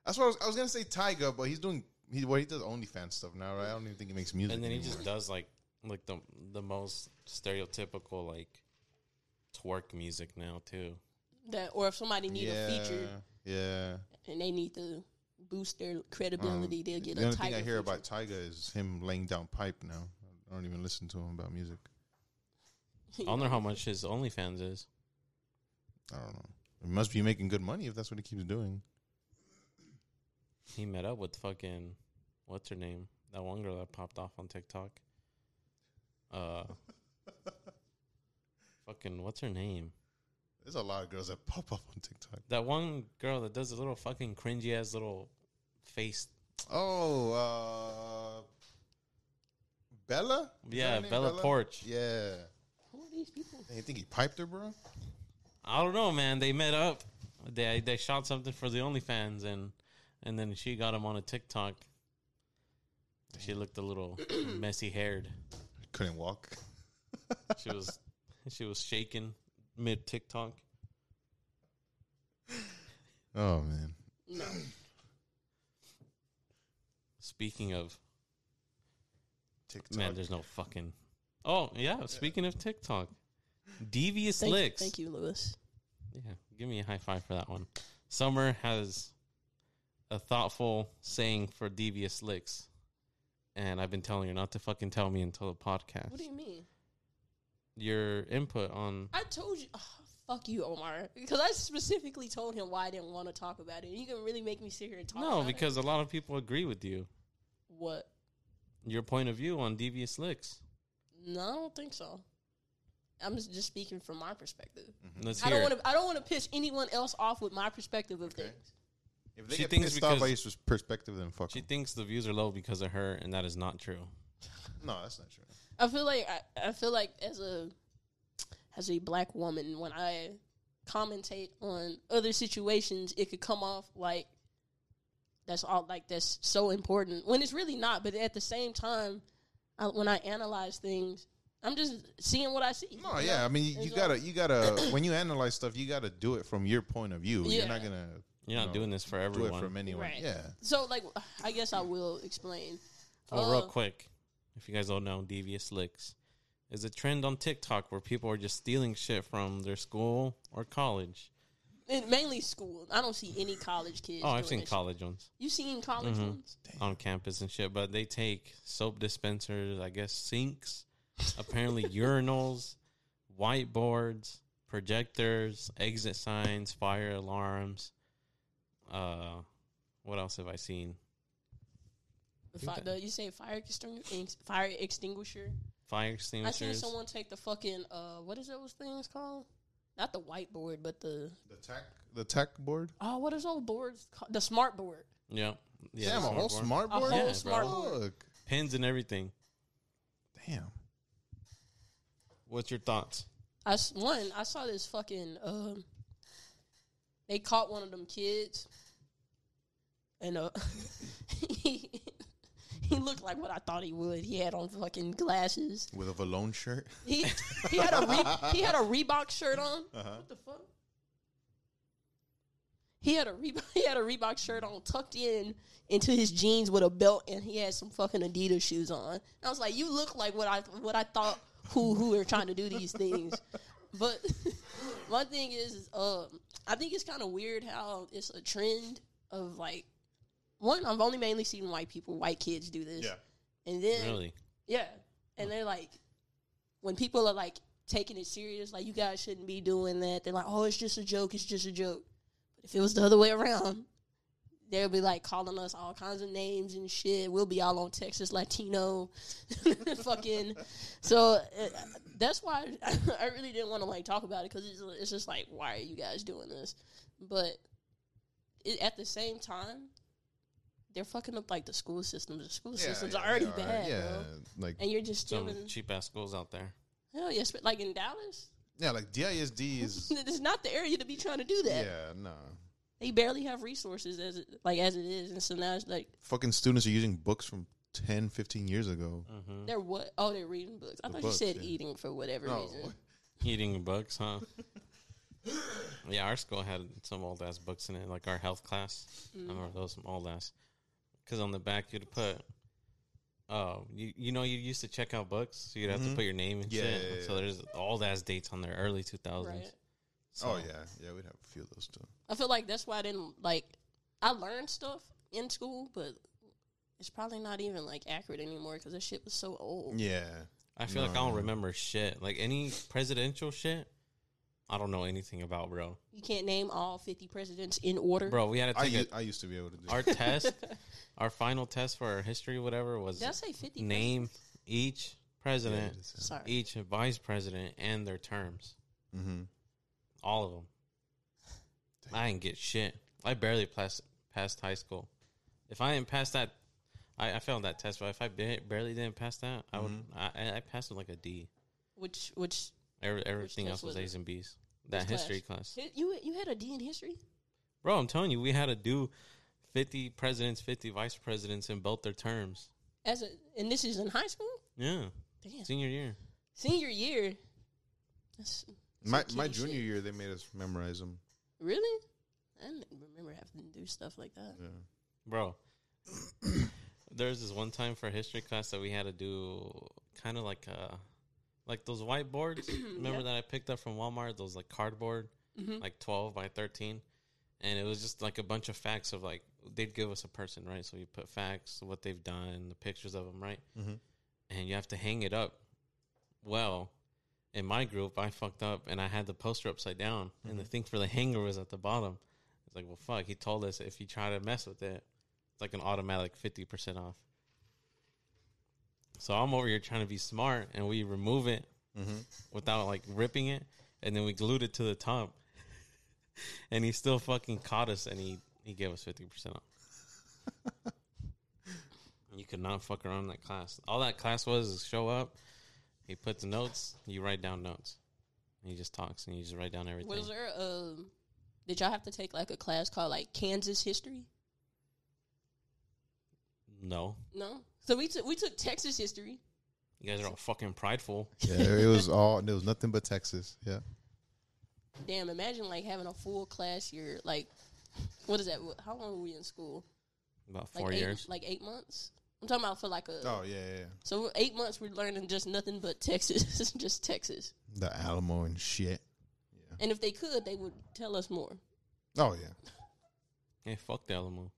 [SPEAKER 2] That's what I was, I was gonna say. Tyga, but he's doing he well. He does OnlyFans stuff now, right? I don't even think he makes music.
[SPEAKER 1] And then he
[SPEAKER 2] anymore.
[SPEAKER 1] just does like like the the most stereotypical like twerk music now too.
[SPEAKER 3] That or if somebody need a feature
[SPEAKER 2] Yeah.
[SPEAKER 3] and they need to boost their
[SPEAKER 2] Um,
[SPEAKER 3] credibility, they'll get
[SPEAKER 2] the
[SPEAKER 3] a
[SPEAKER 2] only
[SPEAKER 3] Tiger.
[SPEAKER 2] thing I hear
[SPEAKER 3] feature.
[SPEAKER 2] about Tyga is him laying down pipe now. I don't even listen to him about music.
[SPEAKER 1] I don't know how much his OnlyFans is.
[SPEAKER 2] I don't know. He must be making good money if that's what he keeps doing.
[SPEAKER 1] He met up with fucking what's her name? That one girl that popped off on TikTok. Uh fucking what's her name?
[SPEAKER 2] There's a lot of girls that pop up on TikTok.
[SPEAKER 1] That one girl that does a little fucking cringy ass little face
[SPEAKER 2] Oh, uh, Bella. Is
[SPEAKER 1] Yeah,
[SPEAKER 2] that her name,
[SPEAKER 1] Bella Porch.
[SPEAKER 2] Yeah.
[SPEAKER 3] Who are these people?
[SPEAKER 2] Hey, you think he piped her, bro?
[SPEAKER 1] I don't know, man. They met up. They they shot something for the OnlyFans, and and then she got him on a TikTok. She looked a little messy haired.
[SPEAKER 2] Couldn't walk.
[SPEAKER 1] She was she was shaking mid TikTok.
[SPEAKER 2] Oh man.
[SPEAKER 3] No.
[SPEAKER 1] Speaking of
[SPEAKER 2] TikTok.
[SPEAKER 1] man, there's no fucking. Oh yeah, speaking of TikTok, devious
[SPEAKER 3] Thank,
[SPEAKER 1] licks.
[SPEAKER 3] thank you, Lewis.
[SPEAKER 1] Yeah, give me a high five for that one. Summer has a thoughtful saying for devious licks, and I've been telling her not to fucking tell me until the podcast.
[SPEAKER 3] What do you mean?
[SPEAKER 1] Your input on
[SPEAKER 3] I told you. ah, fuck you, Omar. Because I specifically told him why I didn't want to talk about it. You can really make me sit here and talk
[SPEAKER 1] no,
[SPEAKER 3] about it?
[SPEAKER 1] because a lot of people agree with you.
[SPEAKER 3] What?
[SPEAKER 1] Your point of view on devious licks.
[SPEAKER 3] No, I don't think so. I'm just just speaking from my perspective.
[SPEAKER 2] Mm. Mm-hmm.
[SPEAKER 1] Let's
[SPEAKER 3] I
[SPEAKER 1] hear.
[SPEAKER 3] don't
[SPEAKER 1] it.
[SPEAKER 3] want to. I don't want to piss anyone else off with my perspective of things.
[SPEAKER 2] If they
[SPEAKER 1] She
[SPEAKER 2] get
[SPEAKER 1] thinks
[SPEAKER 2] pissed off by
[SPEAKER 1] because-
[SPEAKER 2] his perspective, then fuck
[SPEAKER 1] She
[SPEAKER 2] 'em.
[SPEAKER 1] thinks the views are low because of her, and that is not true.
[SPEAKER 2] No, that's not true.
[SPEAKER 3] I feel like I, I feel like as a as a black woman, when I commentate on other situations, it could come off like that's all like that's so important when it's really not. But at the same time, I, when I analyze things, I'm just seeing what I see.
[SPEAKER 2] No, Oh, yeah. I mean, you, you
[SPEAKER 3] It's
[SPEAKER 2] gotta, you gotta. when you analyze stuff, you gotta do it from your point of view. You're
[SPEAKER 3] Yeah.
[SPEAKER 2] not gonna.
[SPEAKER 1] You're not
[SPEAKER 2] you know,
[SPEAKER 1] doing this for
[SPEAKER 2] Do it
[SPEAKER 1] everyone.
[SPEAKER 2] from anyone.
[SPEAKER 3] Right.
[SPEAKER 2] Yeah.
[SPEAKER 3] So, like, I guess I will explain.
[SPEAKER 1] Well, Oh, real
[SPEAKER 3] Uh,
[SPEAKER 1] quick, if you guys don't know, devious licks is a trend on TikTok where people are just stealing shit from their school or college.
[SPEAKER 3] It, mainly school. I don't see any college kids.
[SPEAKER 1] Oh, I've
[SPEAKER 3] doing
[SPEAKER 1] seen Mm-hmm.
[SPEAKER 3] that shit.
[SPEAKER 1] college ones
[SPEAKER 3] You seen college ones?
[SPEAKER 1] on campus and shit, but they take soap dispensers, I guess sinks, apparently urinals, whiteboards, projectors, exit signs, fire alarms. Uh, what else have I seen?
[SPEAKER 3] The fi- the, you say fire extinguisher? Fire extinguisher?
[SPEAKER 1] Fire
[SPEAKER 3] I seen
[SPEAKER 1] extinguishers.
[SPEAKER 3] someone take the fucking uh, what is those things called? Not the whiteboard, but the
[SPEAKER 2] The tech, the tech board.
[SPEAKER 3] oh, what is those boards? Called? The smart board.
[SPEAKER 1] Yep. Yeah,
[SPEAKER 2] Damn, a whole
[SPEAKER 1] smartboard.
[SPEAKER 2] smart
[SPEAKER 3] A
[SPEAKER 2] board.
[SPEAKER 3] whole
[SPEAKER 1] Yeah,
[SPEAKER 3] smart
[SPEAKER 1] bro.
[SPEAKER 3] board.
[SPEAKER 2] Look.
[SPEAKER 1] pins and everything.
[SPEAKER 2] Damn.
[SPEAKER 1] What's your thoughts?
[SPEAKER 3] I s- one I saw this fucking um they caught one of them kids and uh he he looked like what I thought he would. He had on fucking glasses.
[SPEAKER 2] With a Valone shirt.
[SPEAKER 3] He he had a re, he had a Reebok shirt on. What the fuck? He had a Reebok, he had a Reebok shirt on tucked in into his jeans with a belt, and he had some fucking Adidas shoes on. And I was like, "You look like what I what I thought who who are trying to do these things." But my thing is, is um, I think it's kind of weird how it's a trend of like one. I've only mainly seen white people, white kids do this, and then
[SPEAKER 1] Really?
[SPEAKER 3] yeah. And they're like, when people are like taking it serious, like, you guys shouldn't be doing that. They're like, oh, it's just a joke. It's just a joke. But if it was the other way around, they'll be like calling us all kinds of names and shit. We'll be all on Texas Latino. fucking. So uh, that's why I, really didn't want to like talk about it because it's, it's just like, why are you guys doing this? But it, at the same time, they're fucking up like the school systems. The school systems are already
[SPEAKER 2] they are.
[SPEAKER 3] bad.
[SPEAKER 2] Yeah.
[SPEAKER 3] Bro
[SPEAKER 2] Like
[SPEAKER 3] and you're just
[SPEAKER 1] Some
[SPEAKER 3] stealing.
[SPEAKER 1] cheap ass schools out there.
[SPEAKER 3] Hell yes, but like in Dallas,
[SPEAKER 2] yeah, like DISD is.
[SPEAKER 3] it's not the area to be trying to do that.
[SPEAKER 2] yeah, no.
[SPEAKER 3] They barely have resources as it, like as it is, and so now it's like
[SPEAKER 2] Fucking students are using books from 10, 15 years ago.
[SPEAKER 1] Mm, Mm-hmm.
[SPEAKER 3] they're what? Oh, they're reading books. I
[SPEAKER 2] The
[SPEAKER 3] thought
[SPEAKER 2] books,
[SPEAKER 3] you said
[SPEAKER 2] yeah.
[SPEAKER 3] eating for whatever reason.
[SPEAKER 1] Eating bugs, huh? yeah, our school had some old ass books in it, like our health class. I remember those some old ass. Because on the back you'd put, oh, you you know you used to check out books, so you'd have to put your name and
[SPEAKER 2] Mm-hmm. Yeah,
[SPEAKER 1] shit.
[SPEAKER 2] yeah, yeah.
[SPEAKER 1] So there's old ass dates on there, early two thousands.
[SPEAKER 3] Right.
[SPEAKER 2] Oh yeah, yeah. We'd have a few of those too.
[SPEAKER 3] I feel like that's why I didn't like. I learned stuff in school, but it's probably not even like accurate anymore because that shit was so old.
[SPEAKER 2] Yeah.
[SPEAKER 1] I feel
[SPEAKER 2] No,
[SPEAKER 1] like I don't
[SPEAKER 2] yeah.
[SPEAKER 1] remember shit. Like any presidential shit, I don't know anything about, bro.
[SPEAKER 3] You can't name all fifty presidents in order.
[SPEAKER 1] Bro, we had to
[SPEAKER 2] I,
[SPEAKER 1] take a
[SPEAKER 2] u- I used to be able to do.
[SPEAKER 1] our test, our final test for our history, whatever, was
[SPEAKER 3] Did I say fifty?
[SPEAKER 1] name each president,
[SPEAKER 3] presidents? Sorry.
[SPEAKER 1] each vice president, and their terms.
[SPEAKER 2] Mm-hmm.
[SPEAKER 1] All of them. I didn't get shit. I barely passed passed high school. If I didn't pass that, I, I failed that test. But if I ba- barely didn't pass that, I would. I I, I passed with like a D.
[SPEAKER 3] Which which
[SPEAKER 1] Every, everything
[SPEAKER 3] test
[SPEAKER 1] else was
[SPEAKER 3] was
[SPEAKER 1] A's and B's. That history class,
[SPEAKER 3] You you had a D in history.
[SPEAKER 1] bro. I'm telling you, we had to do fifty presidents, fifty vice presidents, and belt their terms.
[SPEAKER 3] As a, and this is in high school.
[SPEAKER 1] Yeah,
[SPEAKER 3] Damn.
[SPEAKER 1] senior year.
[SPEAKER 3] Senior year. That's
[SPEAKER 2] My
[SPEAKER 3] some
[SPEAKER 2] my
[SPEAKER 3] kiddie
[SPEAKER 2] junior
[SPEAKER 3] shit.
[SPEAKER 2] year, they made us memorize them.
[SPEAKER 3] Really? I didn't remember having to do stuff like that.
[SPEAKER 2] Yeah.
[SPEAKER 1] bro. There's this one time for history class that we had to do kind of like uh like those whiteboards. Remember that I picked up from Walmart? Those like cardboard, like twelve by thirteen, and it was just like a bunch of facts of like they'd give us a person, right? So you put facts, what they've done, the pictures of them, right? And you have to hang it up. Well, in my group, I fucked up and I had the poster upside down, and the thing for the hanger was at the bottom. It's like, well, fuck. He told us if you try to mess with it, it's like an automatic fifty percent off. So I'm over here trying to be smart, and we remove it without like ripping it, and then we glued it to the top. and he still fucking caught us, and he he gave us fifty percent off. you could not fuck around in that class. All that class was is show up. He puts notes. You write down notes. He just talks, and you just write down everything.
[SPEAKER 3] Was there um did y'all have to take like a class called like Kansas history?
[SPEAKER 1] no.
[SPEAKER 3] No. So we took we took Texas history.
[SPEAKER 1] You guys are all fucking prideful.
[SPEAKER 2] Yeah, it was all. There was nothing but Texas. Yeah.
[SPEAKER 3] Damn, imagine like having a full class year. Like, what is that? Wh- How long were we in school?
[SPEAKER 1] About
[SPEAKER 3] Like
[SPEAKER 1] four
[SPEAKER 3] eight,
[SPEAKER 1] years.
[SPEAKER 3] Like eight months. I'm talking about for like a.
[SPEAKER 2] Oh yeah, yeah.
[SPEAKER 3] So eight months we're learning just nothing but Texas, just Texas.
[SPEAKER 2] The Alamo and shit.
[SPEAKER 3] And if they could, they would tell us more.
[SPEAKER 2] Oh yeah.
[SPEAKER 1] hey, fuck the Alamo.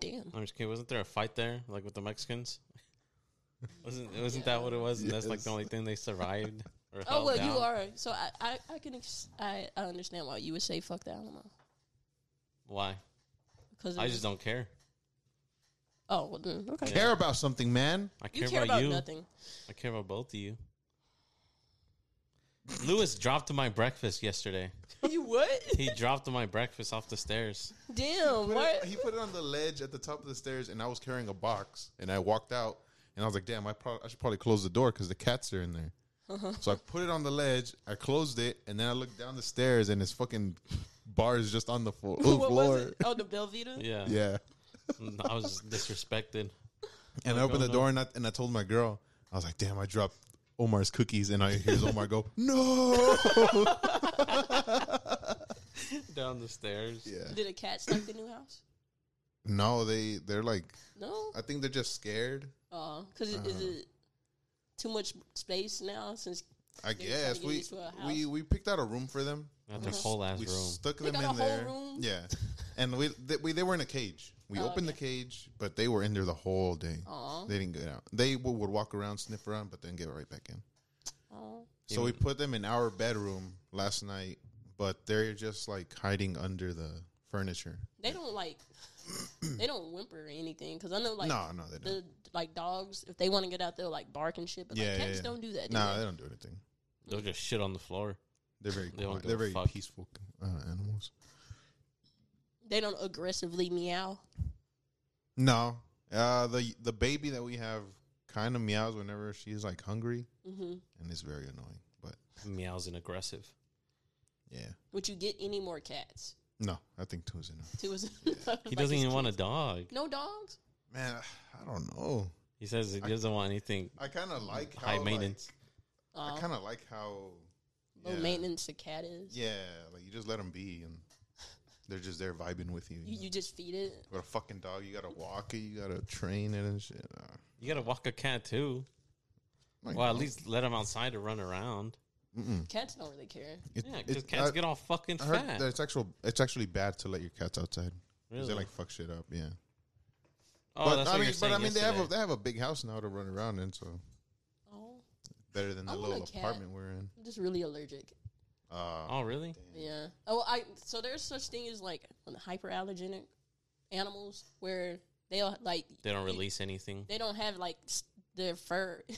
[SPEAKER 3] Damn.
[SPEAKER 1] I'm just kidding. Wasn't there a fight there, like with the Mexicans? wasn't wasn't that what it was? And that's like the
[SPEAKER 2] Yes.
[SPEAKER 1] only thing they survived. Or
[SPEAKER 3] Oh
[SPEAKER 1] held
[SPEAKER 3] well,
[SPEAKER 1] down?
[SPEAKER 3] you are. So I, I, I can, ex- I, I understand why you would say fuck the Alamo
[SPEAKER 1] Why?
[SPEAKER 3] because
[SPEAKER 1] I just don't care.
[SPEAKER 3] Oh, well, then, okay.
[SPEAKER 1] Yeah.
[SPEAKER 2] Care about something, man.
[SPEAKER 1] I
[SPEAKER 3] You
[SPEAKER 1] care,
[SPEAKER 3] care
[SPEAKER 1] about,
[SPEAKER 3] about
[SPEAKER 1] you.
[SPEAKER 3] nothing.
[SPEAKER 1] I care about both of you. Lewis dropped my breakfast yesterday.
[SPEAKER 3] you what?
[SPEAKER 1] He dropped my breakfast off the stairs.
[SPEAKER 3] Damn.
[SPEAKER 2] Put it-
[SPEAKER 3] What?
[SPEAKER 2] he put it on the ledge at the top of the stairs, and I was carrying a box, and I walked out, and I was like, "Damn, I, prob- I should probably close the door because the cats are in there."
[SPEAKER 3] Uh-huh.
[SPEAKER 2] So I put it on the ledge, I closed it, and then I looked down the stairs, and his fucking bar is just on the fo-
[SPEAKER 3] what
[SPEAKER 2] floor.
[SPEAKER 3] was it? Oh, the Belvita.
[SPEAKER 1] Yeah.
[SPEAKER 2] Yeah,
[SPEAKER 1] I was disrespected.
[SPEAKER 2] and I
[SPEAKER 1] Like,
[SPEAKER 2] opened
[SPEAKER 1] oh,
[SPEAKER 2] the door, and I, and I told my girl, I was like, "Damn, I dropped." Omar's cookies, and I hear Omar go, "No!"
[SPEAKER 1] Down the stairs.
[SPEAKER 2] yeah,
[SPEAKER 3] Did a cat snuck the new house?
[SPEAKER 2] no, they they're like,
[SPEAKER 3] No.
[SPEAKER 2] I think they're just scared.
[SPEAKER 3] Oh, because
[SPEAKER 2] Uh-huh.
[SPEAKER 3] is it too much space now? Since
[SPEAKER 2] I
[SPEAKER 3] They're trying to
[SPEAKER 2] guess
[SPEAKER 3] get
[SPEAKER 2] we
[SPEAKER 3] used to a house.
[SPEAKER 2] we we picked out a room for them.
[SPEAKER 1] That's a whole ass
[SPEAKER 2] we
[SPEAKER 1] room.
[SPEAKER 2] stuck
[SPEAKER 3] They
[SPEAKER 2] them
[SPEAKER 3] got a
[SPEAKER 2] in
[SPEAKER 3] whole
[SPEAKER 2] there.
[SPEAKER 3] room?
[SPEAKER 2] Yeah, and we they, we they were in a cage. We
[SPEAKER 3] Oh,
[SPEAKER 2] opened
[SPEAKER 3] okay.
[SPEAKER 2] the cage, but they were in there the whole day.
[SPEAKER 3] Aw.
[SPEAKER 2] They didn't get out. They w- would walk around, sniff around, but then get right back in.
[SPEAKER 3] oh,
[SPEAKER 2] So we put them in our bedroom last night, but they're just like hiding under the furniture.
[SPEAKER 3] they don't like they don't whimper or anything. Because I know like
[SPEAKER 2] no, no, they don't.
[SPEAKER 3] the like dogs if they want to get out they'll like bark and shit. But
[SPEAKER 2] yeah,
[SPEAKER 3] like,
[SPEAKER 2] yeah,
[SPEAKER 3] cats
[SPEAKER 2] yeah.
[SPEAKER 3] don't do that. do
[SPEAKER 2] No,
[SPEAKER 3] they?
[SPEAKER 2] they don't do anything.
[SPEAKER 1] They'll just shit on the floor.
[SPEAKER 2] They're very
[SPEAKER 1] They don't
[SPEAKER 2] quiet.
[SPEAKER 1] give
[SPEAKER 2] They're
[SPEAKER 1] a
[SPEAKER 2] very
[SPEAKER 1] fuck.
[SPEAKER 2] peaceful uh, animals.
[SPEAKER 3] they don't aggressively meow.
[SPEAKER 2] No, uh, the the baby that we have kind of meows whenever she's like hungry,
[SPEAKER 1] Mm-hmm.
[SPEAKER 3] hmm
[SPEAKER 2] and it's very annoying. But
[SPEAKER 1] Meows and aggressive.
[SPEAKER 2] yeah,
[SPEAKER 3] Would you get any more cats?
[SPEAKER 2] no, I think two is enough.
[SPEAKER 3] Two is
[SPEAKER 1] He doesn't even want a dog.
[SPEAKER 3] No dogs.
[SPEAKER 2] Man, I don't know.
[SPEAKER 1] He says he doesn't want anything.
[SPEAKER 2] I kind of like how
[SPEAKER 1] High maintenance.
[SPEAKER 2] like-
[SPEAKER 3] Oh,
[SPEAKER 2] I kind of like how
[SPEAKER 3] low
[SPEAKER 2] yeah.
[SPEAKER 3] maintenance a cat is.
[SPEAKER 2] yeah, like you just let them be and they're just there vibing with you.
[SPEAKER 3] You, you just feed it.
[SPEAKER 2] got a fucking dog, you gotta walk it, you gotta train it and shit. Uh,
[SPEAKER 1] You gotta walk a cat too.
[SPEAKER 2] like,
[SPEAKER 1] Well, at
[SPEAKER 2] no.
[SPEAKER 1] least let him outside to run around. Hmm.
[SPEAKER 3] Cats don't really care.
[SPEAKER 2] It-
[SPEAKER 1] Yeah,
[SPEAKER 2] it-
[SPEAKER 1] because cats
[SPEAKER 2] I-
[SPEAKER 1] get all fucking
[SPEAKER 2] I heard
[SPEAKER 1] fat.
[SPEAKER 2] that it's actual. It's actually bad to let your cats outside. 'Cause
[SPEAKER 1] Really?
[SPEAKER 2] They like fuck shit up. Yeah.
[SPEAKER 1] oh,
[SPEAKER 2] but
[SPEAKER 1] that's
[SPEAKER 2] I
[SPEAKER 1] what
[SPEAKER 2] mean,
[SPEAKER 1] you're
[SPEAKER 2] but
[SPEAKER 1] saying
[SPEAKER 2] I mean, they have a,
[SPEAKER 1] yesterday.
[SPEAKER 2] they have a big house now to run around in, so
[SPEAKER 3] Oh,
[SPEAKER 2] better than the
[SPEAKER 3] I want
[SPEAKER 2] little
[SPEAKER 3] a cat.
[SPEAKER 2] apartment we're in.
[SPEAKER 3] I'm just really allergic.
[SPEAKER 2] Uh,
[SPEAKER 1] Oh, really?
[SPEAKER 3] Yeah. Oh, I so there's such thing as like hyperallergenic animals where they'll like
[SPEAKER 1] They don't release anything.
[SPEAKER 3] they don't have like s- their fur.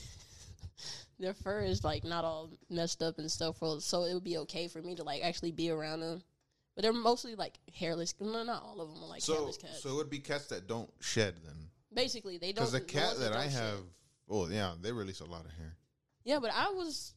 [SPEAKER 3] their fur is like not all messed up and stuff, well, so it would be okay for me to like actually be around them. But they're mostly like hairless. No, not all of them are like
[SPEAKER 2] so
[SPEAKER 3] hairless cats.
[SPEAKER 2] so it would be cats that don't shed then.
[SPEAKER 3] Basically, they don't.
[SPEAKER 2] Because the
[SPEAKER 3] ones
[SPEAKER 2] cat that
[SPEAKER 3] don't
[SPEAKER 2] I
[SPEAKER 3] shed.
[SPEAKER 2] have, oh yeah, they release a lot of hair.
[SPEAKER 3] Yeah, but I was.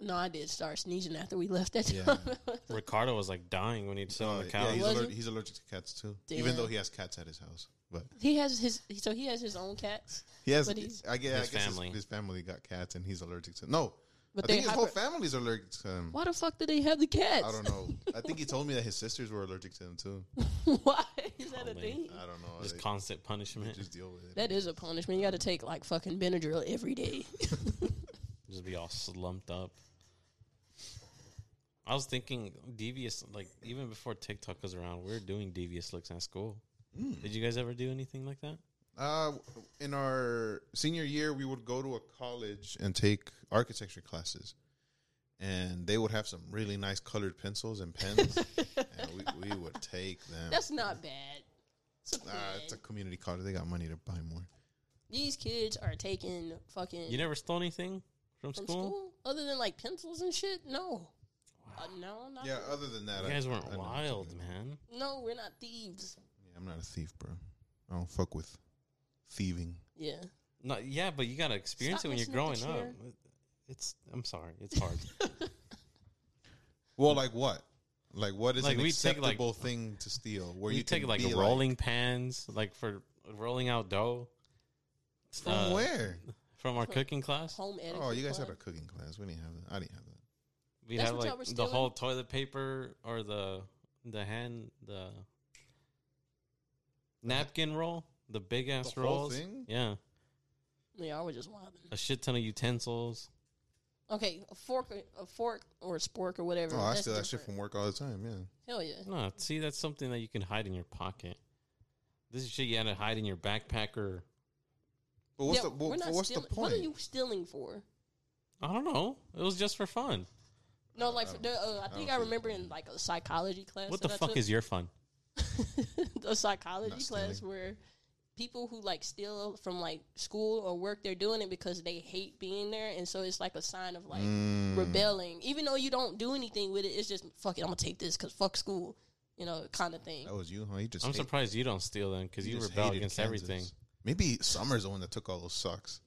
[SPEAKER 3] No, I did start sneezing after we left that
[SPEAKER 2] Yeah.
[SPEAKER 3] time.
[SPEAKER 1] Ricardo was like dying when he'd sit on the
[SPEAKER 2] Oh, yeah,
[SPEAKER 1] couch.
[SPEAKER 2] he's,
[SPEAKER 3] Was
[SPEAKER 2] aller-
[SPEAKER 3] he?
[SPEAKER 2] he's allergic to cats too. Even
[SPEAKER 3] Damn.
[SPEAKER 2] though he has cats at his house, but
[SPEAKER 3] he has his. So he has his own cats.
[SPEAKER 2] he has.
[SPEAKER 3] But he's-
[SPEAKER 2] I guess,
[SPEAKER 1] His
[SPEAKER 2] I guess
[SPEAKER 1] family.
[SPEAKER 2] His, his family got cats, and he's allergic to. No,
[SPEAKER 3] But
[SPEAKER 2] I
[SPEAKER 3] they
[SPEAKER 2] think his whole
[SPEAKER 3] hyper-
[SPEAKER 2] family's allergic to him.
[SPEAKER 3] Why the fuck do they have the cats?
[SPEAKER 2] I don't know. I think he told me that his sisters were allergic to him too.
[SPEAKER 3] Why is that a
[SPEAKER 1] Probably.
[SPEAKER 3] thing?
[SPEAKER 2] I don't know.
[SPEAKER 1] Just
[SPEAKER 2] They-
[SPEAKER 1] constant punishment.
[SPEAKER 2] just deal with it.
[SPEAKER 3] That is a punishment. You got to take like fucking Benadryl every day.
[SPEAKER 1] just be all slumped up. I was thinking devious, like even before TikTok was around, we were doing devious looks at school.
[SPEAKER 2] Hmm.
[SPEAKER 1] Did you guys ever do anything like that?
[SPEAKER 2] Uh, in our senior year, we would go to a college and take architecture classes, and they would have some really nice colored pencils and pens, and we, we would take them.
[SPEAKER 3] That's not bad. It's a
[SPEAKER 2] Uh,
[SPEAKER 3] plan.
[SPEAKER 2] it's a community college. They got money to buy more.
[SPEAKER 3] These kids are taking fucking
[SPEAKER 1] You never stole anything from,
[SPEAKER 3] from
[SPEAKER 1] school?
[SPEAKER 3] school? other than like pencils and shit. No, Uh, no, not
[SPEAKER 2] Yeah. Other than that,
[SPEAKER 1] You
[SPEAKER 2] I-
[SPEAKER 1] guys weren't
[SPEAKER 2] I know what you're
[SPEAKER 1] wild,
[SPEAKER 2] talking about.
[SPEAKER 1] man.
[SPEAKER 3] no. We're not thieves.
[SPEAKER 2] Yeah, I'm not a thief, bro. I don't fuck with thieving.
[SPEAKER 3] Yeah,
[SPEAKER 1] No, yeah, but you gotta experience
[SPEAKER 3] Stop
[SPEAKER 1] it when you're
[SPEAKER 3] messing
[SPEAKER 1] growing
[SPEAKER 3] with the
[SPEAKER 1] up. It's I'm sorry, it's hard.
[SPEAKER 2] Well, like what? Like what is
[SPEAKER 1] Like,
[SPEAKER 2] an
[SPEAKER 1] we take, like-
[SPEAKER 2] acceptable thing to steal? Where
[SPEAKER 1] you,
[SPEAKER 2] you
[SPEAKER 1] take
[SPEAKER 2] can
[SPEAKER 1] like
[SPEAKER 2] be
[SPEAKER 1] rolling pans, like for rolling out dough
[SPEAKER 2] from
[SPEAKER 1] uh,
[SPEAKER 2] where?
[SPEAKER 1] from our cooking class.
[SPEAKER 3] Home etiquette.
[SPEAKER 2] Oh, you guys
[SPEAKER 3] club.
[SPEAKER 2] had a cooking class. We didn't have that. I didn't have that.
[SPEAKER 1] We
[SPEAKER 3] That's
[SPEAKER 1] had
[SPEAKER 3] what y'all
[SPEAKER 1] like
[SPEAKER 3] were
[SPEAKER 1] the
[SPEAKER 3] stealing?
[SPEAKER 1] whole toilet paper or the the hand the napkin roll, the big ass
[SPEAKER 2] whole
[SPEAKER 1] rolls.
[SPEAKER 2] thing?
[SPEAKER 1] Yeah,
[SPEAKER 3] Yeah, I was just wobbling.
[SPEAKER 1] a shit ton of utensils.
[SPEAKER 3] Okay, a fork, a fork or a spork or whatever.
[SPEAKER 2] Oh, I
[SPEAKER 3] that's
[SPEAKER 2] steal that shit
[SPEAKER 3] different.
[SPEAKER 2] from work all the time. Yeah.
[SPEAKER 3] Hell yeah.
[SPEAKER 1] No, see, that's something that you can hide in your pocket. This is shit you had to hide in your backpack or
[SPEAKER 2] But what's
[SPEAKER 3] Yeah,
[SPEAKER 2] the what-
[SPEAKER 3] we're not
[SPEAKER 2] what's
[SPEAKER 3] stealing.
[SPEAKER 2] the point?
[SPEAKER 3] What are you stealing for?
[SPEAKER 1] I don't know. It was just for fun.
[SPEAKER 3] No, like for the, uh, I think I,
[SPEAKER 2] see the
[SPEAKER 3] remember in like a psychology class.
[SPEAKER 1] What the
[SPEAKER 3] that I
[SPEAKER 1] fuck
[SPEAKER 3] took,
[SPEAKER 1] is your fun?
[SPEAKER 3] a psychology
[SPEAKER 2] Not
[SPEAKER 3] class
[SPEAKER 2] stealing.
[SPEAKER 3] where people who like steal from like school or work they're doing it because they hate being there and so it's like a sign of like
[SPEAKER 2] Mm.
[SPEAKER 3] rebelling even though you don't do anything with it it's just fuck it i'm gonna take this because fuck school you know kind of thing
[SPEAKER 2] That was you, huh? You just
[SPEAKER 1] I'm
[SPEAKER 2] hate-
[SPEAKER 1] surprised you don't steal them because you,
[SPEAKER 2] just
[SPEAKER 1] rebel
[SPEAKER 2] hated
[SPEAKER 1] against
[SPEAKER 2] Kansas.
[SPEAKER 1] everything.
[SPEAKER 2] Maybe Summer's the one that took all those socks.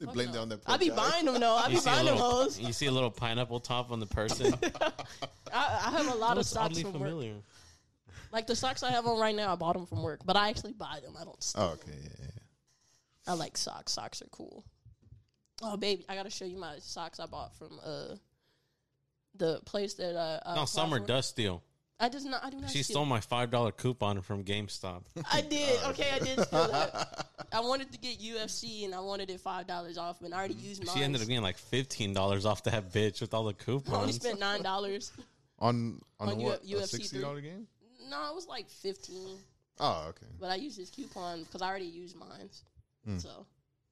[SPEAKER 2] They blame it on that. poor
[SPEAKER 3] i be
[SPEAKER 2] guy.
[SPEAKER 3] buying them though i be
[SPEAKER 1] You see, a
[SPEAKER 3] buying them
[SPEAKER 1] little,
[SPEAKER 3] hoes
[SPEAKER 1] you see a little pineapple top on the person.
[SPEAKER 3] I, I have a lot of
[SPEAKER 1] Looks
[SPEAKER 3] socks
[SPEAKER 1] oddly
[SPEAKER 3] from work
[SPEAKER 1] familiar.
[SPEAKER 3] like the socks i have on right now i bought them from work but i actually buy them i don't steal
[SPEAKER 2] Oh,
[SPEAKER 3] them.
[SPEAKER 2] okay. Yeah, yeah, yeah.
[SPEAKER 3] I like socks. Socks are cool. Oh, baby, I gotta show you my socks I bought from uh the place that I. I
[SPEAKER 1] No,
[SPEAKER 3] applied
[SPEAKER 1] Summer
[SPEAKER 3] for.
[SPEAKER 1] does steal.
[SPEAKER 3] I does not. I do not.
[SPEAKER 1] She
[SPEAKER 3] steal.
[SPEAKER 1] stole my five dollar coupon from GameStop.
[SPEAKER 3] I did.
[SPEAKER 1] Oh.
[SPEAKER 3] Okay, I did steal that. I wanted to get UFC and I wanted it five dollars off, and I already used mine.
[SPEAKER 1] She ended up getting like fifteen dollars off that bitch with all the
[SPEAKER 3] I only
[SPEAKER 1] coupons.
[SPEAKER 3] spent nine dollars.
[SPEAKER 2] On on,
[SPEAKER 3] On
[SPEAKER 2] what?
[SPEAKER 3] U-
[SPEAKER 2] a
[SPEAKER 3] UFC
[SPEAKER 2] sixty dollar game?
[SPEAKER 3] no, it was like fifteen,
[SPEAKER 2] Oh, okay.
[SPEAKER 3] but I used this coupon because I already used mine.
[SPEAKER 1] Hmm.
[SPEAKER 3] So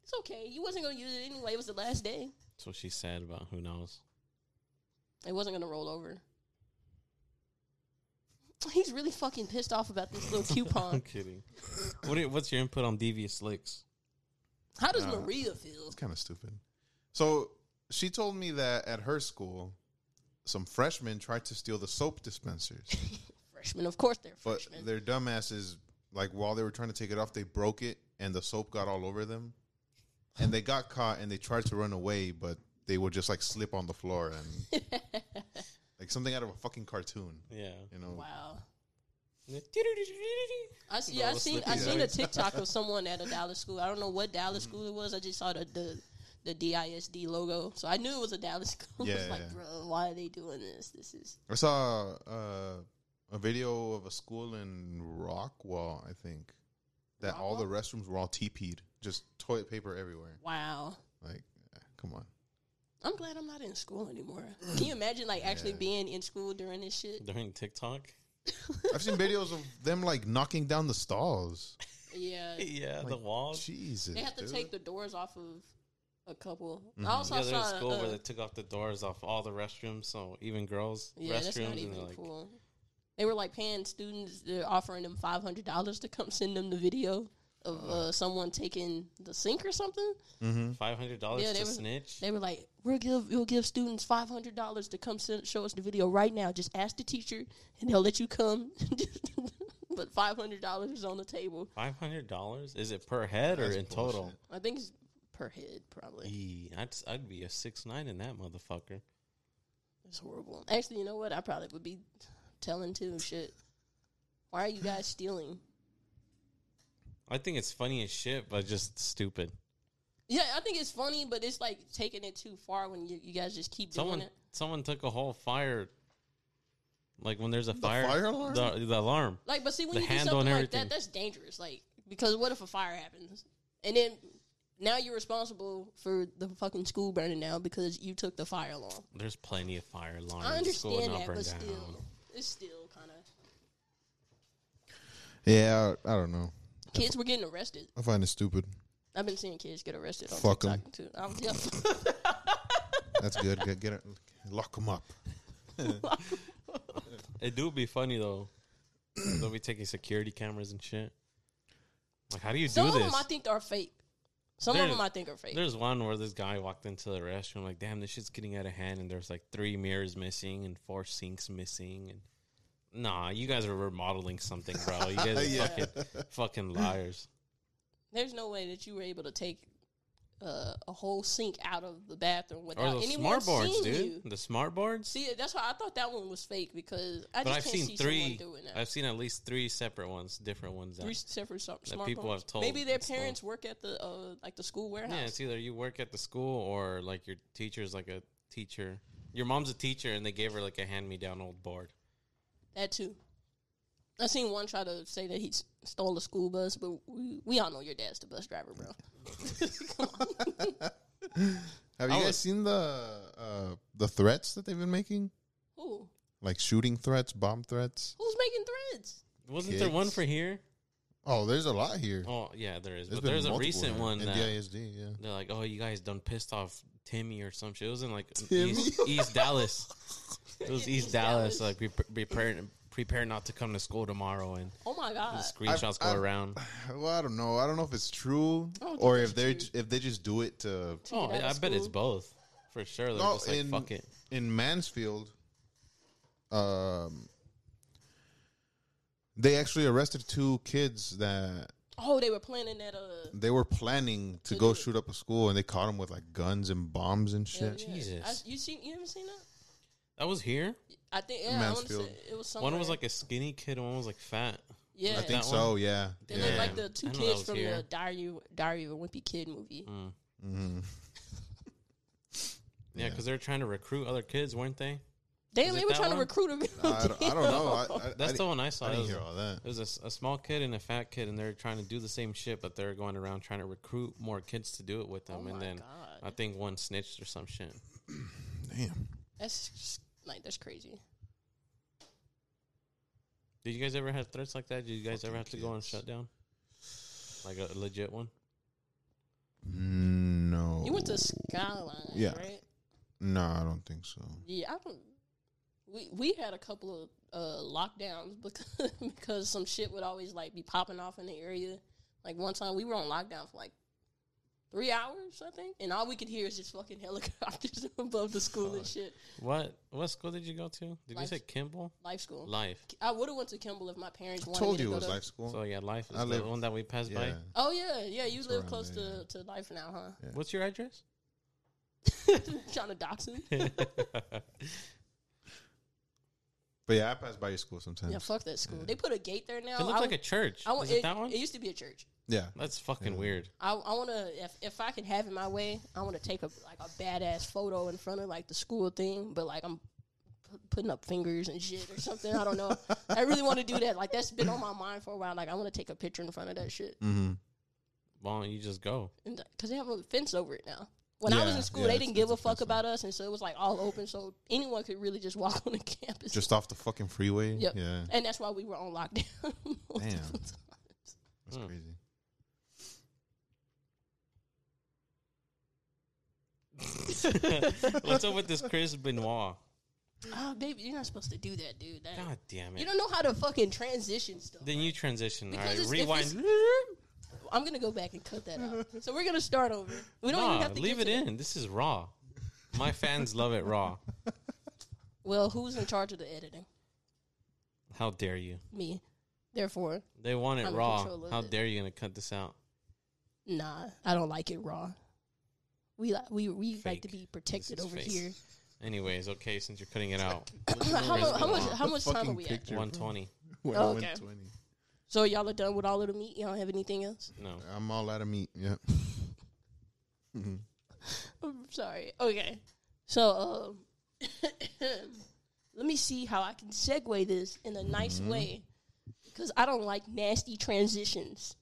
[SPEAKER 3] it's okay. You wasn't gonna use it anyway. It was the last day.
[SPEAKER 1] That's what she's sad about. Who knows?
[SPEAKER 3] It wasn't gonna roll over. He's really fucking pissed off about this little
[SPEAKER 1] I'm
[SPEAKER 3] coupon.
[SPEAKER 1] kidding. What do you- what's your input on devious licks?
[SPEAKER 3] How does Maria feel?
[SPEAKER 2] It's kind of stupid. So she told me that at her school, some freshmen tried to steal the soap dispensers,
[SPEAKER 3] Freshmen, of course they're
[SPEAKER 2] but
[SPEAKER 3] freshmen.
[SPEAKER 2] their dumbasses, like while they were trying to take it off, they broke it and the soap got all over them, and they got caught and they tried to run away, but they would just like slip on the floor and like something out of a fucking cartoon,
[SPEAKER 1] Yeah.
[SPEAKER 2] you know?
[SPEAKER 3] wow. I see. I
[SPEAKER 1] Little
[SPEAKER 3] seen.
[SPEAKER 1] slippy
[SPEAKER 3] I seen a
[SPEAKER 1] legs.
[SPEAKER 3] TikTok of someone at a Dallas school. I don't know what Dallas school it was. I just saw the the, the DISD logo, so I knew it was a Dallas school.
[SPEAKER 2] Yeah,
[SPEAKER 3] I was like,
[SPEAKER 2] yeah.
[SPEAKER 3] bro, why are they doing this? This is
[SPEAKER 2] I saw uh, a video of a school in Rockwall, I think, that all the restrooms were all TP'd, just toilet paper everywhere.
[SPEAKER 3] wow.
[SPEAKER 2] Like, eh, come on.
[SPEAKER 3] I'm glad I'm not in school anymore. Can you imagine like actually being in school during this shit?
[SPEAKER 1] During TikTok.
[SPEAKER 2] I've seen videos of them like knocking down the stalls.
[SPEAKER 3] Yeah.
[SPEAKER 1] Yeah, the
[SPEAKER 2] Like,
[SPEAKER 1] walls.
[SPEAKER 2] Jesus,
[SPEAKER 3] They have to
[SPEAKER 2] dude.
[SPEAKER 3] take the doors off of a couple. I also
[SPEAKER 1] Yeah,
[SPEAKER 3] saw
[SPEAKER 1] there's a school
[SPEAKER 3] uh,
[SPEAKER 1] where they took off the doors off all the restrooms, so even girls'
[SPEAKER 3] yeah,
[SPEAKER 1] restrooms,
[SPEAKER 3] that's not
[SPEAKER 1] and
[SPEAKER 3] even
[SPEAKER 1] they're like,
[SPEAKER 3] cool. They were like paying students. They're offering them five hundred dollars to come send them the video of uh, someone taking the sink or something.
[SPEAKER 2] Hmm?
[SPEAKER 1] five hundred dollars
[SPEAKER 3] Yeah, they
[SPEAKER 1] to
[SPEAKER 3] was-
[SPEAKER 1] snitch.
[SPEAKER 3] They were like, "We'll give we'll give students five hundred dollars to come send, show us the video right now. Just ask the teacher, and they'll let you come." but five hundred dollars is on the table.
[SPEAKER 1] Five hundred dollars? Is it per head or
[SPEAKER 2] That's
[SPEAKER 1] in total?
[SPEAKER 2] bullshit.
[SPEAKER 3] I think it's per head, probably.
[SPEAKER 1] Ee, I'd s- I'd be a six nine in that motherfucker.
[SPEAKER 3] It's horrible. Actually, you know what? I probably would be telling too. Shit. Why are you guys stealing?
[SPEAKER 1] I think it's funny as shit, but just stupid.
[SPEAKER 3] Yeah, I think it's funny, but it's like taking it too far when you, you guys just keep
[SPEAKER 1] Someone
[SPEAKER 3] doing it.
[SPEAKER 1] someone took a whole fire. Like when there's a fire,
[SPEAKER 2] fire alarm?
[SPEAKER 1] The, the alarm.
[SPEAKER 3] Like, but see, when
[SPEAKER 1] The
[SPEAKER 3] you do
[SPEAKER 1] handle and
[SPEAKER 3] something like
[SPEAKER 1] everything.
[SPEAKER 3] that, that's dangerous. Like, because what if a fire happens? And then now you're responsible for the fucking school burning down because you took the fire alarm.
[SPEAKER 1] There's plenty of fire alarms.
[SPEAKER 3] I
[SPEAKER 1] School
[SPEAKER 3] understand
[SPEAKER 1] not
[SPEAKER 3] that,
[SPEAKER 1] burned
[SPEAKER 3] but
[SPEAKER 1] down.
[SPEAKER 3] still, it's still kind of.
[SPEAKER 2] Yeah, I, I don't know.
[SPEAKER 3] Kids were getting arrested.
[SPEAKER 2] I find it stupid.
[SPEAKER 3] I've been seeing kids get arrested on
[SPEAKER 2] Fuck 'em.
[SPEAKER 3] TikTok too. I'm just,
[SPEAKER 2] That's good. Get, get it. Lock them up.
[SPEAKER 1] It do be funny though. They'll be taking security cameras and shit. Like, how do you
[SPEAKER 3] some
[SPEAKER 1] do
[SPEAKER 3] of
[SPEAKER 1] this?
[SPEAKER 3] them I think are fake. Some of
[SPEAKER 1] There's-
[SPEAKER 3] them I think are fake.
[SPEAKER 1] There's one where this guy walked into the restroom, like, damn, this shit's getting out of hand, and there's like three mirrors missing and four sinks missing, and nah, you guys are remodeling something, bro. You guys are fucking fucking liars.
[SPEAKER 3] There's no way that you were able to take uh, a whole sink out of the bathroom without
[SPEAKER 1] Or those
[SPEAKER 3] anyone
[SPEAKER 1] smart boards,
[SPEAKER 3] seeing
[SPEAKER 1] dude.
[SPEAKER 3] you.
[SPEAKER 1] The smart boards.
[SPEAKER 3] See, that's why I thought that one was fake because I
[SPEAKER 1] but
[SPEAKER 3] just
[SPEAKER 1] I've
[SPEAKER 3] can't
[SPEAKER 1] seen
[SPEAKER 3] see
[SPEAKER 1] three.
[SPEAKER 3] someone doing that.
[SPEAKER 1] I've seen at least three separate ones, different ones. That,
[SPEAKER 3] Three separate so-
[SPEAKER 1] that
[SPEAKER 3] smartphones.
[SPEAKER 1] people have told
[SPEAKER 3] Maybe their
[SPEAKER 1] it's told.
[SPEAKER 3] parents work at the uh, like the school warehouse.
[SPEAKER 1] yeah, it's either you work at the school or like your teacher's like a teacher. Your mom's a teacher, and they gave her like a hand-me-down old board.
[SPEAKER 3] That too. I seen one try to say that he s- stole a school bus, but we, we all know your dad's the bus driver, bro.
[SPEAKER 2] Have you
[SPEAKER 1] I
[SPEAKER 2] guys
[SPEAKER 1] was-
[SPEAKER 2] seen the uh, the threats that they've been making?
[SPEAKER 3] Who
[SPEAKER 2] Like shooting threats, bomb threats.
[SPEAKER 3] who's making threads?
[SPEAKER 1] Wasn't there one
[SPEAKER 2] Kids.
[SPEAKER 1] for here?
[SPEAKER 2] Oh, there's a lot here.
[SPEAKER 1] Oh yeah, there is.
[SPEAKER 2] There's
[SPEAKER 1] but there's a
[SPEAKER 2] multiple
[SPEAKER 1] recent
[SPEAKER 2] here.
[SPEAKER 1] one that
[SPEAKER 2] NDISD, yeah.
[SPEAKER 1] they're like, "Oh, you guys done pissed off Timmy or some shit." It was in like
[SPEAKER 2] Timmy?
[SPEAKER 1] East, East Dallas. It was East,
[SPEAKER 3] East
[SPEAKER 1] Dallas. Like
[SPEAKER 3] Dallas.
[SPEAKER 1] pre- prepare prepare not to come to school tomorrow, and
[SPEAKER 3] Oh my
[SPEAKER 1] the
[SPEAKER 3] god!
[SPEAKER 1] screenshots go
[SPEAKER 2] I've-
[SPEAKER 1] around.
[SPEAKER 2] Uh, Well, I don't know. I don't know if it's true
[SPEAKER 3] I don't think
[SPEAKER 2] or
[SPEAKER 3] it's
[SPEAKER 2] if they
[SPEAKER 3] true.
[SPEAKER 2] if they just do it to
[SPEAKER 1] Oh,
[SPEAKER 3] get out
[SPEAKER 1] I, I
[SPEAKER 3] of
[SPEAKER 1] bet it's
[SPEAKER 3] school.
[SPEAKER 1] both for sure. They're
[SPEAKER 2] No,
[SPEAKER 1] just like,
[SPEAKER 2] in-
[SPEAKER 1] "Fuck it."
[SPEAKER 2] in Mansfield. Um, they actually arrested two kids that
[SPEAKER 3] Oh, they were planning that. Uh,
[SPEAKER 2] they were planning to
[SPEAKER 3] To
[SPEAKER 2] go
[SPEAKER 3] do it.
[SPEAKER 2] shoot up a school, and they caught them with like guns and bombs and
[SPEAKER 3] hell
[SPEAKER 2] shit.
[SPEAKER 3] yeah.
[SPEAKER 1] Jesus.
[SPEAKER 3] I, you seen? You haven't seen that?
[SPEAKER 1] That was here.
[SPEAKER 3] I think yeah. I want to say
[SPEAKER 2] Mansfield.
[SPEAKER 3] it was
[SPEAKER 2] Oh,
[SPEAKER 3] somewhere.
[SPEAKER 1] One was like a skinny kid, and one was like fat.
[SPEAKER 3] yeah.
[SPEAKER 2] I think
[SPEAKER 1] That
[SPEAKER 2] so. Yeah,
[SPEAKER 3] they
[SPEAKER 2] yeah.
[SPEAKER 3] look like the two
[SPEAKER 1] I know that
[SPEAKER 3] kids
[SPEAKER 1] was
[SPEAKER 3] from
[SPEAKER 1] here. Mm.
[SPEAKER 3] the Diary Diary of a Wimpy Kid movie.
[SPEAKER 2] Mhm.
[SPEAKER 1] Yeah, because they were trying to recruit other kids, weren't they? Is
[SPEAKER 3] Damn,
[SPEAKER 1] it
[SPEAKER 3] they were
[SPEAKER 1] that
[SPEAKER 3] trying
[SPEAKER 1] one?
[SPEAKER 3] to recruit him.
[SPEAKER 2] I, don't, I don't know. I, I,
[SPEAKER 1] That's
[SPEAKER 2] I
[SPEAKER 1] the
[SPEAKER 2] didn't-
[SPEAKER 1] one I saw.
[SPEAKER 2] I
[SPEAKER 1] It
[SPEAKER 2] didn't
[SPEAKER 1] was,
[SPEAKER 2] hear all that.
[SPEAKER 1] it was a s- a, small kid and a fat kid, and they're trying to do the same shit, but they're going around trying to recruit more kids to do it with them.
[SPEAKER 3] Oh
[SPEAKER 1] and
[SPEAKER 3] my
[SPEAKER 1] then
[SPEAKER 3] God.
[SPEAKER 1] I think one snitched or some shit.
[SPEAKER 2] Damn.
[SPEAKER 3] that's just- like that's crazy.
[SPEAKER 1] Did you guys ever have threats like that? Did you guys ever have to go on
[SPEAKER 2] kids.
[SPEAKER 1] shutdown? Like a legit one?
[SPEAKER 2] Mm, No.
[SPEAKER 3] You went to Skyline,
[SPEAKER 2] Yeah.
[SPEAKER 3] right?
[SPEAKER 2] No, I don't think so.
[SPEAKER 3] Yeah, I don't. We we had a couple of uh, lockdowns because because some shit would always like be popping off in the area. Like one time we were on lockdown for like three hours, I think, and all we could hear is just fucking helicopters above the school and shit.
[SPEAKER 1] What what school did you go to? Did you
[SPEAKER 3] Life.
[SPEAKER 1] say Kimball?
[SPEAKER 3] Life school.
[SPEAKER 1] Life.
[SPEAKER 3] I would have went to Kimball if my parents wanted
[SPEAKER 2] Told
[SPEAKER 3] me to
[SPEAKER 2] you it
[SPEAKER 3] go
[SPEAKER 2] was
[SPEAKER 3] to.
[SPEAKER 2] life school.
[SPEAKER 1] So yeah, Life is
[SPEAKER 2] I
[SPEAKER 1] the
[SPEAKER 2] live-
[SPEAKER 1] one that we passed by.
[SPEAKER 2] yeah.
[SPEAKER 3] Oh yeah, yeah. You live
[SPEAKER 2] around
[SPEAKER 3] close
[SPEAKER 2] there,
[SPEAKER 3] to, to life now, huh?
[SPEAKER 1] What's your address?
[SPEAKER 3] Trying to dox him.
[SPEAKER 2] But yeah, I pass by your school sometimes.
[SPEAKER 3] yeah, fuck that school. They put a gate there now.
[SPEAKER 1] It
[SPEAKER 3] I
[SPEAKER 1] looked like a
[SPEAKER 3] w-
[SPEAKER 1] church.
[SPEAKER 3] I wa-
[SPEAKER 1] Is it, that one?
[SPEAKER 3] It used to be a church.
[SPEAKER 2] Yeah.
[SPEAKER 1] That's fucking weird.
[SPEAKER 3] I, I want to if, if I can have it my way, I want to take a like a badass photo in front of like the school thing, but like I'm p- putting up fingers and shit or something. I don't know. I really want to do that. Like that's been on my mind for a while. Like I want to take a picture in front of that shit
[SPEAKER 2] Mm-hmm.
[SPEAKER 1] Why don't you just go?
[SPEAKER 3] because they have a fence over it now. When I was
[SPEAKER 2] Yeah,
[SPEAKER 3] in school,
[SPEAKER 2] yeah,
[SPEAKER 3] they
[SPEAKER 2] it's-
[SPEAKER 3] didn't give
[SPEAKER 2] it's a
[SPEAKER 3] a fuck
[SPEAKER 2] fence
[SPEAKER 3] about us, and so it was like all open, so anyone could really just walk on the campus.
[SPEAKER 2] Just off the fucking freeway.
[SPEAKER 3] Yep.
[SPEAKER 2] Yeah.
[SPEAKER 3] and that's why we were on lockdown. multiple
[SPEAKER 2] Damn.
[SPEAKER 3] times.
[SPEAKER 2] That's
[SPEAKER 1] Hmm.
[SPEAKER 2] crazy.
[SPEAKER 1] What's up with this Chris Benoit?
[SPEAKER 3] Oh, baby, you're not supposed to do that, dude. That,
[SPEAKER 1] God damn it.
[SPEAKER 3] you don't know how to fucking transition stuff.
[SPEAKER 1] then you transition. All
[SPEAKER 3] Because
[SPEAKER 1] right,
[SPEAKER 3] it's- if
[SPEAKER 1] rewind.
[SPEAKER 3] I'm gonna go back and cut that out. So we're gonna start over. We don't even
[SPEAKER 1] Nah,
[SPEAKER 3] have to
[SPEAKER 1] leave
[SPEAKER 3] get
[SPEAKER 1] it
[SPEAKER 3] to the-
[SPEAKER 1] in. This is raw. My fans love it raw.
[SPEAKER 3] Well, who's in charge of the editing?
[SPEAKER 1] How dare you?
[SPEAKER 3] Me. Therefore,
[SPEAKER 1] They want it
[SPEAKER 3] I'm in
[SPEAKER 1] raw.
[SPEAKER 3] control of
[SPEAKER 1] How
[SPEAKER 3] it.
[SPEAKER 1] dare you gonna cut this out?
[SPEAKER 3] nah, I don't like it raw. We like we we like to
[SPEAKER 1] Fake.
[SPEAKER 3] be protected
[SPEAKER 1] is
[SPEAKER 3] over
[SPEAKER 1] fake.
[SPEAKER 3] here.
[SPEAKER 1] Anyways, okay, since you're cutting it out,
[SPEAKER 3] how, mu- how much
[SPEAKER 1] Benoit.
[SPEAKER 3] how much time
[SPEAKER 2] Fucking
[SPEAKER 3] are we at?
[SPEAKER 2] picture.
[SPEAKER 1] one twenty.
[SPEAKER 2] When
[SPEAKER 3] Oh,
[SPEAKER 2] I went
[SPEAKER 3] okay.
[SPEAKER 2] 20.
[SPEAKER 3] So y'all are done with all of the meat. Y'all don't have anything else?
[SPEAKER 1] No,
[SPEAKER 2] I'm all out of meat. Yeah.
[SPEAKER 3] I'm sorry. Okay. So um, let me see how I can segue this in a nice way because I don't like nasty transitions.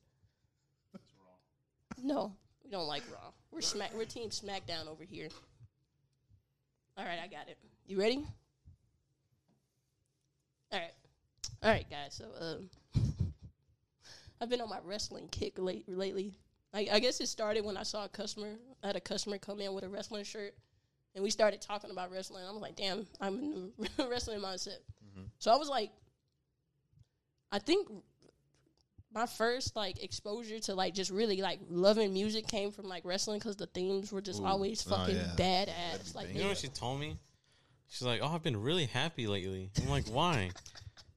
[SPEAKER 3] No, we don't like Raw. We're smack. We're Team SmackDown over here. All right, I got it. You ready? All right, all right, guys. So um, I've been on my wrestling kick late lately. I, I guess it started when I saw a customer. I had a customer come in with a wrestling shirt, and we started talking about wrestling. I was like, "Damn, I'm in the wrestling mindset."
[SPEAKER 2] Mm-hmm.
[SPEAKER 3] So I was like, I think my first like exposure to like just really like loving music came from like wrestling because the themes were just
[SPEAKER 2] Ooh.
[SPEAKER 3] always
[SPEAKER 2] Oh,
[SPEAKER 3] fucking
[SPEAKER 2] yeah.
[SPEAKER 3] badass. Like
[SPEAKER 1] you know what she told me? She's like, "Oh, I've been really happy lately." I'm like, "Why?"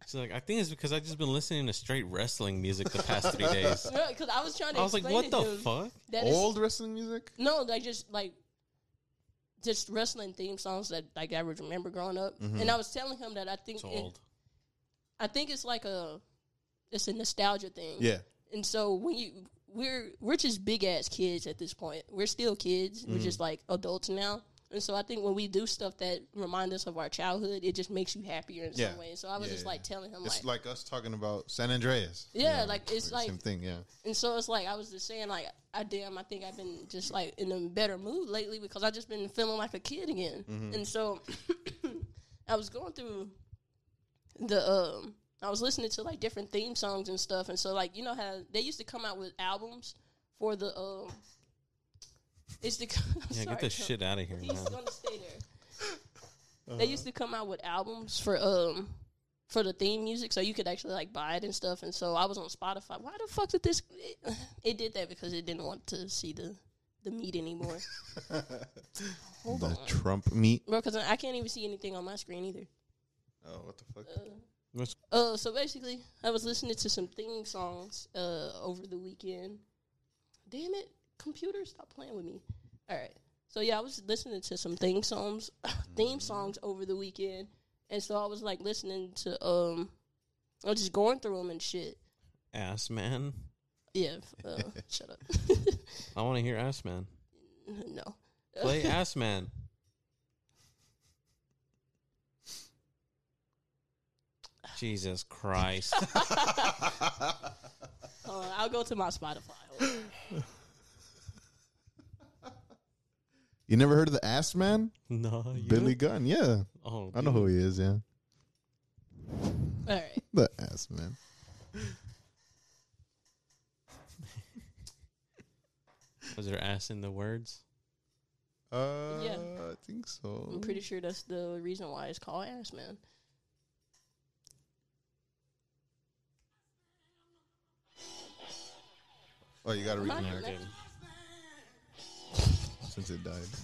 [SPEAKER 1] She's like, I think it's because I've just been listening to straight wrestling music the past three days.
[SPEAKER 3] Because I was trying to.
[SPEAKER 1] I was like,
[SPEAKER 3] explain
[SPEAKER 1] what
[SPEAKER 3] to
[SPEAKER 1] the
[SPEAKER 3] him
[SPEAKER 1] fuck?
[SPEAKER 3] that it's-
[SPEAKER 2] Old wrestling music?
[SPEAKER 3] No, like just like just wrestling theme songs that like I would remember growing up.
[SPEAKER 2] Mm-hmm.
[SPEAKER 3] And I was telling him that I think
[SPEAKER 1] It's
[SPEAKER 3] it-
[SPEAKER 1] old.
[SPEAKER 3] I think it's like a it's a nostalgia thing.
[SPEAKER 2] Yeah.
[SPEAKER 3] And so when you we're we're just big ass kids at this point. We're still kids.
[SPEAKER 2] Mm.
[SPEAKER 3] We're just like adults now. And so I think when we do stuff that remind us of our childhood, it just makes you happier in
[SPEAKER 2] Yeah.
[SPEAKER 3] some way. So I was
[SPEAKER 2] Yeah,
[SPEAKER 3] just
[SPEAKER 2] yeah,
[SPEAKER 3] like
[SPEAKER 2] yeah.
[SPEAKER 3] telling him
[SPEAKER 2] It's
[SPEAKER 3] like,
[SPEAKER 2] like us talking about San Andreas.
[SPEAKER 3] Yeah, like, it's
[SPEAKER 2] same
[SPEAKER 3] like-
[SPEAKER 2] thing. Yeah,
[SPEAKER 3] and so it's like I was just saying like I damn I think I've been just like in a better mood lately because I just been feeling like a kid again. And so I was going through the um I was listening to like different theme songs and stuff and so like you know how they used to come out with albums for the um it's the I'm
[SPEAKER 1] Yeah,
[SPEAKER 3] sorry,
[SPEAKER 1] get this
[SPEAKER 3] Tom.
[SPEAKER 1] shit out of here,
[SPEAKER 3] He's
[SPEAKER 1] man.
[SPEAKER 3] gonna stay there. They used to come out with albums for um for the theme music, so you could actually like buy it and stuff. And so I was on Spotify. Why the fuck did this? It, it did that because it didn't want to see the the meat anymore,
[SPEAKER 2] the Trump meat.
[SPEAKER 3] bro. Because I can't even see anything on my screen either.
[SPEAKER 2] Oh, what the fuck?
[SPEAKER 1] What's-
[SPEAKER 3] Uh, so basically, I was listening to some theme songs uh over the weekend. Damn it, computer, stop playing with me. All right. So yeah, I was listening to some theme songs, theme songs over the weekend, and so I was like listening to um, I was just going through them and shit.
[SPEAKER 1] Ass man.
[SPEAKER 3] Yeah, f- uh, shut up.
[SPEAKER 1] I want to hear ass man.
[SPEAKER 3] no.
[SPEAKER 1] Play ass man. Jesus Christ.
[SPEAKER 3] Hold on, Uh, I'll go to my Spotify. Hold on.
[SPEAKER 2] You never heard of the Ass Man?
[SPEAKER 1] no. you
[SPEAKER 2] Billy Gunn. Yeah,
[SPEAKER 1] don't- Oh,
[SPEAKER 2] I know who he is. Yeah,
[SPEAKER 3] All right.
[SPEAKER 2] the Ass Man.
[SPEAKER 1] was there ass in the words?
[SPEAKER 2] Uh,
[SPEAKER 3] Yeah.
[SPEAKER 2] I think so.
[SPEAKER 3] I'm pretty sure that's the reason why it's called Ass Man.
[SPEAKER 2] Oh, you gotta read
[SPEAKER 3] Am I
[SPEAKER 2] it
[SPEAKER 3] next?
[SPEAKER 2] since it died.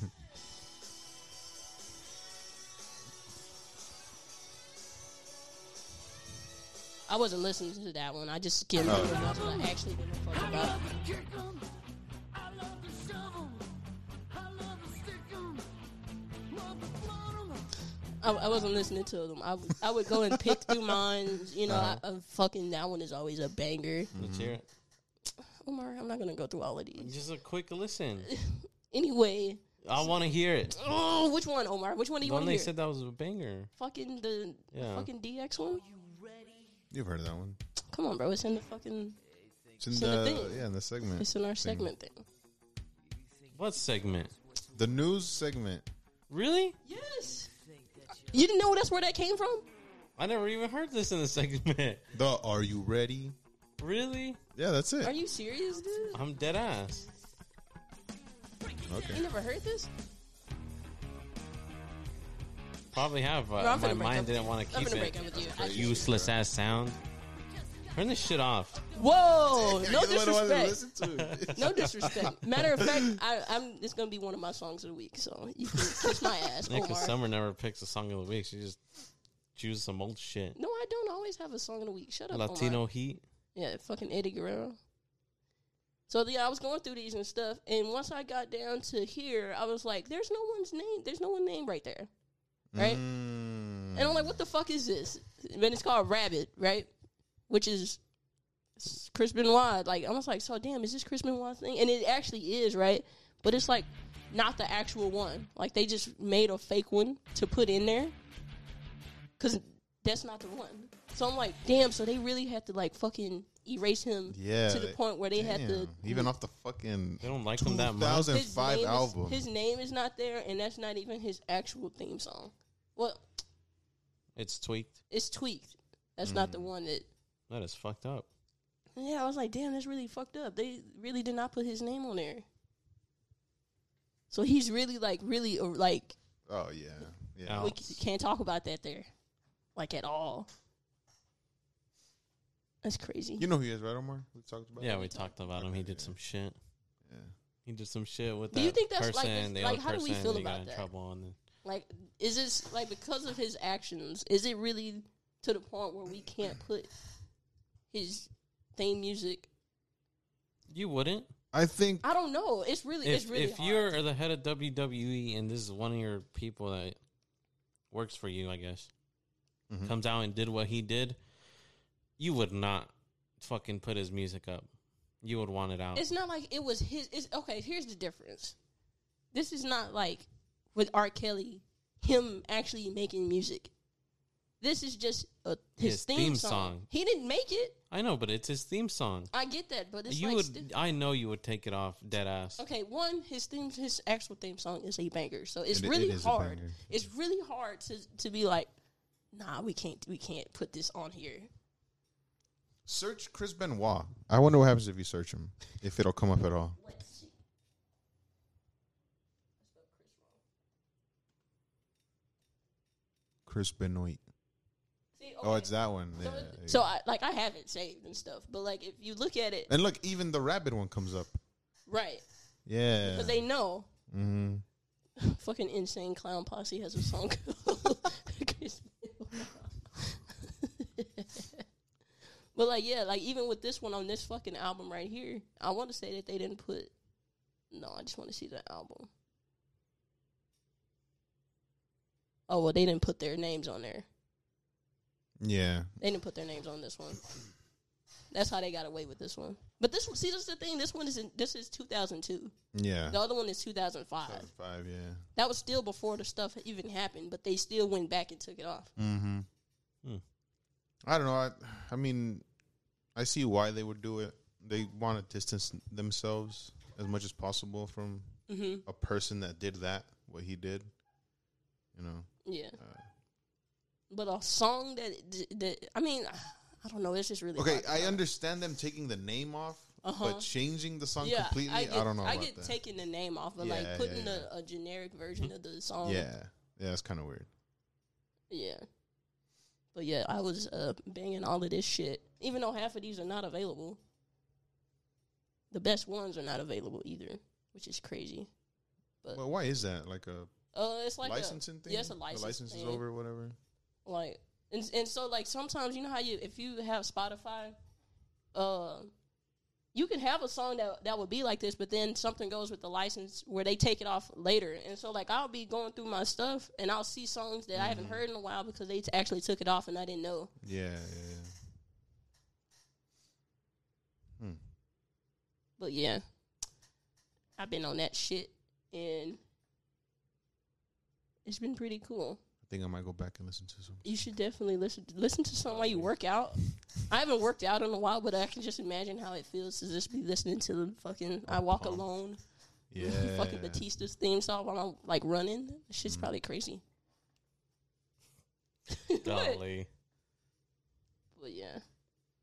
[SPEAKER 3] I wasn't listening to that one. I just skimmed
[SPEAKER 2] Oh.
[SPEAKER 3] through it. I was like, I actually didn't fuck about. it. I, I wasn't listening to them. I would, I would go and pick through mine. You know,
[SPEAKER 1] Uh-huh.
[SPEAKER 3] I, I fucking that one is always a banger.
[SPEAKER 2] Mm-hmm.
[SPEAKER 1] Let's hear it.
[SPEAKER 3] Omar, I'm not gonna go through all of these.
[SPEAKER 1] Just a quick listen.
[SPEAKER 3] Anyway,
[SPEAKER 1] I want to hear it.
[SPEAKER 3] oh, which one, Omar? Which one do
[SPEAKER 1] The
[SPEAKER 3] you
[SPEAKER 1] one
[SPEAKER 3] want to
[SPEAKER 1] they
[SPEAKER 3] hear?
[SPEAKER 1] said that was a banger.
[SPEAKER 3] fucking the the
[SPEAKER 1] Yeah.
[SPEAKER 3] fucking DX one.
[SPEAKER 2] You've heard of that one?
[SPEAKER 3] Come on, bro. It's in the fucking.
[SPEAKER 2] It's in
[SPEAKER 3] So the
[SPEAKER 2] the,
[SPEAKER 3] thing-
[SPEAKER 2] yeah, in the segment.
[SPEAKER 3] It's in our
[SPEAKER 2] thing.
[SPEAKER 3] segment thing.
[SPEAKER 1] What segment?
[SPEAKER 2] The news segment.
[SPEAKER 1] Really?
[SPEAKER 3] Yes. You didn't know that's where that came from?
[SPEAKER 1] I never even heard this in the segment.
[SPEAKER 2] The Are you ready?
[SPEAKER 1] Really?
[SPEAKER 2] Yeah, that's it.
[SPEAKER 3] Are you serious, dude?
[SPEAKER 1] I'm dead ass.
[SPEAKER 3] You
[SPEAKER 2] okay.
[SPEAKER 3] never heard this?
[SPEAKER 1] Probably have, but
[SPEAKER 3] Bro, I'm
[SPEAKER 1] my
[SPEAKER 3] finna break
[SPEAKER 1] mind
[SPEAKER 3] up.
[SPEAKER 1] didn't want to
[SPEAKER 3] I'm
[SPEAKER 1] keep
[SPEAKER 3] gonna break
[SPEAKER 1] it.
[SPEAKER 3] up with you.
[SPEAKER 1] Useless ass sound. Turn this shit off.
[SPEAKER 3] Whoa!
[SPEAKER 2] You're
[SPEAKER 3] No
[SPEAKER 2] the one who wanted to
[SPEAKER 3] disrespect.
[SPEAKER 2] listen to it.
[SPEAKER 3] No disrespect. Matter of fact, I, I'm. It's gonna be one of my songs of the week. So you can kiss my ass,
[SPEAKER 1] Yeah,
[SPEAKER 3] Omar.
[SPEAKER 1] because Summer never picks a song of the week. She just chooses some old shit.
[SPEAKER 3] No, I don't always have a song of the week. Shut up,
[SPEAKER 1] Latino
[SPEAKER 3] Omar.
[SPEAKER 1] heat.
[SPEAKER 3] Yeah, fucking Eddie Guerrero. So yeah, I was going through these and stuff, and once I got down to here, I was like, "There's no one's name. There's no one named right there, right?"
[SPEAKER 2] Mm,
[SPEAKER 3] And I'm like, "What the fuck is this?" And it's called Rabbit, right? Which is s- Chris Benoit. Like I was like, "So damn, is this Chris Benoit thing?" And it actually is, right? But it's like not the actual one. Like they just made a fake one to put in there because that's not the one. So I'm like, "Damn!" So they really had to like fucking erase him
[SPEAKER 2] yeah.
[SPEAKER 3] to the
[SPEAKER 2] they-
[SPEAKER 3] point where they had to
[SPEAKER 2] damn. even off the fucking
[SPEAKER 1] They don't like them that much.
[SPEAKER 2] 2005
[SPEAKER 3] name
[SPEAKER 2] album.
[SPEAKER 3] Is, his name is not there, and that's not even his actual theme song. Well,
[SPEAKER 1] It's tweaked.
[SPEAKER 3] it's tweaked. That's
[SPEAKER 2] Mm.
[SPEAKER 3] not the one that.
[SPEAKER 1] That is fucked up.
[SPEAKER 3] Yeah, I was like, damn, that's really fucked up. They really did not put his name on there. So he's really like, really uh, like,
[SPEAKER 2] oh yeah, yeah.
[SPEAKER 1] Ow.
[SPEAKER 3] we c- can't talk about that there, like at all. That's crazy.
[SPEAKER 2] You know who he is, right, Omar? We talked about.
[SPEAKER 1] Yeah,
[SPEAKER 2] him?
[SPEAKER 1] we talked about him. He did some shit.
[SPEAKER 2] Yeah.
[SPEAKER 1] He did some shit with that
[SPEAKER 3] Do you think that's, like,
[SPEAKER 1] person.
[SPEAKER 3] this-
[SPEAKER 1] the
[SPEAKER 3] like,
[SPEAKER 1] other
[SPEAKER 3] how do we
[SPEAKER 1] person,
[SPEAKER 3] feel
[SPEAKER 1] they
[SPEAKER 3] about
[SPEAKER 1] got in
[SPEAKER 3] that?
[SPEAKER 1] trouble. And then,
[SPEAKER 3] Like, is this like because of his actions? Is it really to the point where we can't put his theme music.
[SPEAKER 1] You wouldn't.
[SPEAKER 2] I think
[SPEAKER 3] I don't know. It's really,
[SPEAKER 1] if
[SPEAKER 3] it's really.
[SPEAKER 1] if
[SPEAKER 3] hard.
[SPEAKER 1] you're the head of WWE and this is one of your people that works for you, I guess,
[SPEAKER 2] Mm-hmm.
[SPEAKER 1] comes out and did what he did, you would not fucking put his music up. You would want it
[SPEAKER 2] Oh.
[SPEAKER 1] out.
[SPEAKER 3] It's not like it was his. It's okay. Here's the difference. This is not like with R. Kelly, him actually making music. This is just a, his,
[SPEAKER 1] His
[SPEAKER 3] theme,
[SPEAKER 1] theme
[SPEAKER 3] song.
[SPEAKER 1] song.
[SPEAKER 3] He didn't make it.
[SPEAKER 1] I know, but it's his theme song.
[SPEAKER 3] I get that, but it's
[SPEAKER 1] you
[SPEAKER 3] like
[SPEAKER 1] would.
[SPEAKER 3] sti-
[SPEAKER 1] I know you would take it off dead ass.
[SPEAKER 3] okay. One, his theme, his actual theme song is a banger, so it's
[SPEAKER 2] It- it
[SPEAKER 3] really
[SPEAKER 2] is a
[SPEAKER 3] hard.
[SPEAKER 2] banger.
[SPEAKER 3] It's really hard to to be like, nah, we can't, we can't put this on here.
[SPEAKER 2] search Chris Benoit. I wonder what happens if you search him, if it'll come up at all. Chris Benoit.
[SPEAKER 3] See,
[SPEAKER 2] Oh,
[SPEAKER 3] okay.
[SPEAKER 2] it's that one.
[SPEAKER 3] So,
[SPEAKER 2] Yeah,
[SPEAKER 3] it-
[SPEAKER 2] yeah,
[SPEAKER 3] so
[SPEAKER 2] yeah.
[SPEAKER 3] I like I have it saved and stuff, but like if you look at it,
[SPEAKER 2] and look, even the rabbit one comes up.
[SPEAKER 3] right,
[SPEAKER 2] Yeah.
[SPEAKER 3] because they know
[SPEAKER 2] hmm
[SPEAKER 3] fucking insane clown posse has a song called Chris Benoit. but like yeah like even with this one on this fucking album right here i want to say that they didn't put no i just want to see the album oh well they didn't put their names on there
[SPEAKER 2] Yeah.
[SPEAKER 3] they didn't put their names on this one that's how they got away with this one but this one see this is the thing this one is in, this is 2002
[SPEAKER 2] Yeah.
[SPEAKER 3] the other one is 2005
[SPEAKER 2] Five, yeah.
[SPEAKER 3] that was still before the stuff even happened, but they still went back and took it off.
[SPEAKER 2] Mm-hmm.
[SPEAKER 1] Hmm.
[SPEAKER 2] I don't know. I, I mean, I see why they would do it. They want to distance themselves as much as possible from
[SPEAKER 3] Mm-hmm.
[SPEAKER 2] a person that did that, what he did. You know,
[SPEAKER 3] Yeah,
[SPEAKER 2] Uh,
[SPEAKER 3] but a song that that I mean, I don't know. It's just really
[SPEAKER 2] Okay,
[SPEAKER 3] hard to
[SPEAKER 2] I
[SPEAKER 3] know.
[SPEAKER 2] understand them taking the name off,
[SPEAKER 3] Uh-huh.
[SPEAKER 2] but changing the song
[SPEAKER 3] Yeah,
[SPEAKER 2] completely,
[SPEAKER 3] I,
[SPEAKER 2] I,
[SPEAKER 3] get,
[SPEAKER 2] don't know.
[SPEAKER 3] I
[SPEAKER 2] about
[SPEAKER 3] get
[SPEAKER 2] that.
[SPEAKER 3] taking the name off, but like
[SPEAKER 2] Yeah,
[SPEAKER 3] putting
[SPEAKER 2] yeah,
[SPEAKER 3] A, a generic version of the song.
[SPEAKER 2] Yeah, yeah, that's kind of weird.
[SPEAKER 3] yeah. But yeah, I was uh, banging all of this shit, even though half of these are not available. The best ones are not available either, which is crazy. But
[SPEAKER 2] Well, why is that? Like a
[SPEAKER 3] uh, it's like a-
[SPEAKER 2] licensing thing?
[SPEAKER 3] Yeah, it's a license.
[SPEAKER 2] The license is
[SPEAKER 3] thing.
[SPEAKER 2] over, or whatever.
[SPEAKER 3] like and and so like sometimes you know how you if you have Spotify, uh, you can have a song that that would be like this, but then something goes with the license where they take it off later, and so like I'll be going through my stuff and I'll see songs that I haven't heard in a while because they t- actually took it off and I didn't know.
[SPEAKER 2] Yeah, yeah, yeah. Hmm,
[SPEAKER 3] But yeah, I've been on that shit and it's been pretty cool.
[SPEAKER 2] I think I might go back and listen to some.
[SPEAKER 3] You should definitely listen listen to something while you work out. I haven't worked out in a while, but I can just imagine how it feels to just be listening to the fucking "I Walk
[SPEAKER 2] pumped.
[SPEAKER 3] Alone"
[SPEAKER 2] Oh, Yeah,
[SPEAKER 3] fucking Batista's theme song while I'm like running. That shit's
[SPEAKER 2] Mm.
[SPEAKER 3] probably crazy. but,
[SPEAKER 1] Golly,
[SPEAKER 3] but yeah,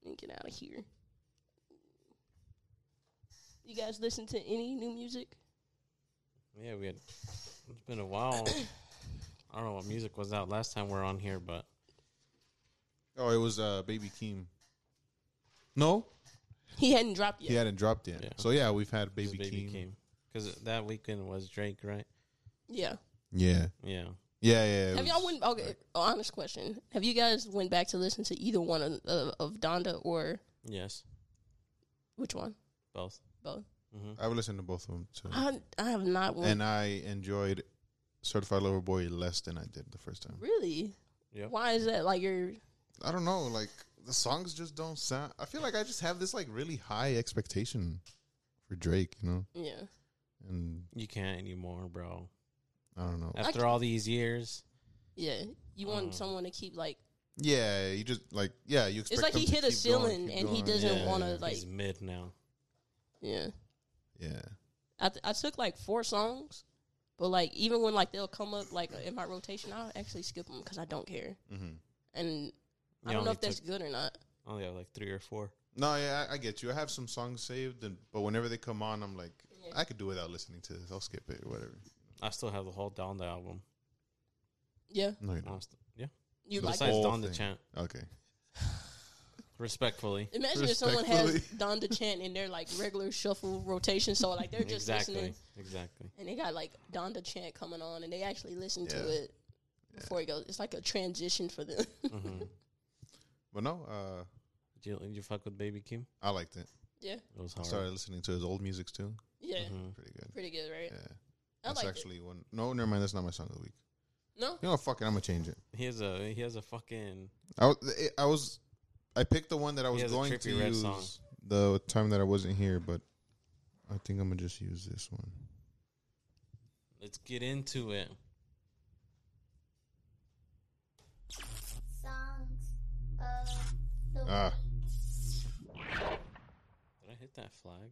[SPEAKER 3] let me get out of here. You guys listen to any new music?
[SPEAKER 1] yeah, we had. It's been a while. I don't know what music was out last time we are on here, but
[SPEAKER 2] Oh, it was uh, Baby Keem. No,
[SPEAKER 3] He hadn't dropped
[SPEAKER 2] he
[SPEAKER 3] yet.
[SPEAKER 2] hadn't dropped yet.
[SPEAKER 1] Yeah.
[SPEAKER 2] So yeah, we've had
[SPEAKER 1] it was
[SPEAKER 2] Baby,
[SPEAKER 1] Baby
[SPEAKER 2] Keem.
[SPEAKER 1] came because that weekend was Drake, right?
[SPEAKER 3] Yeah.
[SPEAKER 2] Yeah,
[SPEAKER 1] Yeah.
[SPEAKER 2] yeah, yeah. it
[SPEAKER 3] Have
[SPEAKER 2] was-
[SPEAKER 3] y'all went? Okay, oh, honest question. Have you guys went back to listen to either one of, of, of Donda or
[SPEAKER 1] Yes.
[SPEAKER 3] which one?
[SPEAKER 1] Both.
[SPEAKER 3] Both.
[SPEAKER 2] I've listened to both of them too,
[SPEAKER 3] I I have not won.
[SPEAKER 2] and I enjoyed Certified Lover Boy less than I did the first time.
[SPEAKER 3] really?
[SPEAKER 1] Yep.
[SPEAKER 3] Why is that? Like your
[SPEAKER 2] I don't know, like the songs just don't sound. I feel like I just have this like really high expectation for Drake, you know,
[SPEAKER 3] yeah.
[SPEAKER 2] and
[SPEAKER 1] You can't anymore, bro.
[SPEAKER 2] I don't know.
[SPEAKER 1] After all these years,
[SPEAKER 3] Yeah. You want someone to keep like
[SPEAKER 2] Yeah, you just like yeah, you. Expect
[SPEAKER 3] like
[SPEAKER 2] them
[SPEAKER 3] he
[SPEAKER 2] to
[SPEAKER 3] hit a
[SPEAKER 2] keep going,
[SPEAKER 3] ceiling
[SPEAKER 2] keep
[SPEAKER 3] and he
[SPEAKER 2] going.
[SPEAKER 3] doesn't
[SPEAKER 2] Yeah,
[SPEAKER 3] wanna, like-
[SPEAKER 1] he's mid now.
[SPEAKER 3] yeah.
[SPEAKER 2] Yeah,
[SPEAKER 3] I th- I took like four songs, but like even when like they'll come up like in my rotation, I'll actually skip them because I don't care.
[SPEAKER 2] Mhm.
[SPEAKER 3] And I
[SPEAKER 1] You
[SPEAKER 3] don't know
[SPEAKER 1] only
[SPEAKER 3] if that's
[SPEAKER 1] took-
[SPEAKER 3] good or not.
[SPEAKER 1] I only have like three or four.
[SPEAKER 2] no, yeah, I, I get you. I have some songs saved, and but whenever they come on, I'm like, I could do without listening to this. I'll skip it or whatever.
[SPEAKER 1] I still have the whole Donda album.
[SPEAKER 3] Yeah,
[SPEAKER 2] No, you
[SPEAKER 1] I'm
[SPEAKER 2] don't.
[SPEAKER 1] st- yeah.
[SPEAKER 3] you
[SPEAKER 2] The
[SPEAKER 3] like.
[SPEAKER 1] Besides
[SPEAKER 2] whole
[SPEAKER 1] Donda
[SPEAKER 2] thing.
[SPEAKER 1] Chant,
[SPEAKER 2] Okay.
[SPEAKER 1] respectfully.
[SPEAKER 3] Imagine if someone has
[SPEAKER 2] Respectfully.
[SPEAKER 3] Donda Chant in their like regular shuffle rotation, so like they're just
[SPEAKER 1] exactly.
[SPEAKER 3] listening,
[SPEAKER 1] Exactly.
[SPEAKER 3] and they got like Donda Chant coming on, and they actually listen
[SPEAKER 2] Yeah.
[SPEAKER 1] Mm-hmm.
[SPEAKER 3] to it before it goes. It's like a transition for them.
[SPEAKER 2] But no, uh,
[SPEAKER 1] Did you, did you fuck with Baby Kim?
[SPEAKER 2] I liked it.
[SPEAKER 3] Yeah,
[SPEAKER 1] It was
[SPEAKER 2] I
[SPEAKER 1] hard.
[SPEAKER 2] started listening to his old music too.
[SPEAKER 3] yeah,
[SPEAKER 1] Mhm.
[SPEAKER 2] Pretty good.
[SPEAKER 3] pretty good, right?
[SPEAKER 2] Yeah.
[SPEAKER 3] I
[SPEAKER 2] That's
[SPEAKER 3] like
[SPEAKER 2] actually one. No, never mind. That's not my song of the week.
[SPEAKER 3] it. No,
[SPEAKER 2] You know, fuck it. I'm gonna change it.
[SPEAKER 1] He has a he has a fucking
[SPEAKER 2] I was, it- I was, I picked the one that I was
[SPEAKER 1] has a
[SPEAKER 2] going
[SPEAKER 1] trippy
[SPEAKER 2] to
[SPEAKER 1] red
[SPEAKER 2] use
[SPEAKER 1] song.
[SPEAKER 2] the time that I wasn't here, but I think I'm gonna just use this one.
[SPEAKER 1] let's get into it.
[SPEAKER 4] Songs of the
[SPEAKER 2] Ah,
[SPEAKER 1] Did I hit that flag?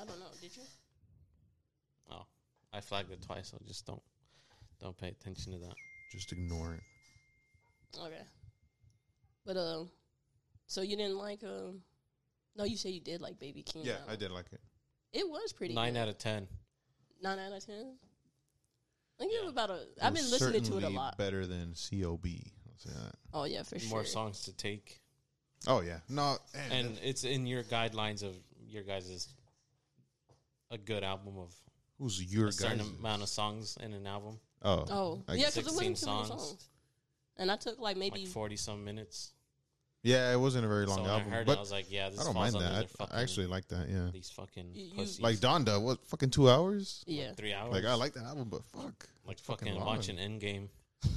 [SPEAKER 3] I don't know. Did you?
[SPEAKER 1] Oh. I flagged it twice, so just don't don't pay attention to that.
[SPEAKER 2] just ignore it.
[SPEAKER 3] Okay. But uh, so you didn't like um? No, you said you did like Baby King.
[SPEAKER 2] Yeah,
[SPEAKER 3] though.
[SPEAKER 2] I did like it.
[SPEAKER 3] It was pretty.
[SPEAKER 1] Nine
[SPEAKER 3] good.
[SPEAKER 1] out of ten.
[SPEAKER 3] nine out of ten. I think it
[SPEAKER 1] Yeah.
[SPEAKER 3] was about a. I've
[SPEAKER 2] It
[SPEAKER 3] been
[SPEAKER 2] was
[SPEAKER 3] listening to it a
[SPEAKER 2] certainly
[SPEAKER 3] lot.
[SPEAKER 2] Better than Cob. I'll say that.
[SPEAKER 3] Oh yeah, for sure.
[SPEAKER 1] More songs to take.
[SPEAKER 2] Oh yeah. No. man,
[SPEAKER 1] And it's in your guidelines of your guys' a good album of
[SPEAKER 2] who's your
[SPEAKER 1] a certain
[SPEAKER 2] guys?
[SPEAKER 1] amount of songs in an album.
[SPEAKER 2] Oh.
[SPEAKER 3] Oh
[SPEAKER 2] I
[SPEAKER 3] yeah,
[SPEAKER 2] guess-
[SPEAKER 3] because
[SPEAKER 1] 16
[SPEAKER 3] it wasn't too many
[SPEAKER 1] songs.
[SPEAKER 3] songs. And I took like maybe
[SPEAKER 1] Like forty some minutes.
[SPEAKER 2] Yeah, it wasn't a very long
[SPEAKER 1] so when
[SPEAKER 2] album,
[SPEAKER 1] I heard
[SPEAKER 2] but
[SPEAKER 1] it, I was like, yeah, this
[SPEAKER 2] I don't
[SPEAKER 1] falls
[SPEAKER 2] mind
[SPEAKER 1] under
[SPEAKER 2] that.
[SPEAKER 1] their
[SPEAKER 2] I,
[SPEAKER 1] fucking
[SPEAKER 2] I actually like that. Yeah.
[SPEAKER 1] these fucking
[SPEAKER 3] You- you-
[SPEAKER 1] pussies.
[SPEAKER 2] Like Donda, what fucking two hours?
[SPEAKER 3] yeah.
[SPEAKER 1] three hours.
[SPEAKER 2] Like I like that album, but fuck.
[SPEAKER 1] like
[SPEAKER 2] it's fucking
[SPEAKER 1] fucking
[SPEAKER 2] long.
[SPEAKER 1] watching Endgame.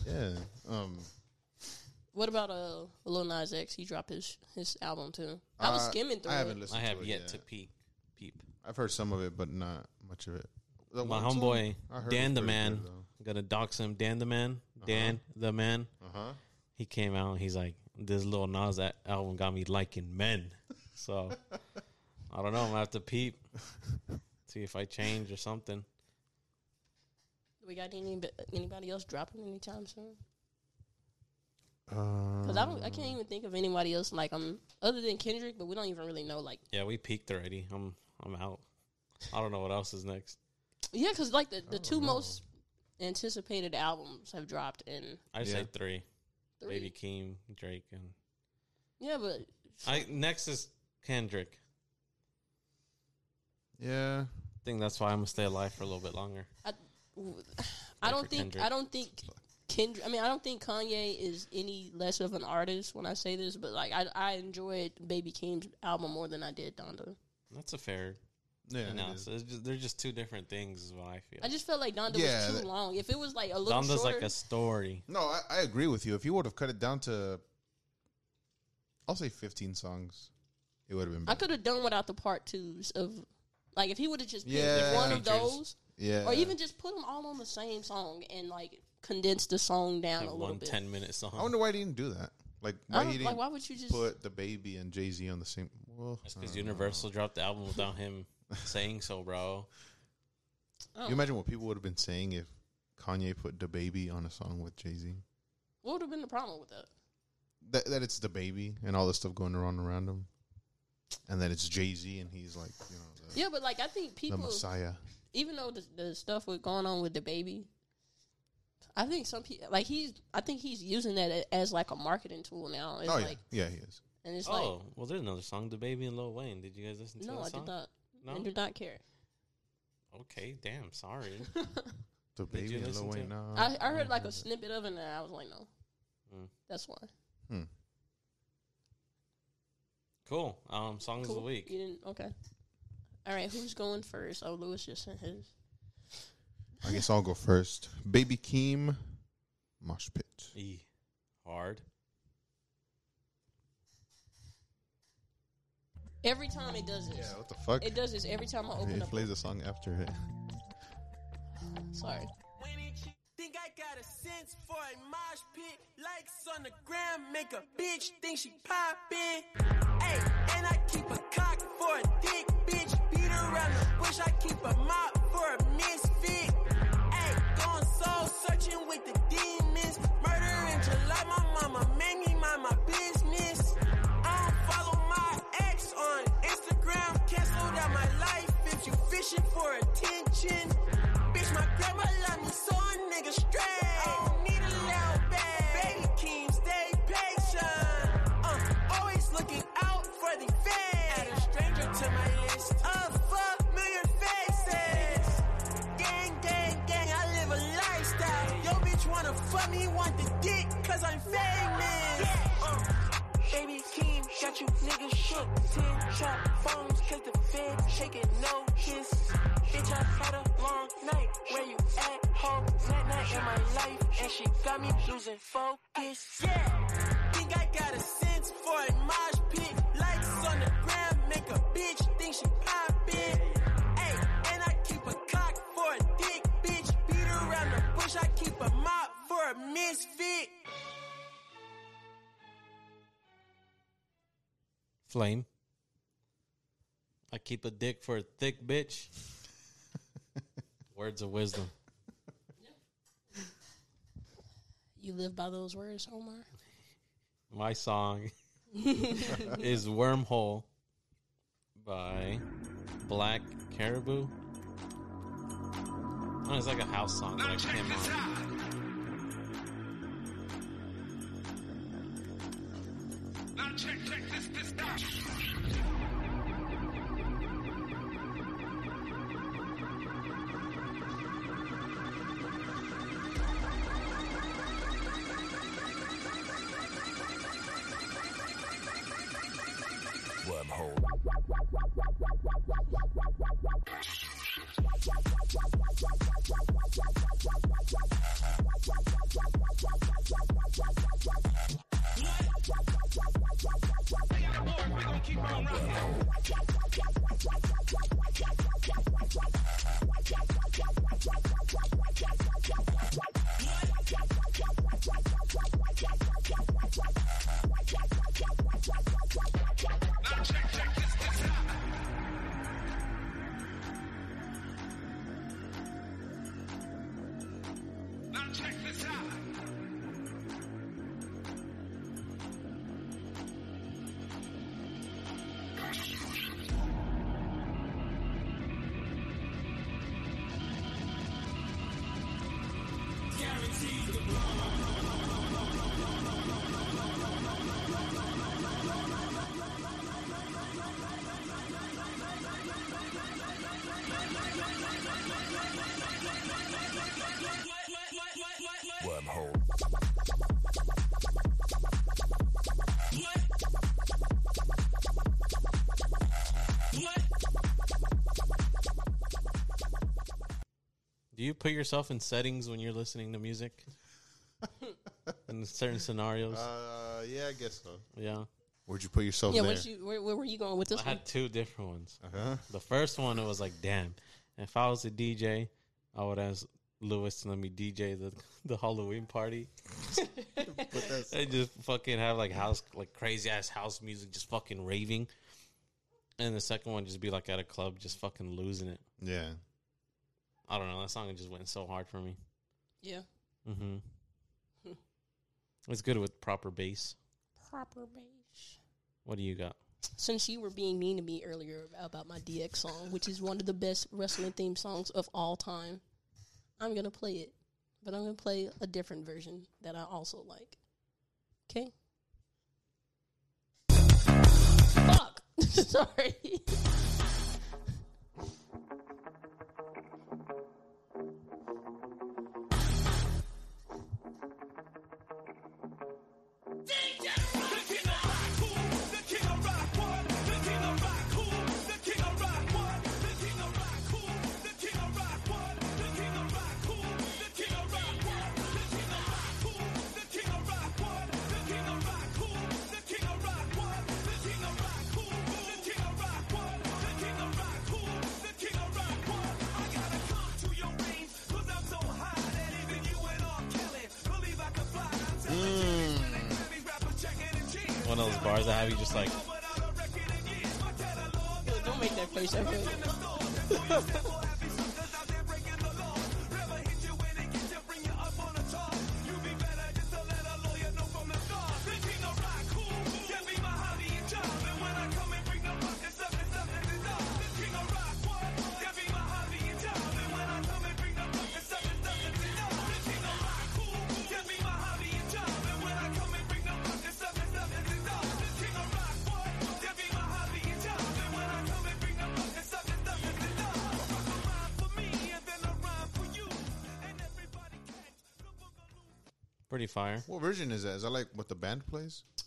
[SPEAKER 2] Yeah. Um.
[SPEAKER 3] What about uh Lil Nas X? He dropped his his album too. I was
[SPEAKER 2] uh,
[SPEAKER 3] skimming through.
[SPEAKER 2] I haven't
[SPEAKER 3] it.
[SPEAKER 2] listened.
[SPEAKER 1] I have
[SPEAKER 2] to it
[SPEAKER 1] yet
[SPEAKER 2] yet.
[SPEAKER 1] to peep. Peep.
[SPEAKER 2] I've heard some of it, but not much of it. The
[SPEAKER 1] My
[SPEAKER 2] one song
[SPEAKER 1] homeboy
[SPEAKER 2] I heard
[SPEAKER 1] Dan
[SPEAKER 2] was
[SPEAKER 1] the
[SPEAKER 2] pretty
[SPEAKER 1] man.
[SPEAKER 2] good, though.
[SPEAKER 1] I'm gonna dox him. Dan the man. Dan the man.
[SPEAKER 2] Uh-huh.
[SPEAKER 1] He came out and he's like, "This little Nas that album got me liking men." So I don't know. I'm gonna have to peep, see if I change or something.
[SPEAKER 3] We got any anybody else dropping anytime soon?
[SPEAKER 2] Um,
[SPEAKER 3] Because I don't. I can't even think of anybody else like um other than Kendrick. But we don't even really know like
[SPEAKER 1] Yeah, we peaked already. I'm I'm out. I don't know what else is next.
[SPEAKER 3] yeah. Because like the the two most anticipated albums have dropped in
[SPEAKER 1] I say
[SPEAKER 2] Yeah.
[SPEAKER 1] three.
[SPEAKER 3] three.
[SPEAKER 1] Baby Keem, Drake, and
[SPEAKER 3] Yeah, but
[SPEAKER 1] I next is Kendrick.
[SPEAKER 2] Yeah.
[SPEAKER 1] I think that's why I'm gonna stay alive for a little bit longer.
[SPEAKER 3] I, I don't think
[SPEAKER 1] Kendrick.
[SPEAKER 3] I don't think Kendrick. I mean, I don't think Kanye is any less of an artist when I say this, but like I, I enjoyed Baby Keem's album more than I did Donda.
[SPEAKER 1] That's a fair
[SPEAKER 2] Yeah. it
[SPEAKER 1] No,
[SPEAKER 2] is.
[SPEAKER 1] so it's just, they're just two different things, is what I feel.
[SPEAKER 3] I just felt like Donda
[SPEAKER 2] Yeah,
[SPEAKER 3] was too
[SPEAKER 2] that-
[SPEAKER 3] long. If it was like a little
[SPEAKER 1] Donda's
[SPEAKER 3] shorter,
[SPEAKER 1] like a story.
[SPEAKER 2] No, I, I agree with you. If you would have cut it down to, I'll say fifteen songs, it would have been.
[SPEAKER 3] I
[SPEAKER 2] Better.
[SPEAKER 3] could have done without the part twos of like if he would have just picked
[SPEAKER 2] Yeah.
[SPEAKER 3] one of
[SPEAKER 1] Features.
[SPEAKER 3] those,
[SPEAKER 2] Yeah.
[SPEAKER 3] or even just put them all on the same song and like condense the song down
[SPEAKER 1] Have
[SPEAKER 3] a little
[SPEAKER 1] one
[SPEAKER 3] bit.
[SPEAKER 1] 10 minute song.
[SPEAKER 2] I wonder why he didn't do that. Like
[SPEAKER 3] I
[SPEAKER 2] why he
[SPEAKER 3] don't,
[SPEAKER 2] didn't
[SPEAKER 3] like, why would you just?
[SPEAKER 2] put the baby and Jay Z on the same. Well, uh,
[SPEAKER 1] That's
[SPEAKER 2] I
[SPEAKER 1] because
[SPEAKER 2] don't know.
[SPEAKER 1] Universal dropped the album without him saying so, bro.
[SPEAKER 3] I don't
[SPEAKER 2] You
[SPEAKER 3] know.
[SPEAKER 2] imagine what people would have been saying if Kanye put the baby on a song with Jay Z.
[SPEAKER 3] what would have been the problem with that?
[SPEAKER 2] That that it's the baby and all this stuff going around around him, and that it's Jay Z and he's like you know the,
[SPEAKER 3] Yeah, but like I think
[SPEAKER 2] the
[SPEAKER 3] people
[SPEAKER 2] Messiah.
[SPEAKER 3] even though the, the stuff was going on with the baby, I think some people like he's. I think he's using that a- as like a marketing tool now. It's
[SPEAKER 2] oh
[SPEAKER 3] like
[SPEAKER 2] yeah, yeah he is.
[SPEAKER 3] and it's
[SPEAKER 1] oh, well, there's another song, The Baby and Lil Wayne. Did you guys listen
[SPEAKER 3] like
[SPEAKER 1] to
[SPEAKER 3] no,
[SPEAKER 1] that
[SPEAKER 3] I
[SPEAKER 1] song?
[SPEAKER 3] did not.
[SPEAKER 1] No?
[SPEAKER 3] I did not care.
[SPEAKER 1] Okay, damn, sorry.
[SPEAKER 2] The
[SPEAKER 1] Did
[SPEAKER 2] baby
[SPEAKER 1] you
[SPEAKER 2] and
[SPEAKER 1] listen
[SPEAKER 2] Lil
[SPEAKER 1] to
[SPEAKER 2] Wayne.
[SPEAKER 1] it?
[SPEAKER 2] nah.
[SPEAKER 3] I, I heard like a snippet of it and I was like, no,
[SPEAKER 1] Mm.
[SPEAKER 3] that's why.
[SPEAKER 2] Hmm.
[SPEAKER 1] cool. Um, Songs of the
[SPEAKER 3] You
[SPEAKER 1] Week.
[SPEAKER 3] didn't okay. All right, who's going first? Oh, Lewis just sent his.
[SPEAKER 2] I guess I'll go first. Baby Keem, Mosh Pit.
[SPEAKER 1] E. Hard.
[SPEAKER 3] Every time it does this,
[SPEAKER 2] What the fuck?
[SPEAKER 3] it does this every time I open
[SPEAKER 2] It
[SPEAKER 3] up.
[SPEAKER 2] plays the song after it.
[SPEAKER 3] Sorry.
[SPEAKER 9] Think I got a sense for a mosh pit. Likes on the gram make a bitch think she poppin'. Hey, and I keep a cock for a thick bitch. Beat around the bush, I keep a mop for a misfit. Hey, going soul searching with the demons. Murder in July, my mama made me mind my business. I don't follow my ex on Instagram. Canceled out my life if you fishing for attention. Bitch, my grandma love me, so a nigga straight. I don't need a loud bag. Baby King, stay patient. Uh, always looking out for the fed. At a stranger Uh, Shook, ten trap phones, click the fed, shake it, no kiss. Bitch, I had a long night. Where you at, home? Night night in my life, and she got me losing focus. Yeah, think I got a sense for a mosh pit. Likes on the gram, make a bitch think she poppin'. Hey, and I keep a cock for a dick, bitch. Beat around the bush, I keep a mop for a misfit.
[SPEAKER 1] Flame. I keep a dick for a thick bitch. Words of wisdom.
[SPEAKER 3] You live by those words, Omar.
[SPEAKER 1] My song is Wormhole by Black Caribou. Oh, it's like a house song that I came on.
[SPEAKER 5] Now check, check this, this, that. Now check this out.
[SPEAKER 1] Do you put yourself in settings when you're listening to music? in certain scenarios?
[SPEAKER 2] Uh, yeah, I guess so.
[SPEAKER 1] yeah.
[SPEAKER 2] Where'd you put yourself
[SPEAKER 3] yeah,
[SPEAKER 2] there?
[SPEAKER 3] what you, where, where were you going with this
[SPEAKER 1] I
[SPEAKER 3] one?
[SPEAKER 1] had two different ones.
[SPEAKER 2] uh-huh.
[SPEAKER 1] The first one, it was like, damn. If I was a DJ, I would ask Lewis to let me DJ the the Halloween party. and just fucking have like house, like crazy ass house music, just fucking raving. And the second one, just be like at a club, just fucking losing it.
[SPEAKER 2] Yeah.
[SPEAKER 1] I don't know. That song just went so hard for me.
[SPEAKER 3] Yeah.
[SPEAKER 1] Mm-hmm. it's good with proper bass.
[SPEAKER 3] Proper beige.
[SPEAKER 1] What do you got?
[SPEAKER 3] Since you were being mean to me earlier about my DX song, which is one of the best wrestling theme songs of all time, I'm going to play it. But I'm going to play a different version that I also like. Okay? Fuck! Sorry.
[SPEAKER 1] One of those bars that have you just like,
[SPEAKER 3] Don't make that face ever.
[SPEAKER 1] pretty fire.
[SPEAKER 2] What version is that? Is that like what the band plays?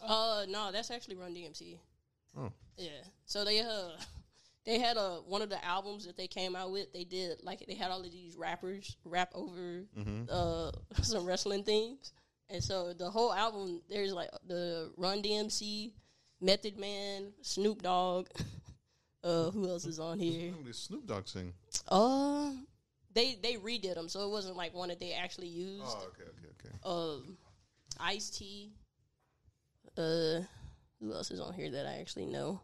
[SPEAKER 3] Uh, no, that's actually Run DMC. Yeah. So they uh they had a one of the albums that they came out with. They did like they had all of these rappers rap over uh some wrestling themes, and so the whole album there's like the Run DMC, Method Man, Snoop Dogg. Uh, who else is on here?
[SPEAKER 2] Look at this Snoop Dogg sing.
[SPEAKER 3] Uh, they they redid them, so it wasn't like one that they actually used.
[SPEAKER 2] Oh, okay, okay, okay.
[SPEAKER 3] Um, Ice T. Uh, who else is on here that I actually know?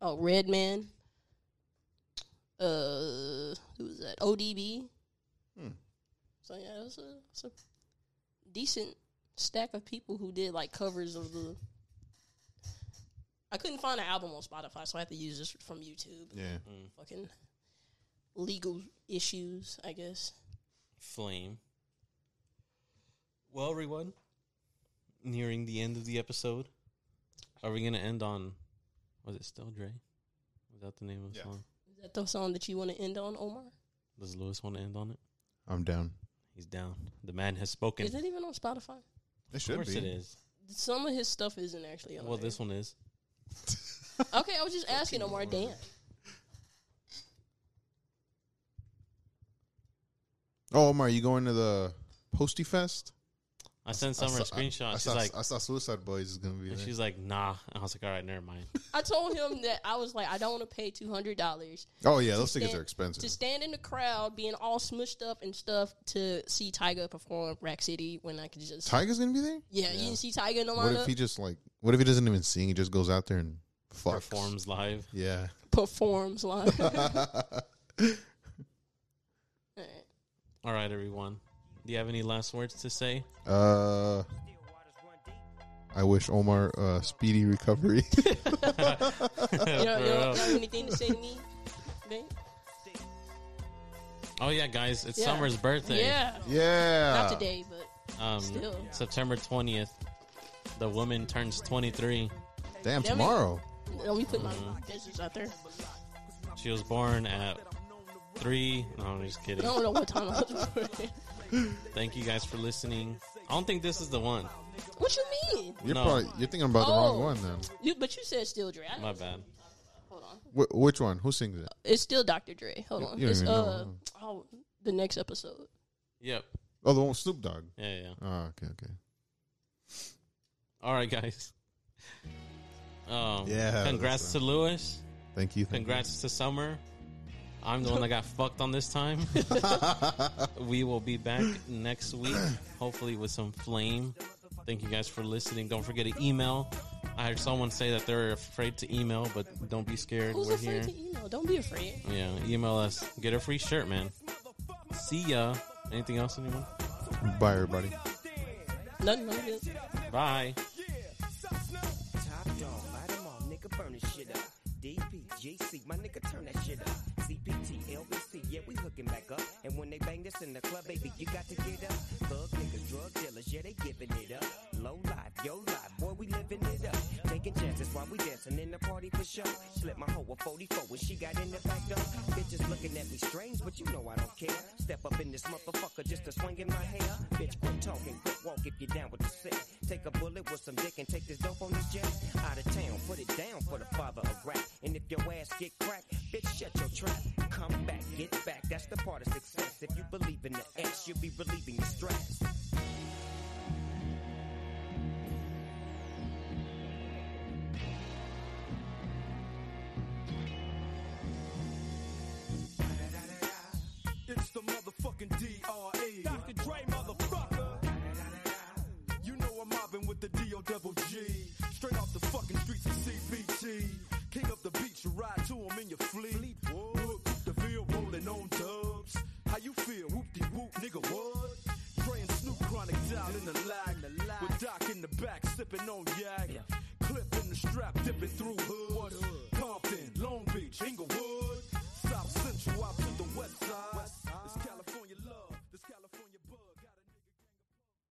[SPEAKER 3] Oh, Redman. Uh, who was that? ODB. So yeah, it was a, it's a decent stack of people who did like covers of the. I couldn't find an album on Spotify, so I had to use this from YouTube.
[SPEAKER 2] Yeah.
[SPEAKER 3] Fucking legal issues, I guess.
[SPEAKER 1] Flame. Well, everyone, nearing the end of the episode, are we going to end on? Was it still Dre? Was that the name of the
[SPEAKER 2] Yeah.
[SPEAKER 1] song?
[SPEAKER 3] Is that the song that you want to end on, Omar?
[SPEAKER 1] Does Lewis want to end on it?
[SPEAKER 2] I'm down.
[SPEAKER 1] He's down. The man has spoken.
[SPEAKER 3] Is it even on Spotify?
[SPEAKER 2] It
[SPEAKER 1] of
[SPEAKER 2] should
[SPEAKER 1] course
[SPEAKER 2] be.
[SPEAKER 1] it is.
[SPEAKER 3] Some of his stuff isn't actually on.
[SPEAKER 1] Well,
[SPEAKER 3] there.
[SPEAKER 1] this one is.
[SPEAKER 3] Okay, I was just asking Omar. Damn.
[SPEAKER 2] Oh, Omar, you going to the Posty Fest?
[SPEAKER 1] I sent Summer
[SPEAKER 2] I
[SPEAKER 1] a
[SPEAKER 2] saw- I-
[SPEAKER 1] screenshot.
[SPEAKER 2] I,
[SPEAKER 1] she's
[SPEAKER 2] saw,
[SPEAKER 1] like,
[SPEAKER 2] I saw Suicide Boys is gonna be
[SPEAKER 1] and
[SPEAKER 2] there.
[SPEAKER 1] she's like, nah. And I was like, all right, never mind.
[SPEAKER 3] I told him that I was like, I don't want to pay two hundred dollars
[SPEAKER 2] oh yeah, those
[SPEAKER 3] stand-
[SPEAKER 2] tickets are expensive.
[SPEAKER 3] to stand in the crowd, being all smushed up and stuff, to see Tyga perform Rack City when I could just.
[SPEAKER 2] Tiger's gonna be there.
[SPEAKER 3] yeah, you didn't see Tyga in the
[SPEAKER 2] What
[SPEAKER 3] lineup
[SPEAKER 2] if he just like? What if he doesn't even sing? He just goes out there and fucks.
[SPEAKER 1] Performs live.
[SPEAKER 2] Yeah.
[SPEAKER 3] performs live. All right.
[SPEAKER 1] All right, everyone. Do you have any last words to say?
[SPEAKER 2] Uh, I wish Omar uh, speedy recovery.
[SPEAKER 3] You know, you know,
[SPEAKER 1] Bro.
[SPEAKER 3] you have anything to say to me? babe?
[SPEAKER 1] Oh yeah, guys, it's
[SPEAKER 3] Yeah.
[SPEAKER 1] Summer's birthday.
[SPEAKER 3] Yeah,
[SPEAKER 2] yeah.
[SPEAKER 3] not today, but
[SPEAKER 1] um,
[SPEAKER 3] Still.
[SPEAKER 1] September twentieth. The woman turns twenty three.
[SPEAKER 2] Damn,
[SPEAKER 3] Damn it.
[SPEAKER 2] tomorrow.
[SPEAKER 3] let me put my messages out there.
[SPEAKER 1] She was born at three. No, I'm just
[SPEAKER 3] I
[SPEAKER 1] kidding.
[SPEAKER 3] don't know what time I was born.
[SPEAKER 1] Thank you guys for listening. I don't think this is the one.
[SPEAKER 3] What you mean?
[SPEAKER 2] You're
[SPEAKER 1] No.
[SPEAKER 2] probably you're thinking about the wrong
[SPEAKER 3] Oh.
[SPEAKER 2] one then.
[SPEAKER 3] You, but you said still Dre. I-
[SPEAKER 1] My bad.
[SPEAKER 3] Hold on.
[SPEAKER 2] Wh- which one? Who sings it?
[SPEAKER 3] It's still Dr. Dre. Hold on.
[SPEAKER 2] you don't
[SPEAKER 3] It's
[SPEAKER 2] even know,
[SPEAKER 3] uh oh, the next episode.
[SPEAKER 1] Yep.
[SPEAKER 2] Oh, the one with Snoop Dogg.
[SPEAKER 1] Yeah, yeah.
[SPEAKER 2] Oh, okay, okay.
[SPEAKER 1] All right, guys. Um,
[SPEAKER 2] Yeah, that's
[SPEAKER 1] Congrats to Lewis.
[SPEAKER 2] Thank you. thank you.
[SPEAKER 1] Congrats to Summer. I'm the one that got fucked on this time. we will be back next week, hopefully with some flame. Thank you guys for listening. Don't forget to email. I heard someone say that they're afraid to email, but don't be scared.
[SPEAKER 3] Who's
[SPEAKER 1] We're
[SPEAKER 3] afraid
[SPEAKER 1] here.
[SPEAKER 3] to email? Don't be afraid.
[SPEAKER 1] Yeah, email us. Get a free shirt, man. See ya. Anything else, anyone?
[SPEAKER 2] Bye, everybody.
[SPEAKER 3] Nothing like it.
[SPEAKER 1] Bye.
[SPEAKER 9] Top dog, light 'em all, nigga, burn this shit up. DPGC, my nigga, turn that shit up. CPT, LBC, yeah, we hooking back up. And when they bang this in the club, baby, you got to get up. Thug niggas, drug dealers, yeah, they giving it up. Low life, yo life, boy, we living it up. Taking chances while we dancing in the party for sure. Slip my hoe a 44 when she got in the back door. Bitches looking at me strange, but you know I don't care. Step up in this motherfucker just to swing in my hair. Bitch, quit talking, quit walk if you down with the sick. Take a bullet with some dick and take this dope on this jet. Out of town, put it down for the father of rap. And if your ass get cracked, bitch, shut your trap. Come back, get back. That's the part of success. If you believe in the X, you'll be relieving your stress.
[SPEAKER 5] It's the motherfucking DRE. Dr. Dre, motherfucker. You know I'm mobbing with the DO double G. Straight off the fucking streets of CBT. King up the beach, you ride to him in your fleet. Look, the field rolling on dubs. How you feel? Whoop de whoop, nigga, what? Dre and Snoop chronic down in the lag. With Doc in the back, sipping on yak. Clip in the strap, dipping through hood. Compton, Long Beach, Inglewood.